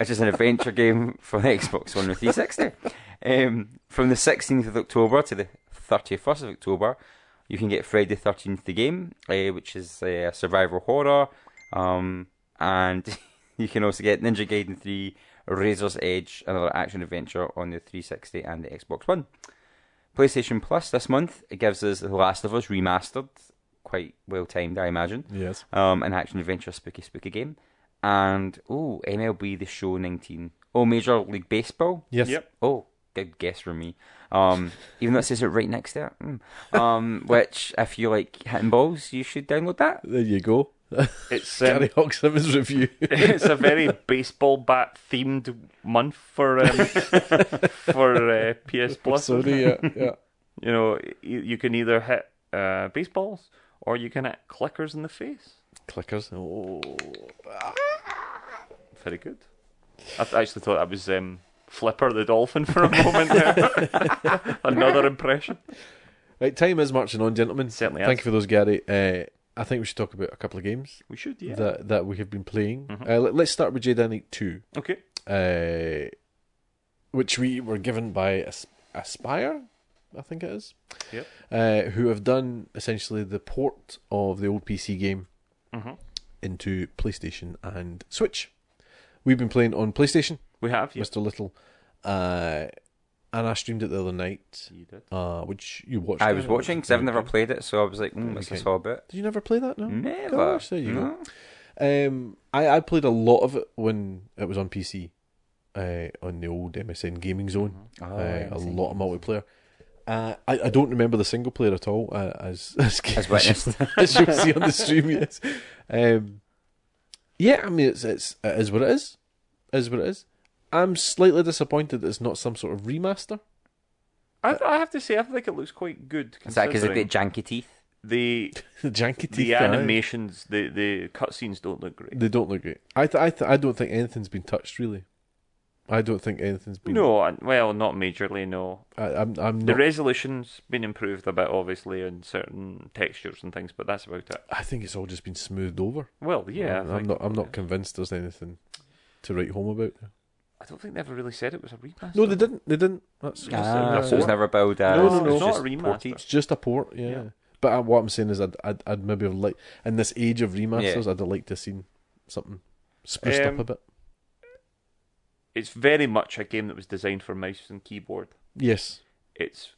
[SPEAKER 3] which is an adventure game for the Xbox One and 360. Um, from the 16th of October to the 31st of October, you can get Friday 13th the game, uh, which is a survival horror, um, and (laughs) you can also get Ninja Gaiden 3, Razor's Edge, another action adventure on the 360 and the Xbox One. PlayStation Plus this month it gives us The Last of Us remastered, quite well timed, I imagine
[SPEAKER 2] Yes.
[SPEAKER 3] um, an action adventure spooky spooky game, and oh MLB The Show 19. Oh Major League Baseball.
[SPEAKER 2] Yes.
[SPEAKER 1] Yep.
[SPEAKER 3] Oh, good guess from me.
[SPEAKER 2] (laughs)
[SPEAKER 3] Um, even though it says it right next to it. Mm. Um, which if you like hitting balls, you should download that.
[SPEAKER 2] There you go.
[SPEAKER 1] It's um,
[SPEAKER 2] Gary Hawk Simmons review.
[SPEAKER 1] (laughs) it's a very baseball bat themed month for um, for uh, PS Plus.
[SPEAKER 2] Sorry, yeah,
[SPEAKER 1] (laughs)
[SPEAKER 2] yeah.
[SPEAKER 1] You know, you, you can either hit uh, baseballs or you can hit clickers in the face.
[SPEAKER 2] Clickers. Oh.
[SPEAKER 1] Very good. I th- actually thought that was um, Flipper the dolphin for a moment there. Another impression.
[SPEAKER 2] Right, time is marching on, gentlemen.
[SPEAKER 1] Certainly is.
[SPEAKER 2] Thank you for those, Gary. Uh, I think we should talk about a couple of games
[SPEAKER 1] We should, yeah.
[SPEAKER 2] that, that we have been playing.
[SPEAKER 3] Mm-hmm.
[SPEAKER 2] Uh, let, us start with Jade Knight 2,
[SPEAKER 1] Okay.
[SPEAKER 2] uh, which we were given by As- Aspire, I think it is,
[SPEAKER 1] Yep.
[SPEAKER 2] uh, who have done essentially the port of the old PC game
[SPEAKER 1] Mhm.
[SPEAKER 2] into PlayStation and Switch. We've been playing on PlayStation,
[SPEAKER 1] We have. Yes.
[SPEAKER 2] Mr. Little, uh, and I streamed it the other night,
[SPEAKER 1] You did.
[SPEAKER 2] uh, which you watched.
[SPEAKER 3] I was watching because I've
[SPEAKER 2] Okay.
[SPEAKER 3] never played it, so I was like, mm, what's this
[SPEAKER 2] Okay.
[SPEAKER 3] all about?
[SPEAKER 2] Did you never play that? No.
[SPEAKER 3] Never.
[SPEAKER 2] Gosh, there you
[SPEAKER 3] No.
[SPEAKER 2] go. Um, I, I played a lot of it when it was on PC, uh, on the old MSN Gaming Zone.
[SPEAKER 3] Oh,
[SPEAKER 2] uh, a
[SPEAKER 3] MSN
[SPEAKER 2] lot of multiplayer. Uh, I, I don't remember the single player at all, uh, as (laughs) as,
[SPEAKER 3] As witnessed.
[SPEAKER 2] as (laughs) you'll see on the stream. Yes. Um, yeah, I mean it's it's it is what it is, It is what it is. I'm slightly disappointed that it's not some sort of remaster. (laughs)
[SPEAKER 1] I, I have to say, I think it looks quite good.
[SPEAKER 3] Is that because they've
[SPEAKER 1] considering
[SPEAKER 3] got
[SPEAKER 2] (laughs)
[SPEAKER 3] janky teeth?
[SPEAKER 1] the
[SPEAKER 2] the janky teeth.
[SPEAKER 1] the
[SPEAKER 2] guy.
[SPEAKER 1] animations, the the cutscenes don't look great.
[SPEAKER 2] They don't look great. I th- I th- I don't think anything's been touched really. I don't think anything's been.
[SPEAKER 1] No, I- well, not majorly. No,
[SPEAKER 2] I, I'm I'm
[SPEAKER 1] The
[SPEAKER 2] not.
[SPEAKER 1] resolution's been improved a bit, obviously, in certain textures and things, but that's about it.
[SPEAKER 2] I think it's all just been smoothed over.
[SPEAKER 1] Well, yeah,
[SPEAKER 2] I'm,
[SPEAKER 1] I, think,
[SPEAKER 2] not. I'm not convinced there's anything to write home about.
[SPEAKER 1] I don't think they ever really said it was a remaster.
[SPEAKER 2] No, they didn't. They didn't. That's
[SPEAKER 3] Ah,
[SPEAKER 1] a
[SPEAKER 3] so it's
[SPEAKER 1] port.
[SPEAKER 3] never billed as.
[SPEAKER 2] No, no, no.
[SPEAKER 3] it's
[SPEAKER 2] It's
[SPEAKER 1] not
[SPEAKER 3] just
[SPEAKER 1] a remaster.
[SPEAKER 3] ported.
[SPEAKER 2] It's just a port, yeah.
[SPEAKER 1] Yeah.
[SPEAKER 2] But I, what I'm saying is, I'd, I'd, I'd maybe have like in this age of remasters,
[SPEAKER 3] Yeah.
[SPEAKER 2] I'd have liked to have seen something spruced
[SPEAKER 1] Um,
[SPEAKER 2] up a bit.
[SPEAKER 1] It's very much a game that was designed for mouse and keyboard.
[SPEAKER 2] Yes,
[SPEAKER 1] It's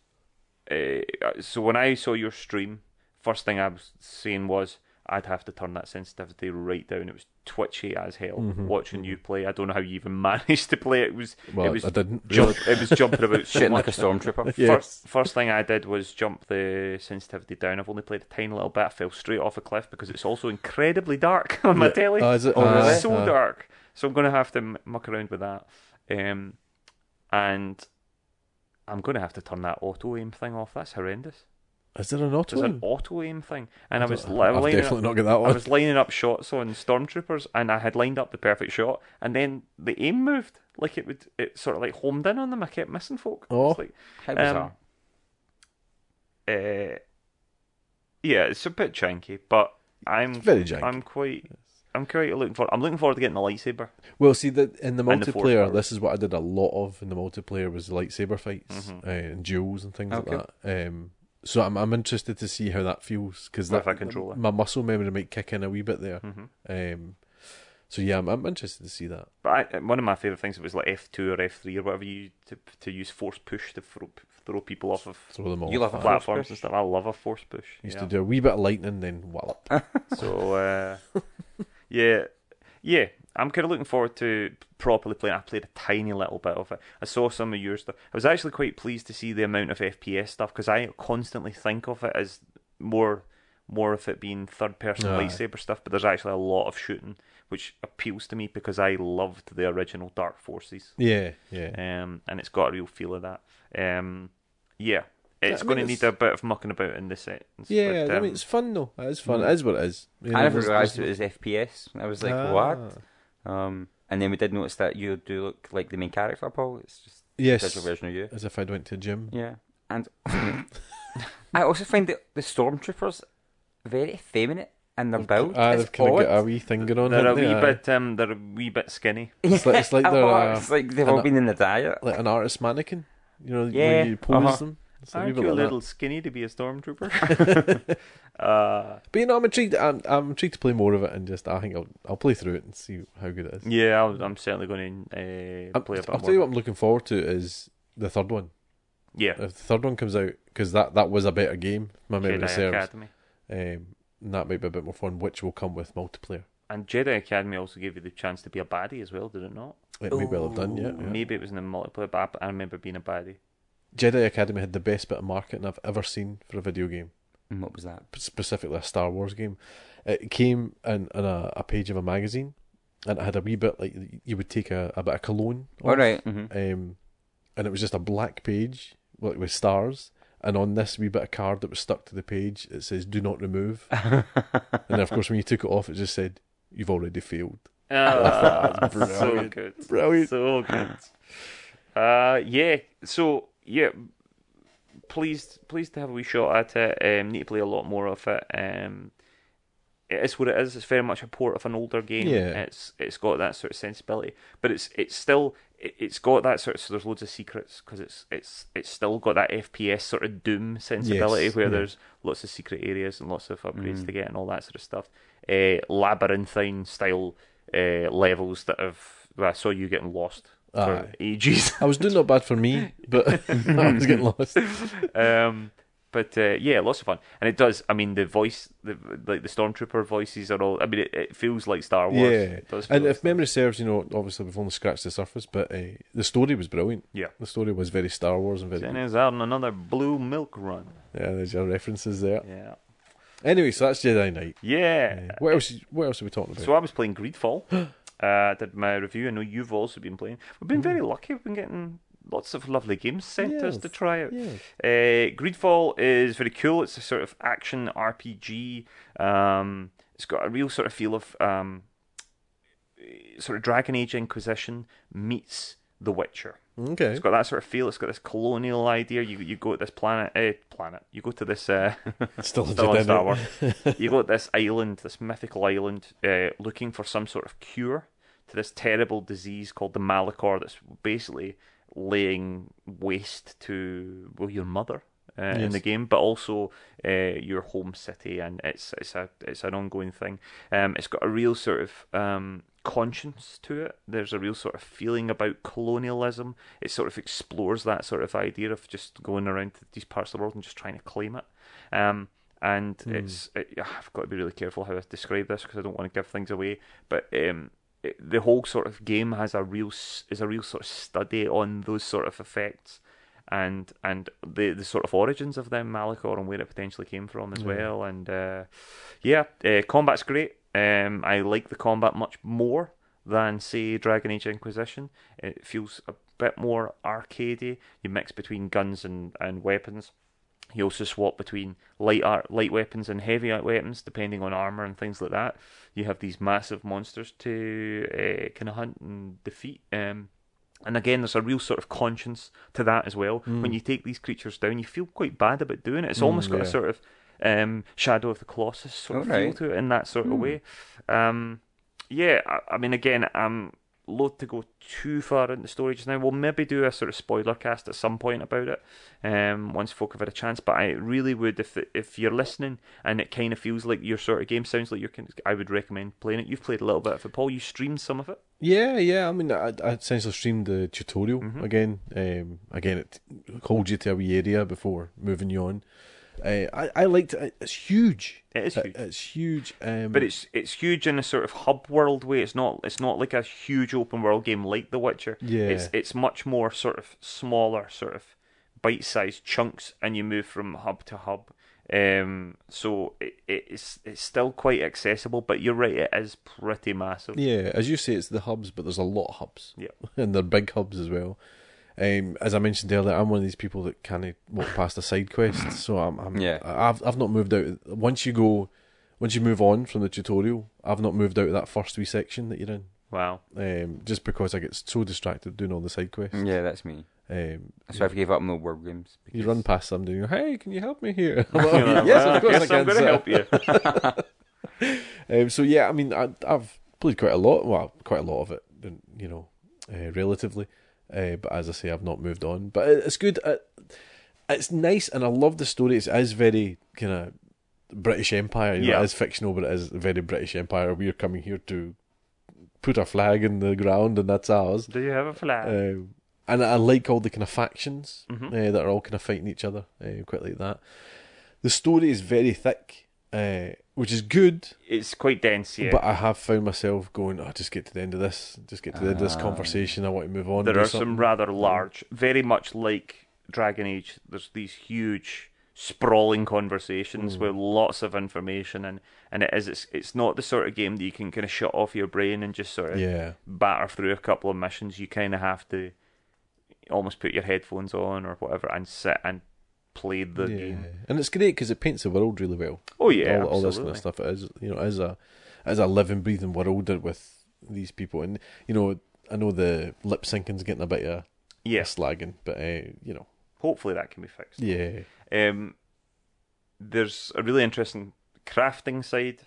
[SPEAKER 1] uh, so when I saw your stream, first thing I was saying was I'd have to turn that sensitivity right down. It was twitchy as hell
[SPEAKER 2] Mm-hmm.
[SPEAKER 1] watching you play. I don't know how you even (laughs) managed to play. It was
[SPEAKER 2] Well,
[SPEAKER 1] it was
[SPEAKER 2] I didn't,
[SPEAKER 1] jump, it was
[SPEAKER 2] (laughs)
[SPEAKER 1] jumping about so
[SPEAKER 3] Shitting
[SPEAKER 1] much.
[SPEAKER 3] like a stormtrooper.
[SPEAKER 2] Yeah.
[SPEAKER 1] First, first thing I did was jump the sensitivity down. I've only played a tiny little bit. I fell straight off a cliff because it's also incredibly dark (laughs) on my
[SPEAKER 2] Yeah.
[SPEAKER 1] telly.
[SPEAKER 2] Oh, is it?
[SPEAKER 1] Oh,
[SPEAKER 2] Ah,
[SPEAKER 1] it's so
[SPEAKER 2] ah.
[SPEAKER 1] dark. So I'm going to have to m- muck around with that. Um, and I'm going to have to turn that auto aim thing off. That's horrendous.
[SPEAKER 2] is there an auto?
[SPEAKER 1] There's an
[SPEAKER 2] aim?
[SPEAKER 1] auto aim thing, and I,
[SPEAKER 2] I
[SPEAKER 1] was
[SPEAKER 2] don't-
[SPEAKER 1] li-
[SPEAKER 2] I've
[SPEAKER 1] lining
[SPEAKER 2] definitely
[SPEAKER 1] up,
[SPEAKER 2] not got
[SPEAKER 1] I
[SPEAKER 2] that one.
[SPEAKER 1] was lining up shots on stormtroopers, and I had lined up the perfect shot, and then the aim moved like it would. It sort of like homed in on them. I kept missing folk.
[SPEAKER 2] Oh.
[SPEAKER 1] It's like,
[SPEAKER 3] How
[SPEAKER 1] Um,
[SPEAKER 3] bizarre.
[SPEAKER 1] uh, yeah, it's a bit janky, but I'm
[SPEAKER 2] Very janky.
[SPEAKER 1] I'm quite. I'm quite looking forward. I'm looking forward to getting the lightsaber.
[SPEAKER 2] Well, see that in the
[SPEAKER 1] And the force
[SPEAKER 2] multiplayer,
[SPEAKER 1] power.
[SPEAKER 2] this is what I did a lot of in the multiplayer was lightsaber fights uh, and duels and things like
[SPEAKER 3] Mm-hmm. Okay.
[SPEAKER 2] that. Um, so I'm I'm interested to see how that feels because
[SPEAKER 1] With
[SPEAKER 2] that
[SPEAKER 1] a controller.
[SPEAKER 2] my muscle memory might kick in a wee bit there.
[SPEAKER 1] Mm-hmm.
[SPEAKER 3] Hmm.
[SPEAKER 2] Um, so yeah, I'm, I'm interested to see that.
[SPEAKER 1] But I, one of my favorite things was like F two or F three or whatever you to to use force push to throw throw people off of
[SPEAKER 2] Throw them all.
[SPEAKER 3] You love a flat
[SPEAKER 1] Um, platforms and stuff. I love a force push.
[SPEAKER 2] Used
[SPEAKER 1] yeah.
[SPEAKER 2] to do a wee bit of lightning, then wallop.
[SPEAKER 3] (laughs)
[SPEAKER 1] So uh, yeah, yeah. I'm kind of looking forward to properly playing. I played a tiny little bit of it. I saw some of your stuff. I was actually quite pleased to see the amount of FPS stuff because I constantly think of it as more more of it being third person
[SPEAKER 2] Aye.
[SPEAKER 1] lightsaber stuff, but there's actually a lot of shooting, which appeals to me because I loved the original Dark Forces
[SPEAKER 2] Yeah, yeah.
[SPEAKER 1] um, and it's got a real feel of that. Um, yeah, it's
[SPEAKER 2] I mean,
[SPEAKER 1] going to
[SPEAKER 2] it's-
[SPEAKER 1] need a bit of mucking about in the settings.
[SPEAKER 2] Yeah,
[SPEAKER 1] but,
[SPEAKER 2] I
[SPEAKER 1] um,
[SPEAKER 2] mean it's fun though. It is fun. It is what it is. You know,
[SPEAKER 3] Hmm. I never
[SPEAKER 2] there's-
[SPEAKER 3] realised it
[SPEAKER 2] there's-
[SPEAKER 3] was FPS. I was like,
[SPEAKER 2] Ah.
[SPEAKER 3] what? Um, and then we did notice that you do look like the main character, Paul. It's just a digital
[SPEAKER 2] Yes,
[SPEAKER 3] version of you.
[SPEAKER 2] as if I'd went to a gym.
[SPEAKER 3] Yeah. And (laughs) I also find that the stormtroopers very effeminate in their build.
[SPEAKER 2] Ah,
[SPEAKER 3] it's
[SPEAKER 2] they've kind of got a
[SPEAKER 3] (laughs) odd.
[SPEAKER 2] wee thing going on.
[SPEAKER 1] they're a
[SPEAKER 2] haven't
[SPEAKER 1] wee
[SPEAKER 2] they? Aye.
[SPEAKER 1] bit, um, they're a wee bit skinny.
[SPEAKER 2] It's like, it's like they're
[SPEAKER 3] Oh,
[SPEAKER 2] uh,
[SPEAKER 3] it's like they've
[SPEAKER 2] an-
[SPEAKER 3] all been in the diet.
[SPEAKER 2] like an artist mannequin. You know,
[SPEAKER 3] Yeah,
[SPEAKER 2] where you pose
[SPEAKER 3] uh-huh.
[SPEAKER 2] them. It's a wee
[SPEAKER 1] Aren't
[SPEAKER 2] bit
[SPEAKER 1] you a
[SPEAKER 2] like that.
[SPEAKER 1] little skinny to be a stormtrooper? (laughs)
[SPEAKER 2] (laughs)
[SPEAKER 1] uh,
[SPEAKER 2] But you know, I'm intrigued. I'm, I'm intrigued to play more of it, and just I think I'll I'll play through it and see how good it is.
[SPEAKER 1] yeah, I'll, I'm certainly going to uh,
[SPEAKER 2] I'm-
[SPEAKER 1] play a bit
[SPEAKER 2] I'll
[SPEAKER 1] more.
[SPEAKER 2] tell you what uh, I'm looking forward to is the third one.
[SPEAKER 1] yeah,
[SPEAKER 2] If the third one comes out, because that that was a better game, if my memory
[SPEAKER 1] Jedi
[SPEAKER 2] serves.
[SPEAKER 1] Academy.
[SPEAKER 2] Um, and that might be a bit more fun, which will come with multiplayer.
[SPEAKER 1] And Jedi Academy also gave you the chance to be a baddie as well, did it not?
[SPEAKER 2] It may well have done, yeah. yeah.
[SPEAKER 1] Maybe it was in the multiplayer, but I- I remember being a baddie.
[SPEAKER 2] Jedi Academy had the best bit of marketing I've ever seen for a video game.
[SPEAKER 3] And Mm, What was that?
[SPEAKER 2] specifically a Star Wars game. It came in, in a, a page of a magazine, and it had a wee bit like you would take a, a bit of cologne. off,
[SPEAKER 3] All right. mhm.
[SPEAKER 2] Um, and it was just a black page like with stars, and on this wee bit of card that was stuck to the page, it says "Do not remove." and of course, when you took it off, it just said "You've already failed."
[SPEAKER 1] Ah,
[SPEAKER 2] (laughs) That's
[SPEAKER 1] so
[SPEAKER 2] brilliant.
[SPEAKER 1] good.
[SPEAKER 2] Brilliant.
[SPEAKER 1] So good. Uh, yeah. So yeah, pleased pleased to have a wee shot at it. Um, need to play a lot more of it. Um, it's what it is. It's very much a port of an older game.
[SPEAKER 2] Yeah.
[SPEAKER 1] It's it's got that sort of sensibility, but it's it's still it- it's got that sort of so there's loads of secrets because it's it's it's still got that FPS sort of Doom sensibility
[SPEAKER 2] Yes,
[SPEAKER 1] where
[SPEAKER 2] yeah.
[SPEAKER 1] there's lots of secret areas and lots of upgrades
[SPEAKER 2] Mm.
[SPEAKER 1] to get and all that sort of stuff. Uh, labyrinthine style uh, levels that have that I saw you getting lost for
[SPEAKER 2] Aye. (laughs)
[SPEAKER 1] ages.
[SPEAKER 2] I was doing not bad for me, but (laughs) I was getting lost.
[SPEAKER 1] um, but uh, yeah, lots of fun, and it does. I mean, the voice, the like the stormtrooper voices are all. I mean, it, it feels like Star Wars.
[SPEAKER 2] Yeah,
[SPEAKER 1] It does feel
[SPEAKER 2] and
[SPEAKER 1] like
[SPEAKER 2] if
[SPEAKER 1] Star-
[SPEAKER 2] memory serves, you know, obviously we've only scratched the surface, but uh, the story was brilliant.
[SPEAKER 1] yeah.
[SPEAKER 2] The story was very Star Wars and very
[SPEAKER 1] Then it's out on another blue milk run.
[SPEAKER 2] Yeah, there's your references there.
[SPEAKER 1] Yeah.
[SPEAKER 2] Anyway, so that's Jedi Knight.
[SPEAKER 1] Yeah.
[SPEAKER 2] Uh, what else? What else are we talking about?
[SPEAKER 1] So I was playing
[SPEAKER 2] (gasps)
[SPEAKER 1] Greedfall. uh, did my review. I know you've also been playing. We've been very lucky. We've been getting lots of lovely games sent to us
[SPEAKER 2] Mm-hmm. Yes,
[SPEAKER 1] to try out.
[SPEAKER 2] yes.
[SPEAKER 1] Uh, Greedfall is very cool. It's a sort of action RPG. Um, it's got a real sort of feel of um, sort of Dragon Age Inquisition meets The Witcher.
[SPEAKER 2] okay.
[SPEAKER 1] It's got that sort of feel. It's got this colonial idea. You you go to this planet, eh, planet. You go to this uh,
[SPEAKER 2] Still,
[SPEAKER 1] still
[SPEAKER 2] a
[SPEAKER 1] on
[SPEAKER 2] Jedi
[SPEAKER 1] Star
[SPEAKER 2] Knight.
[SPEAKER 1] Wars. you go to this island, this mythical island, uh, looking for some sort of cure to this terrible disease called the Malachor that's basically laying waste to well your mother. Uh, In
[SPEAKER 2] Yes.
[SPEAKER 1] the game, but also uh, your home city, and it's it's a it's an ongoing thing. Um, it's got a real sort of um, conscience to it. There's a real sort of feeling about colonialism. It sort of explores that sort of idea of just going around to these parts of the world and just trying to claim it. Um, and it's it, I've got to be really careful how I describe this because I don't want to give things away. But um, it, the whole sort of game has a real s- is a real sort of study on those sort of effects and and the the sort of origins of them Malachor and where it potentially came from as well. And uh, yeah, uh, combat's great. Um, I like the combat much more than say Dragon Age Inquisition. It feels a bit more arcadey. You mix between guns and, and weapons. You also swap between light art, light weapons and heavy art weapons, depending on armor and things like that. You have these massive monsters to uh, kind of hunt and defeat. Um, and again, there's a real sort of conscience to that as well. When you take these creatures down, you feel quite bad about doing it. It's almost got a
[SPEAKER 2] yeah.
[SPEAKER 1] sort of um, Shadow of the Colossus sort of
[SPEAKER 3] Alright.
[SPEAKER 1] feel to it in that sort of way. Um, yeah, I, I mean, again, I'm loath to go too far into the story just now. We'll maybe do a sort of spoiler cast at some point about it um, once folk have had a chance. But I really would, if if you're listening and it kind of feels like your sort of game sounds like your kind of, I would recommend playing it. You've played a little bit of it, Paul. You streamed some of it.
[SPEAKER 2] Yeah, yeah. I mean, I, I essentially streamed the tutorial
[SPEAKER 1] Mm-hmm.
[SPEAKER 2] again. Um, again, it holds you to a wee area before moving you on. Uh, I, I liked it. It's huge.
[SPEAKER 1] It is
[SPEAKER 2] It-
[SPEAKER 1] huge.
[SPEAKER 2] it's huge. Um,
[SPEAKER 1] But it's it's huge in a sort of hub world way. It's not it's not like a huge open world game like The Witcher.
[SPEAKER 2] Yeah.
[SPEAKER 1] It's it's much more sort of smaller, sort of bite sized chunks, and you move from hub to hub. Um, so it, it's it's still quite accessible, but you're right, it is pretty massive.
[SPEAKER 2] (laughs) yeah, as you say, it's the hubs, but there's a lot of hubs.
[SPEAKER 1] Yeah.
[SPEAKER 2] and they're big hubs as well. Um, as I mentioned earlier, I'm one of these people that can't walk past a side quest, so I'm, I'm
[SPEAKER 3] Yeah.
[SPEAKER 2] I've I've not moved out. Once you go, once you move on from the tutorial, I've not moved out of that first wee section that you're in.
[SPEAKER 1] Wow.
[SPEAKER 2] Um, just because I get so distracted doing all the side quests.
[SPEAKER 3] (laughs) Yeah, that's me.
[SPEAKER 1] Mm.
[SPEAKER 2] Um,
[SPEAKER 3] That's why I've gave up on the world games.
[SPEAKER 2] you run past somebody, and you go, hey, can you help me here? (laughs)
[SPEAKER 1] You're like,
[SPEAKER 2] (laughs)
[SPEAKER 1] (laughs)
[SPEAKER 2] yes,
[SPEAKER 1] "Well,
[SPEAKER 2] of course I
[SPEAKER 1] guess I'm
[SPEAKER 2] can.
[SPEAKER 1] going to
[SPEAKER 2] sir."
[SPEAKER 1] help
[SPEAKER 2] (laughs)
[SPEAKER 1] you.
[SPEAKER 2] Um, so yeah, I mean, I, I've played quite a lot. Well, quite a lot of it, and, you know, uh, relatively. Uh, but as I say, I've not moved on. But it- it's good. uh it's nice, and I love the story. It's, it is very kind of British Empire. You know,
[SPEAKER 1] Yeah.
[SPEAKER 2] it is fictional, but it is very British Empire. We are coming here to put our flag in the ground, and that's ours.
[SPEAKER 1] Do you have a flag?
[SPEAKER 2] Um, and I like all the kind of factions
[SPEAKER 1] Mhm.
[SPEAKER 2] uh, that are all kind of fighting each other, uh, quite like that. The story is very thick, uh, which is good.
[SPEAKER 1] it's quite dense, yeah.
[SPEAKER 2] But I have found myself going, I just get to the end of this, just get to the end of this
[SPEAKER 3] Ah.
[SPEAKER 2] conversation. I want to move on.
[SPEAKER 1] there
[SPEAKER 2] do
[SPEAKER 1] are
[SPEAKER 2] something.
[SPEAKER 1] some rather large, very much like Dragon Age. There's these huge, sprawling
[SPEAKER 2] Mm.
[SPEAKER 1] conversations with lots of information, and and it is it's it's not the sort of game that you can kind of shut off your brain and just sort of
[SPEAKER 2] Yeah,
[SPEAKER 1] batter through a couple of missions. You kind of have to almost put your headphones on or whatever and sit and play the
[SPEAKER 2] yeah,
[SPEAKER 1] game.
[SPEAKER 2] and it's great because it paints the world really well.
[SPEAKER 1] Oh yeah,
[SPEAKER 2] all, all this kind
[SPEAKER 1] absolutely.
[SPEAKER 2] of stuff. It is, you know, as a as a living, breathing world with these people, and you know, I know the lip syncing's getting a bit of
[SPEAKER 1] Yes,
[SPEAKER 2] slagging, but uh, you know,
[SPEAKER 1] hopefully that can be fixed.
[SPEAKER 2] yeah,
[SPEAKER 1] Um, there's a really interesting crafting side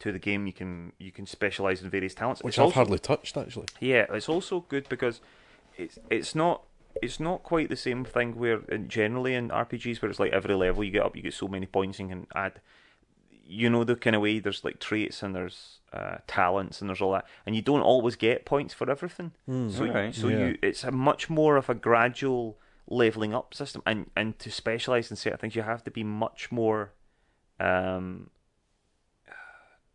[SPEAKER 1] to the game. You can you can specialize in various talents.
[SPEAKER 2] which
[SPEAKER 1] It's
[SPEAKER 2] I've
[SPEAKER 1] also-
[SPEAKER 2] hardly touched actually.
[SPEAKER 1] yeah, it's also good because it's it's not it's not quite the same thing where in, generally in RPGs where it's like every level you get up you get so many points you can add. You know the kind of way there's like traits and there's uh, talents and there's all that, and you don't always get points for everything. so you,
[SPEAKER 3] Alright.
[SPEAKER 1] so
[SPEAKER 2] Yeah.
[SPEAKER 1] you it's a much more of a gradual leveling up system, and and to specialize in certain things you have to be much more. Um,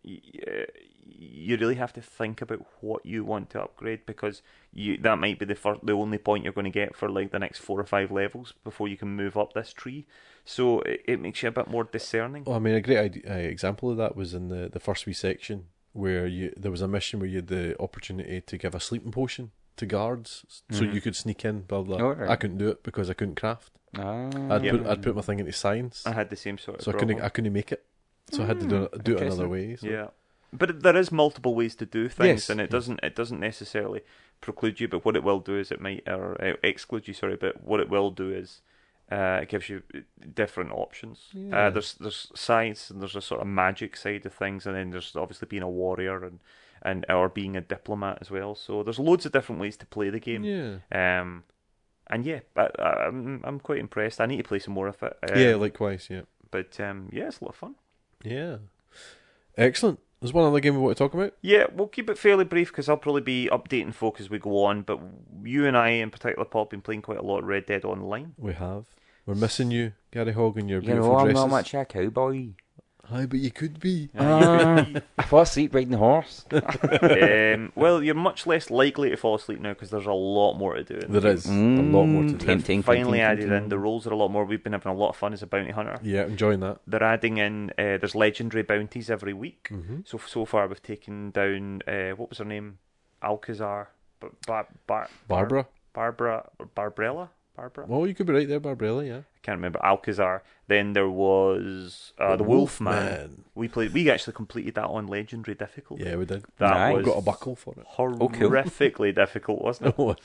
[SPEAKER 1] y- uh, you really have to think about what you want to upgrade because you that might be the first, the only point you're going to get for like the next four or five levels before you can move up this tree. So it, it makes you a bit more discerning.
[SPEAKER 2] Well, I mean, a great idea, uh, example of that was in the, the first wee section where you there was a mission where you had the opportunity to give a sleeping potion to guards, s- so
[SPEAKER 1] Mm-hmm.
[SPEAKER 2] you could sneak in. Blah blah.
[SPEAKER 3] Oh, right.
[SPEAKER 2] I couldn't do it because I couldn't craft.
[SPEAKER 3] Ah.
[SPEAKER 2] I'd put I'd put my thing into science,
[SPEAKER 1] Mm-hmm. I had the same sort of
[SPEAKER 2] so I
[SPEAKER 1] problem. Mm-hmm.
[SPEAKER 2] couldn't I couldn't make it. So I had to do, it- do it another
[SPEAKER 1] interesting.
[SPEAKER 2] way. So.
[SPEAKER 1] Yeah, but there is multiple ways to do things,
[SPEAKER 2] Yes.
[SPEAKER 1] and it doesn't it doesn't necessarily preclude you. But what it will do is it might or uh, exclude you. Sorry, but what it will do is. Uh, it gives you different options. Uh,
[SPEAKER 2] Yeah.
[SPEAKER 1] there's there's science and there's a sort of magic side of things, and then there's obviously being a warrior and, and or being a diplomat as well. So there's loads of different ways to play the game.
[SPEAKER 2] Yeah.
[SPEAKER 1] Um, and yeah, I, I- I'm I'm quite impressed. I need to play some more of it. Uh,
[SPEAKER 2] Yeah, likewise. Yeah.
[SPEAKER 1] but um, yeah, it's a lot of fun.
[SPEAKER 2] Yeah. Excellent. There's one other game we want to talk about.
[SPEAKER 1] Yeah, we'll keep it fairly brief because I'll probably be updating folk as we go on. But you and I, in particular, Paul, have been playing quite a lot of Red Dead Online.
[SPEAKER 2] We have. We're missing you, Gary Hogg, and your
[SPEAKER 3] You
[SPEAKER 2] beautiful
[SPEAKER 3] know, I'm
[SPEAKER 2] dresses.
[SPEAKER 3] not much of a cowboy.
[SPEAKER 2] Aye, but you could be. Ah.
[SPEAKER 3] (laughs) I fall asleep riding the horse.
[SPEAKER 1] um, well, you're much less likely to fall asleep now because there's a lot more to do. in the
[SPEAKER 2] There is a lot more to do.
[SPEAKER 1] game. Finally added in the rules are a lot more. We've been having a lot of fun as a bounty hunter.
[SPEAKER 2] Yeah, enjoying that.
[SPEAKER 1] They're adding in uh, there's legendary bounties every week. So so far we've taken down uh, what was her name, Alcazar, Bar- Bar- Bar-
[SPEAKER 2] Barbara.
[SPEAKER 1] Barbara, Barbarella, Barbara.
[SPEAKER 2] Oh, you could be right there, Barbarella. Yeah.
[SPEAKER 1] can't remember Alcazar. Then there was uh, the Wolfman.
[SPEAKER 2] Wolfman.
[SPEAKER 1] We played. We actually completed that on legendary difficulty.
[SPEAKER 2] Yeah, we did.
[SPEAKER 1] that
[SPEAKER 3] Nice.
[SPEAKER 1] was
[SPEAKER 2] Got a buckle for
[SPEAKER 1] (laughs)
[SPEAKER 2] it.
[SPEAKER 1] horrifically (laughs) difficult, wasn't it?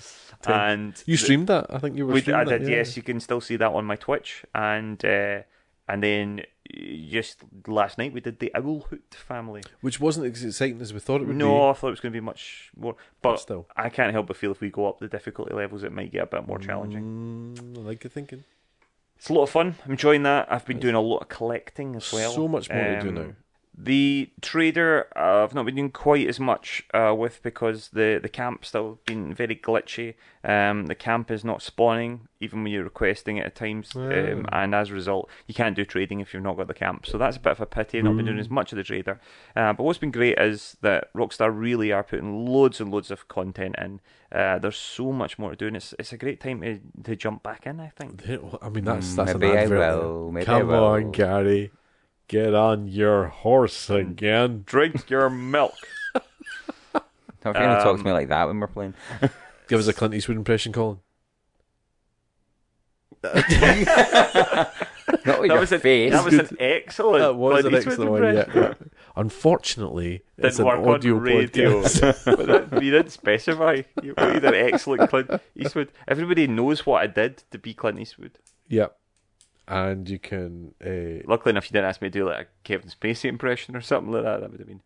[SPEAKER 1] And
[SPEAKER 2] You streamed that? I think you were.
[SPEAKER 1] we, I
[SPEAKER 2] streaming
[SPEAKER 1] did.
[SPEAKER 2] that, yeah.
[SPEAKER 1] Yes, you can still see that on my Twitch. And uh, and then uh, just last night we did the Owl Hoot family.
[SPEAKER 2] Which wasn't as exciting as we thought it would be.
[SPEAKER 1] No, I thought it was going to be much more, but
[SPEAKER 2] still.
[SPEAKER 1] I can't help but feel if we go up the difficulty levels, it might get a bit more challenging.
[SPEAKER 2] Mm, I like your thinking.
[SPEAKER 1] It's a lot of fun. I'm enjoying that. I've been doing a lot of collecting as well.
[SPEAKER 2] So much more to do
[SPEAKER 1] Um,
[SPEAKER 2] now.
[SPEAKER 1] The trader, uh, I've not been doing quite as much uh, with because the the camp's still been very glitchy. Um, the camp is not spawning even when you're requesting it at times, um, and as a result, you can't do trading if you've not got the camp. So that's a bit of a pity. I've not been doing as much of the trader. Uh, but what's been great is that Rockstar really are putting loads and loads of content in. Uh, there's so much more to do, and it's it's a great time to to jump back in. I think.
[SPEAKER 2] I mean, that's that's
[SPEAKER 3] maybe
[SPEAKER 2] an
[SPEAKER 3] I
[SPEAKER 2] advert.
[SPEAKER 3] will, maybe I
[SPEAKER 2] Come
[SPEAKER 3] will.
[SPEAKER 2] on, Gary, get on your horse
[SPEAKER 1] Hmm.
[SPEAKER 2] again.
[SPEAKER 1] Drink your (laughs) milk.
[SPEAKER 3] Don't um, talk to me like that when we're playing.
[SPEAKER 2] Give us a Clint Eastwood impression, Colin.
[SPEAKER 3] Not
[SPEAKER 1] (laughs)
[SPEAKER 3] with
[SPEAKER 1] That
[SPEAKER 3] your
[SPEAKER 1] was an,
[SPEAKER 3] face.
[SPEAKER 1] that was an excellent.
[SPEAKER 2] That was
[SPEAKER 1] Clint
[SPEAKER 2] an
[SPEAKER 1] Eastwood
[SPEAKER 2] excellent one. Yeah.
[SPEAKER 1] impression.
[SPEAKER 2] yeah. (laughs) Unfortunately, it's
[SPEAKER 1] Didn't
[SPEAKER 2] an
[SPEAKER 1] work on
[SPEAKER 2] audio
[SPEAKER 1] radio. (laughs) (laughs)
[SPEAKER 2] podcast.
[SPEAKER 1] but that, you didn't specify. You you did an excellent Clint Eastwood. Everybody knows what I did to be Clint Eastwood.
[SPEAKER 2] yep. And you can uh,
[SPEAKER 1] Luckily enough, you didn't ask me to do like a Kevin Spacey impression or something like that. That would have
[SPEAKER 2] (laughs)
[SPEAKER 1] been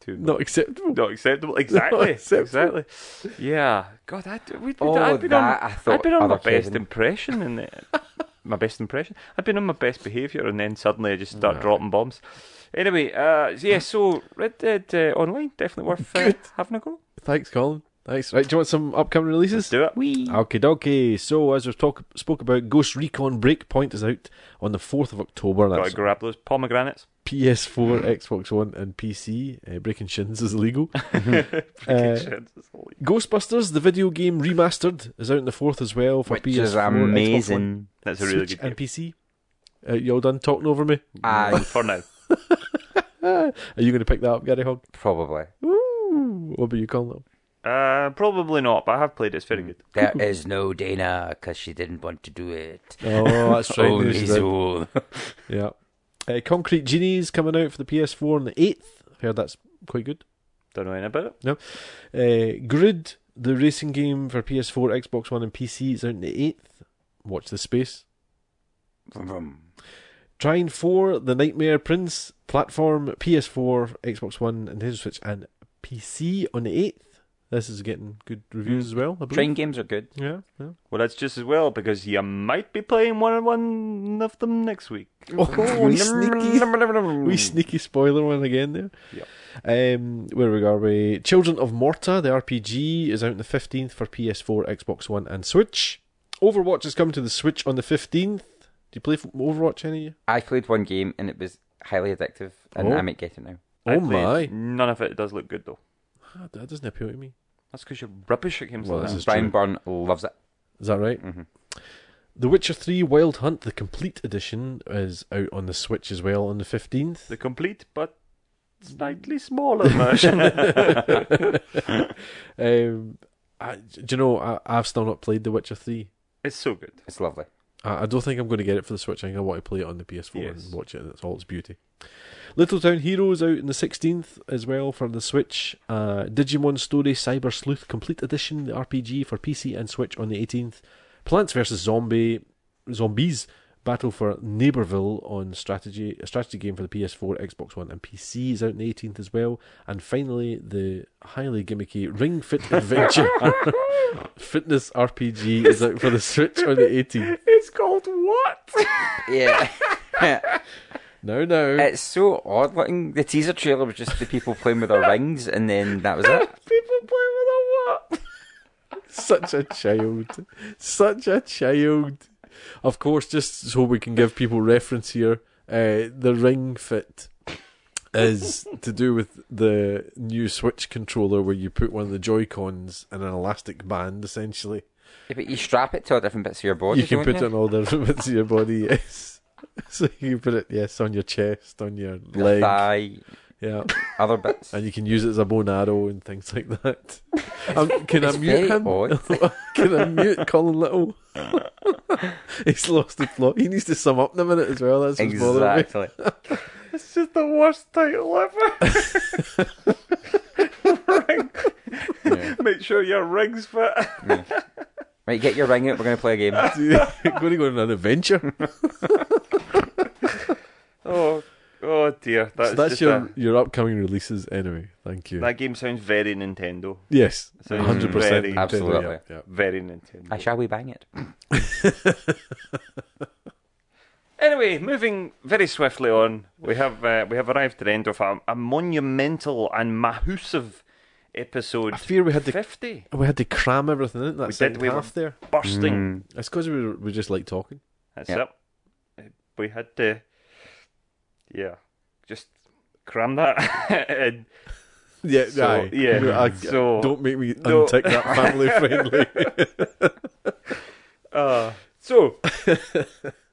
[SPEAKER 1] too much.
[SPEAKER 2] not oh, acceptable.
[SPEAKER 1] not acceptable.
[SPEAKER 2] (laughs)
[SPEAKER 1] Exactly.
[SPEAKER 2] acceptable.
[SPEAKER 1] Exactly. Yeah. God, I'd, we'd been,
[SPEAKER 3] Oh,
[SPEAKER 1] I'd been
[SPEAKER 3] that,
[SPEAKER 1] on,
[SPEAKER 3] I thought
[SPEAKER 1] I'd been on my
[SPEAKER 3] other Kevin.
[SPEAKER 1] best impression
[SPEAKER 2] (laughs)
[SPEAKER 1] in the, my best impression. I'd been on my best behaviour, and then suddenly I just start dropping bombs. Anyway, uh, yeah. So Red Dead uh, Online definitely worth uh,
[SPEAKER 2] Good.
[SPEAKER 1] having a go.
[SPEAKER 2] Thanks, Colin. Thanks. Right, do you want some upcoming releases?
[SPEAKER 1] Do it.
[SPEAKER 3] Wee.
[SPEAKER 2] Okay, dokie. So, as we've talk, spoke about, Ghost Recon Breakpoint is out on the 4th of October.
[SPEAKER 1] Got to
[SPEAKER 2] That's
[SPEAKER 1] grab those pomegranates.
[SPEAKER 2] PS4, Xbox One, and PC. Uh, breaking shins
[SPEAKER 1] (laughs)
[SPEAKER 2] is illegal. Uh, Ghostbusters, the video game remastered, is out on the 4th as well for
[SPEAKER 3] Which
[SPEAKER 2] PS4,
[SPEAKER 3] is
[SPEAKER 2] Xbox One,
[SPEAKER 3] amazing.
[SPEAKER 1] That's a really
[SPEAKER 2] Switch,
[SPEAKER 1] good game.
[SPEAKER 2] and PC. Uh, you all done talking over me?
[SPEAKER 1] (laughs)
[SPEAKER 3] I
[SPEAKER 1] For now,
[SPEAKER 2] Are you going to pick that up, Gary Hogg?
[SPEAKER 3] probably.
[SPEAKER 2] Woo! What about you, Colin?
[SPEAKER 1] uh, probably not, but I have played it. It's
[SPEAKER 2] Hmm.
[SPEAKER 1] very good.
[SPEAKER 3] There is no Dana because she didn't want to do it.
[SPEAKER 2] Oh, that's
[SPEAKER 1] (laughs)
[SPEAKER 2] right.
[SPEAKER 3] Only
[SPEAKER 2] there's the-
[SPEAKER 3] Zool.
[SPEAKER 2] Yeah. Uh, Concrete Genies coming out for the PS4 on the 8th. I've heard that's quite good.
[SPEAKER 1] Don't know anything about it.
[SPEAKER 2] No. Uh, Grid, the racing game for PS4, Xbox One, and PC, is out on the 8th. Watch the space.
[SPEAKER 3] Vroom, vroom.
[SPEAKER 2] Trine 4, The Nightmare Prince, platform, PS4, Xbox One, and Nintendo Switch, and PC on the 8th. This is getting good reviews as well, I believe.
[SPEAKER 3] Train games
[SPEAKER 1] (laughs)
[SPEAKER 3] are good.
[SPEAKER 2] Yeah, yeah.
[SPEAKER 1] Well, that's just as well because you might be playing one on one of them next week.
[SPEAKER 2] Oh, we sneaky. (laughs) We sneaky spoiler one again there.
[SPEAKER 1] Hmm. Yep.
[SPEAKER 2] Um, where we are we? Children of Morta, the RPG, is out on the 15th for PS4, Xbox One, and Switch. Overwatch is coming to the Switch on the 15th. Do you play f- Overwatch any? of you?
[SPEAKER 3] I played one game and it was highly addictive, and
[SPEAKER 2] Oh.
[SPEAKER 3] I might get it now.
[SPEAKER 1] I
[SPEAKER 2] Oh
[SPEAKER 1] played-
[SPEAKER 2] my.
[SPEAKER 1] None of it does look good though.
[SPEAKER 2] Ah, That doesn't appeal to me.
[SPEAKER 1] That's because you're rubbish at games
[SPEAKER 2] Well,
[SPEAKER 1] like
[SPEAKER 2] this
[SPEAKER 1] that.
[SPEAKER 2] is
[SPEAKER 3] Brian
[SPEAKER 2] true.
[SPEAKER 3] Byrne loves it.
[SPEAKER 2] Is that right?
[SPEAKER 3] Mhm.
[SPEAKER 2] The Witcher 3 Wild Hunt, the complete edition, is out on the Switch as well on the
[SPEAKER 1] (laughs)
[SPEAKER 2] 15th. (laughs)
[SPEAKER 1] The complete but slightly
[SPEAKER 2] Mm.
[SPEAKER 1] smaller version.
[SPEAKER 2] Um, I, do you know, I, I've still not played The Witcher 3.
[SPEAKER 1] it's so good.
[SPEAKER 3] It's lovely.
[SPEAKER 2] I I don't think I'm going to get it for the Switch. I think I want to play it on the PS4
[SPEAKER 1] Yes.
[SPEAKER 2] and watch it in its all its beauty. Little Town Heroes out on the 16th as well for the Switch. Uh, Digimon Story Cyber Sleuth Complete Edition, the RPG for PC and Switch on the 18th. Plants vs Zombie Zombies Battle for Neighborville on strategy, a strategy game for the PS4, Xbox One, and PC is out on the 18th as well. And finally, the highly gimmicky Ring Fit Adventure (laughs) Fitness RPG is out for the Switch on the 18th.
[SPEAKER 1] (laughs) It's called what? (laughs)
[SPEAKER 3] Yeah.
[SPEAKER 2] No, no.
[SPEAKER 3] it's so odd looking. The teaser trailer was just the people playing with (laughs) their rings, and then that was it.
[SPEAKER 1] People play with a what?
[SPEAKER 2] (laughs) Such a child. Such a child. Of course, just so we can give people reference here, uh, the ring fit is to do with the new Switch controller where you put one of the Joy Cons in an elastic band, essentially.
[SPEAKER 3] Yeah, but you strap it to a different bits of your body.
[SPEAKER 2] you can
[SPEAKER 3] don't
[SPEAKER 2] put it on all the (laughs) bits of your body, yes. (laughs) So you put it, yes, on your chest, on your
[SPEAKER 3] Your
[SPEAKER 2] leg.
[SPEAKER 3] thigh,
[SPEAKER 2] Yeah. (laughs)
[SPEAKER 3] other bits.
[SPEAKER 2] And you can use it as a bow and arrow and things like that. Um, can I
[SPEAKER 3] it's
[SPEAKER 2] mute
[SPEAKER 3] very
[SPEAKER 2] him? (laughs)
[SPEAKER 3] odd.
[SPEAKER 2] can I mute Colin Little? (laughs) He's lost the plot. He needs to sum up in a minute as well. That's what's bothering me.
[SPEAKER 3] Exactly.
[SPEAKER 1] It's just the worst title ever. (laughs)
[SPEAKER 3] Yeah.
[SPEAKER 1] Make sure your rings fit.
[SPEAKER 3] Right, get your ring out. We're going to play
[SPEAKER 2] (laughs)
[SPEAKER 3] a game. Uh,
[SPEAKER 2] going to go on an adventure.
[SPEAKER 1] (laughs) Oh, oh dear. (laughs) That's, just
[SPEAKER 2] so that's your
[SPEAKER 1] a-
[SPEAKER 2] your upcoming releases anyway. Thank you.
[SPEAKER 1] that game sounds very Nintendo.
[SPEAKER 2] yes,
[SPEAKER 1] So it's
[SPEAKER 2] hundred percent.
[SPEAKER 1] very-
[SPEAKER 3] Absolutely.
[SPEAKER 1] Very Nintendo.
[SPEAKER 3] Uh, shall we bang it?
[SPEAKER 1] Anyway, moving very swiftly on, we have uh, we have arrived at the end of a, a monumental and mahusive episode.
[SPEAKER 2] I fear we had to-
[SPEAKER 1] fifty
[SPEAKER 2] We had to cram everything in that
[SPEAKER 1] We
[SPEAKER 2] second
[SPEAKER 1] did, we were- Mm.
[SPEAKER 2] half there.
[SPEAKER 1] bursting.
[SPEAKER 2] It's because we were, we just like talking.
[SPEAKER 1] That's
[SPEAKER 3] Yeah.
[SPEAKER 1] it. We had to, yeah, just cram that. (laughs) in.
[SPEAKER 2] Yeah,
[SPEAKER 1] (laughs) So,
[SPEAKER 2] aye.
[SPEAKER 1] yeah,
[SPEAKER 2] You know, I-
[SPEAKER 1] so-
[SPEAKER 2] don't make me
[SPEAKER 1] No.
[SPEAKER 2] untick that family
[SPEAKER 1] (laughs)
[SPEAKER 2] friendly.
[SPEAKER 1] Uh, so,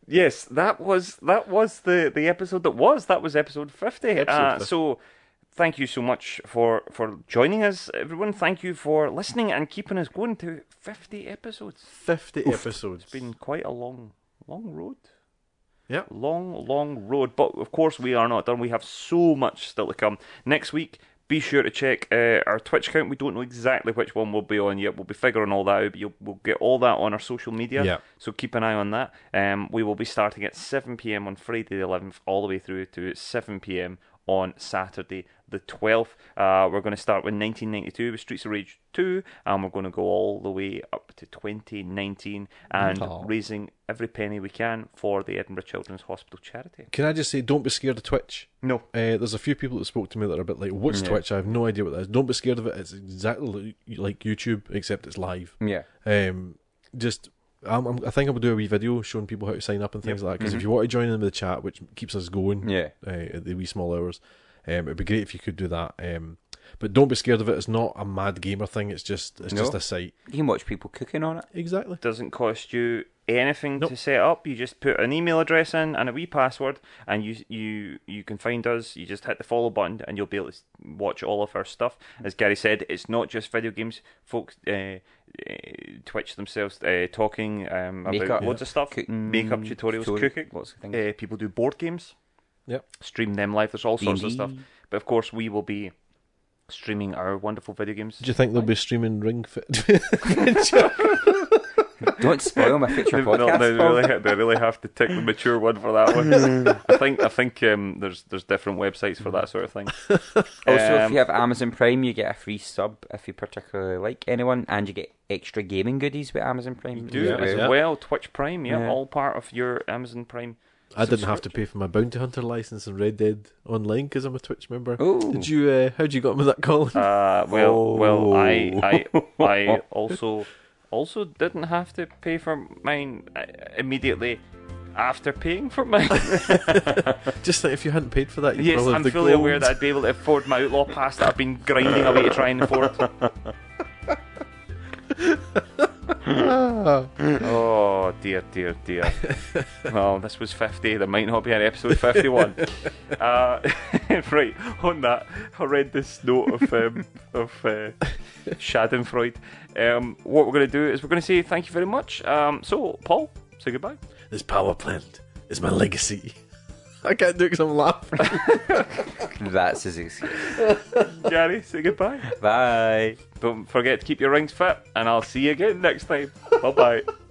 [SPEAKER 1] yes, that was that was the the episode that was that was episode fifty.
[SPEAKER 2] Episode
[SPEAKER 1] uh,
[SPEAKER 2] 50.
[SPEAKER 1] So, Thank you so much for, for joining us, everyone. Thank you for listening and keeping us going to 50 episodes.
[SPEAKER 2] 50 episodes.
[SPEAKER 1] It's been quite a long, long road.
[SPEAKER 2] Yep.
[SPEAKER 1] Long, long road. But of course, we are not done. We have so much still to come. Next week, be sure to check uh, our Twitch account. We don't know exactly which one we'll be on yet. We'll be figuring all that out. But you'll, we'll get all that on our social media.
[SPEAKER 2] Yeah.
[SPEAKER 1] So keep an eye on that. Um, we will be starting at 7 p.m. on Friday the 11th, all the way through to 7 p.m. on Saturday the 12th. Uh, we're going to start with 1992 with Streets of Rage 2, and we're going to go all the way up to 2019 and raising every penny we can for the Edinburgh Children's Hospital charity.
[SPEAKER 2] Can I just say, don't be scared of Twitch.
[SPEAKER 1] No.
[SPEAKER 2] Uh, there's a few people that spoke to me that are a bit like, what's Twitch? I have no idea what that is. Don't be scared of it. It's exactly li- like YouTube, except it's live.
[SPEAKER 3] Yeah.
[SPEAKER 2] Um, just, I'm, I'm, I think I'm going to do a wee video showing people how to sign up and things like that. Because if you want to join in with the chat, which keeps us going
[SPEAKER 3] Mm-hmm. Yeah.
[SPEAKER 2] uh, at the wee small hours, um, it'd be great if you could do that. Um, but don't be scared of it. It's not a mad gamer thing. It's just it's
[SPEAKER 3] No.
[SPEAKER 2] just a site.
[SPEAKER 3] You can watch people cooking on it.
[SPEAKER 2] Exactly.
[SPEAKER 1] doesn't cost you anything to set up. You just put an email address in and a wee password, and you you you can find us. You just hit the follow button, and you'll be able to s- watch all of our stuff. As Gary said, it's not just video games. Folks, uh, uh, Twitch themselves uh, talking um, about
[SPEAKER 3] Makeup.
[SPEAKER 1] loads of stuff,
[SPEAKER 3] Cooking,
[SPEAKER 1] makeup tutorials,
[SPEAKER 3] tutorial-
[SPEAKER 1] cooking.
[SPEAKER 3] lots of things.
[SPEAKER 1] Uh, people do board games
[SPEAKER 2] Yep.
[SPEAKER 1] stream them live. There's all sorts of stuff.
[SPEAKER 3] D&D.
[SPEAKER 1] But of course, we will be streaming our wonderful video games.
[SPEAKER 2] Do you think they'll be streaming Ring Fit? (laughs)
[SPEAKER 3] Don't
[SPEAKER 1] (laughs)
[SPEAKER 3] spoil my future
[SPEAKER 1] They- no,
[SPEAKER 3] podcast.
[SPEAKER 1] they,
[SPEAKER 3] Paul.
[SPEAKER 1] really, they really have to tick the mature one for that one. I think I think um, there's there's different websites for that sort of thing.
[SPEAKER 3] Also, Oh, if
[SPEAKER 1] Um,
[SPEAKER 3] you have Amazon Prime, you get a free sub if you particularly like anyone, and you get extra gaming goodies with Amazon Prime.
[SPEAKER 1] do
[SPEAKER 2] Yeah,
[SPEAKER 1] as
[SPEAKER 2] yeah.
[SPEAKER 1] well. Twitch Prime, yeah,
[SPEAKER 3] Yeah.
[SPEAKER 1] all part of your Amazon Prime.
[SPEAKER 2] I didn't have to pay for my Bounty Hunter license in Red Dead Online because I'm a Twitch member.
[SPEAKER 3] Ooh.
[SPEAKER 2] Did you? Uh, how'd you get on with that, Colin?
[SPEAKER 1] Uh, well, well, I I
[SPEAKER 3] (laughs)
[SPEAKER 1] I also also didn't have to pay for mine uh, immediately after paying for mine.
[SPEAKER 2] Just think if you hadn't paid for that, you'd
[SPEAKER 1] yes,
[SPEAKER 2] probably
[SPEAKER 1] I'm
[SPEAKER 2] have the
[SPEAKER 1] fully
[SPEAKER 2] gold.
[SPEAKER 1] aware that I'd be able to afford my outlaw pass that I've been grinding away to try and afford.
[SPEAKER 2] (laughs)
[SPEAKER 1] oh dear, dear, dear. Well, this was 50. There might not be an episode 51. Uh, (laughs) right, on that horrendous note of um, of uh, Schadenfreude, um, what we're going to do is we're going to say thank you very much. Um, so, Paul, say goodbye.
[SPEAKER 2] This power plant is my legacy. (laughs) I can't do it because I'm laughing.
[SPEAKER 3] That's his excuse.
[SPEAKER 1] Gary, say goodbye.
[SPEAKER 3] Bye.
[SPEAKER 1] (laughs) Don't forget to keep your rings fit, and I'll see you again next time. Bye bye.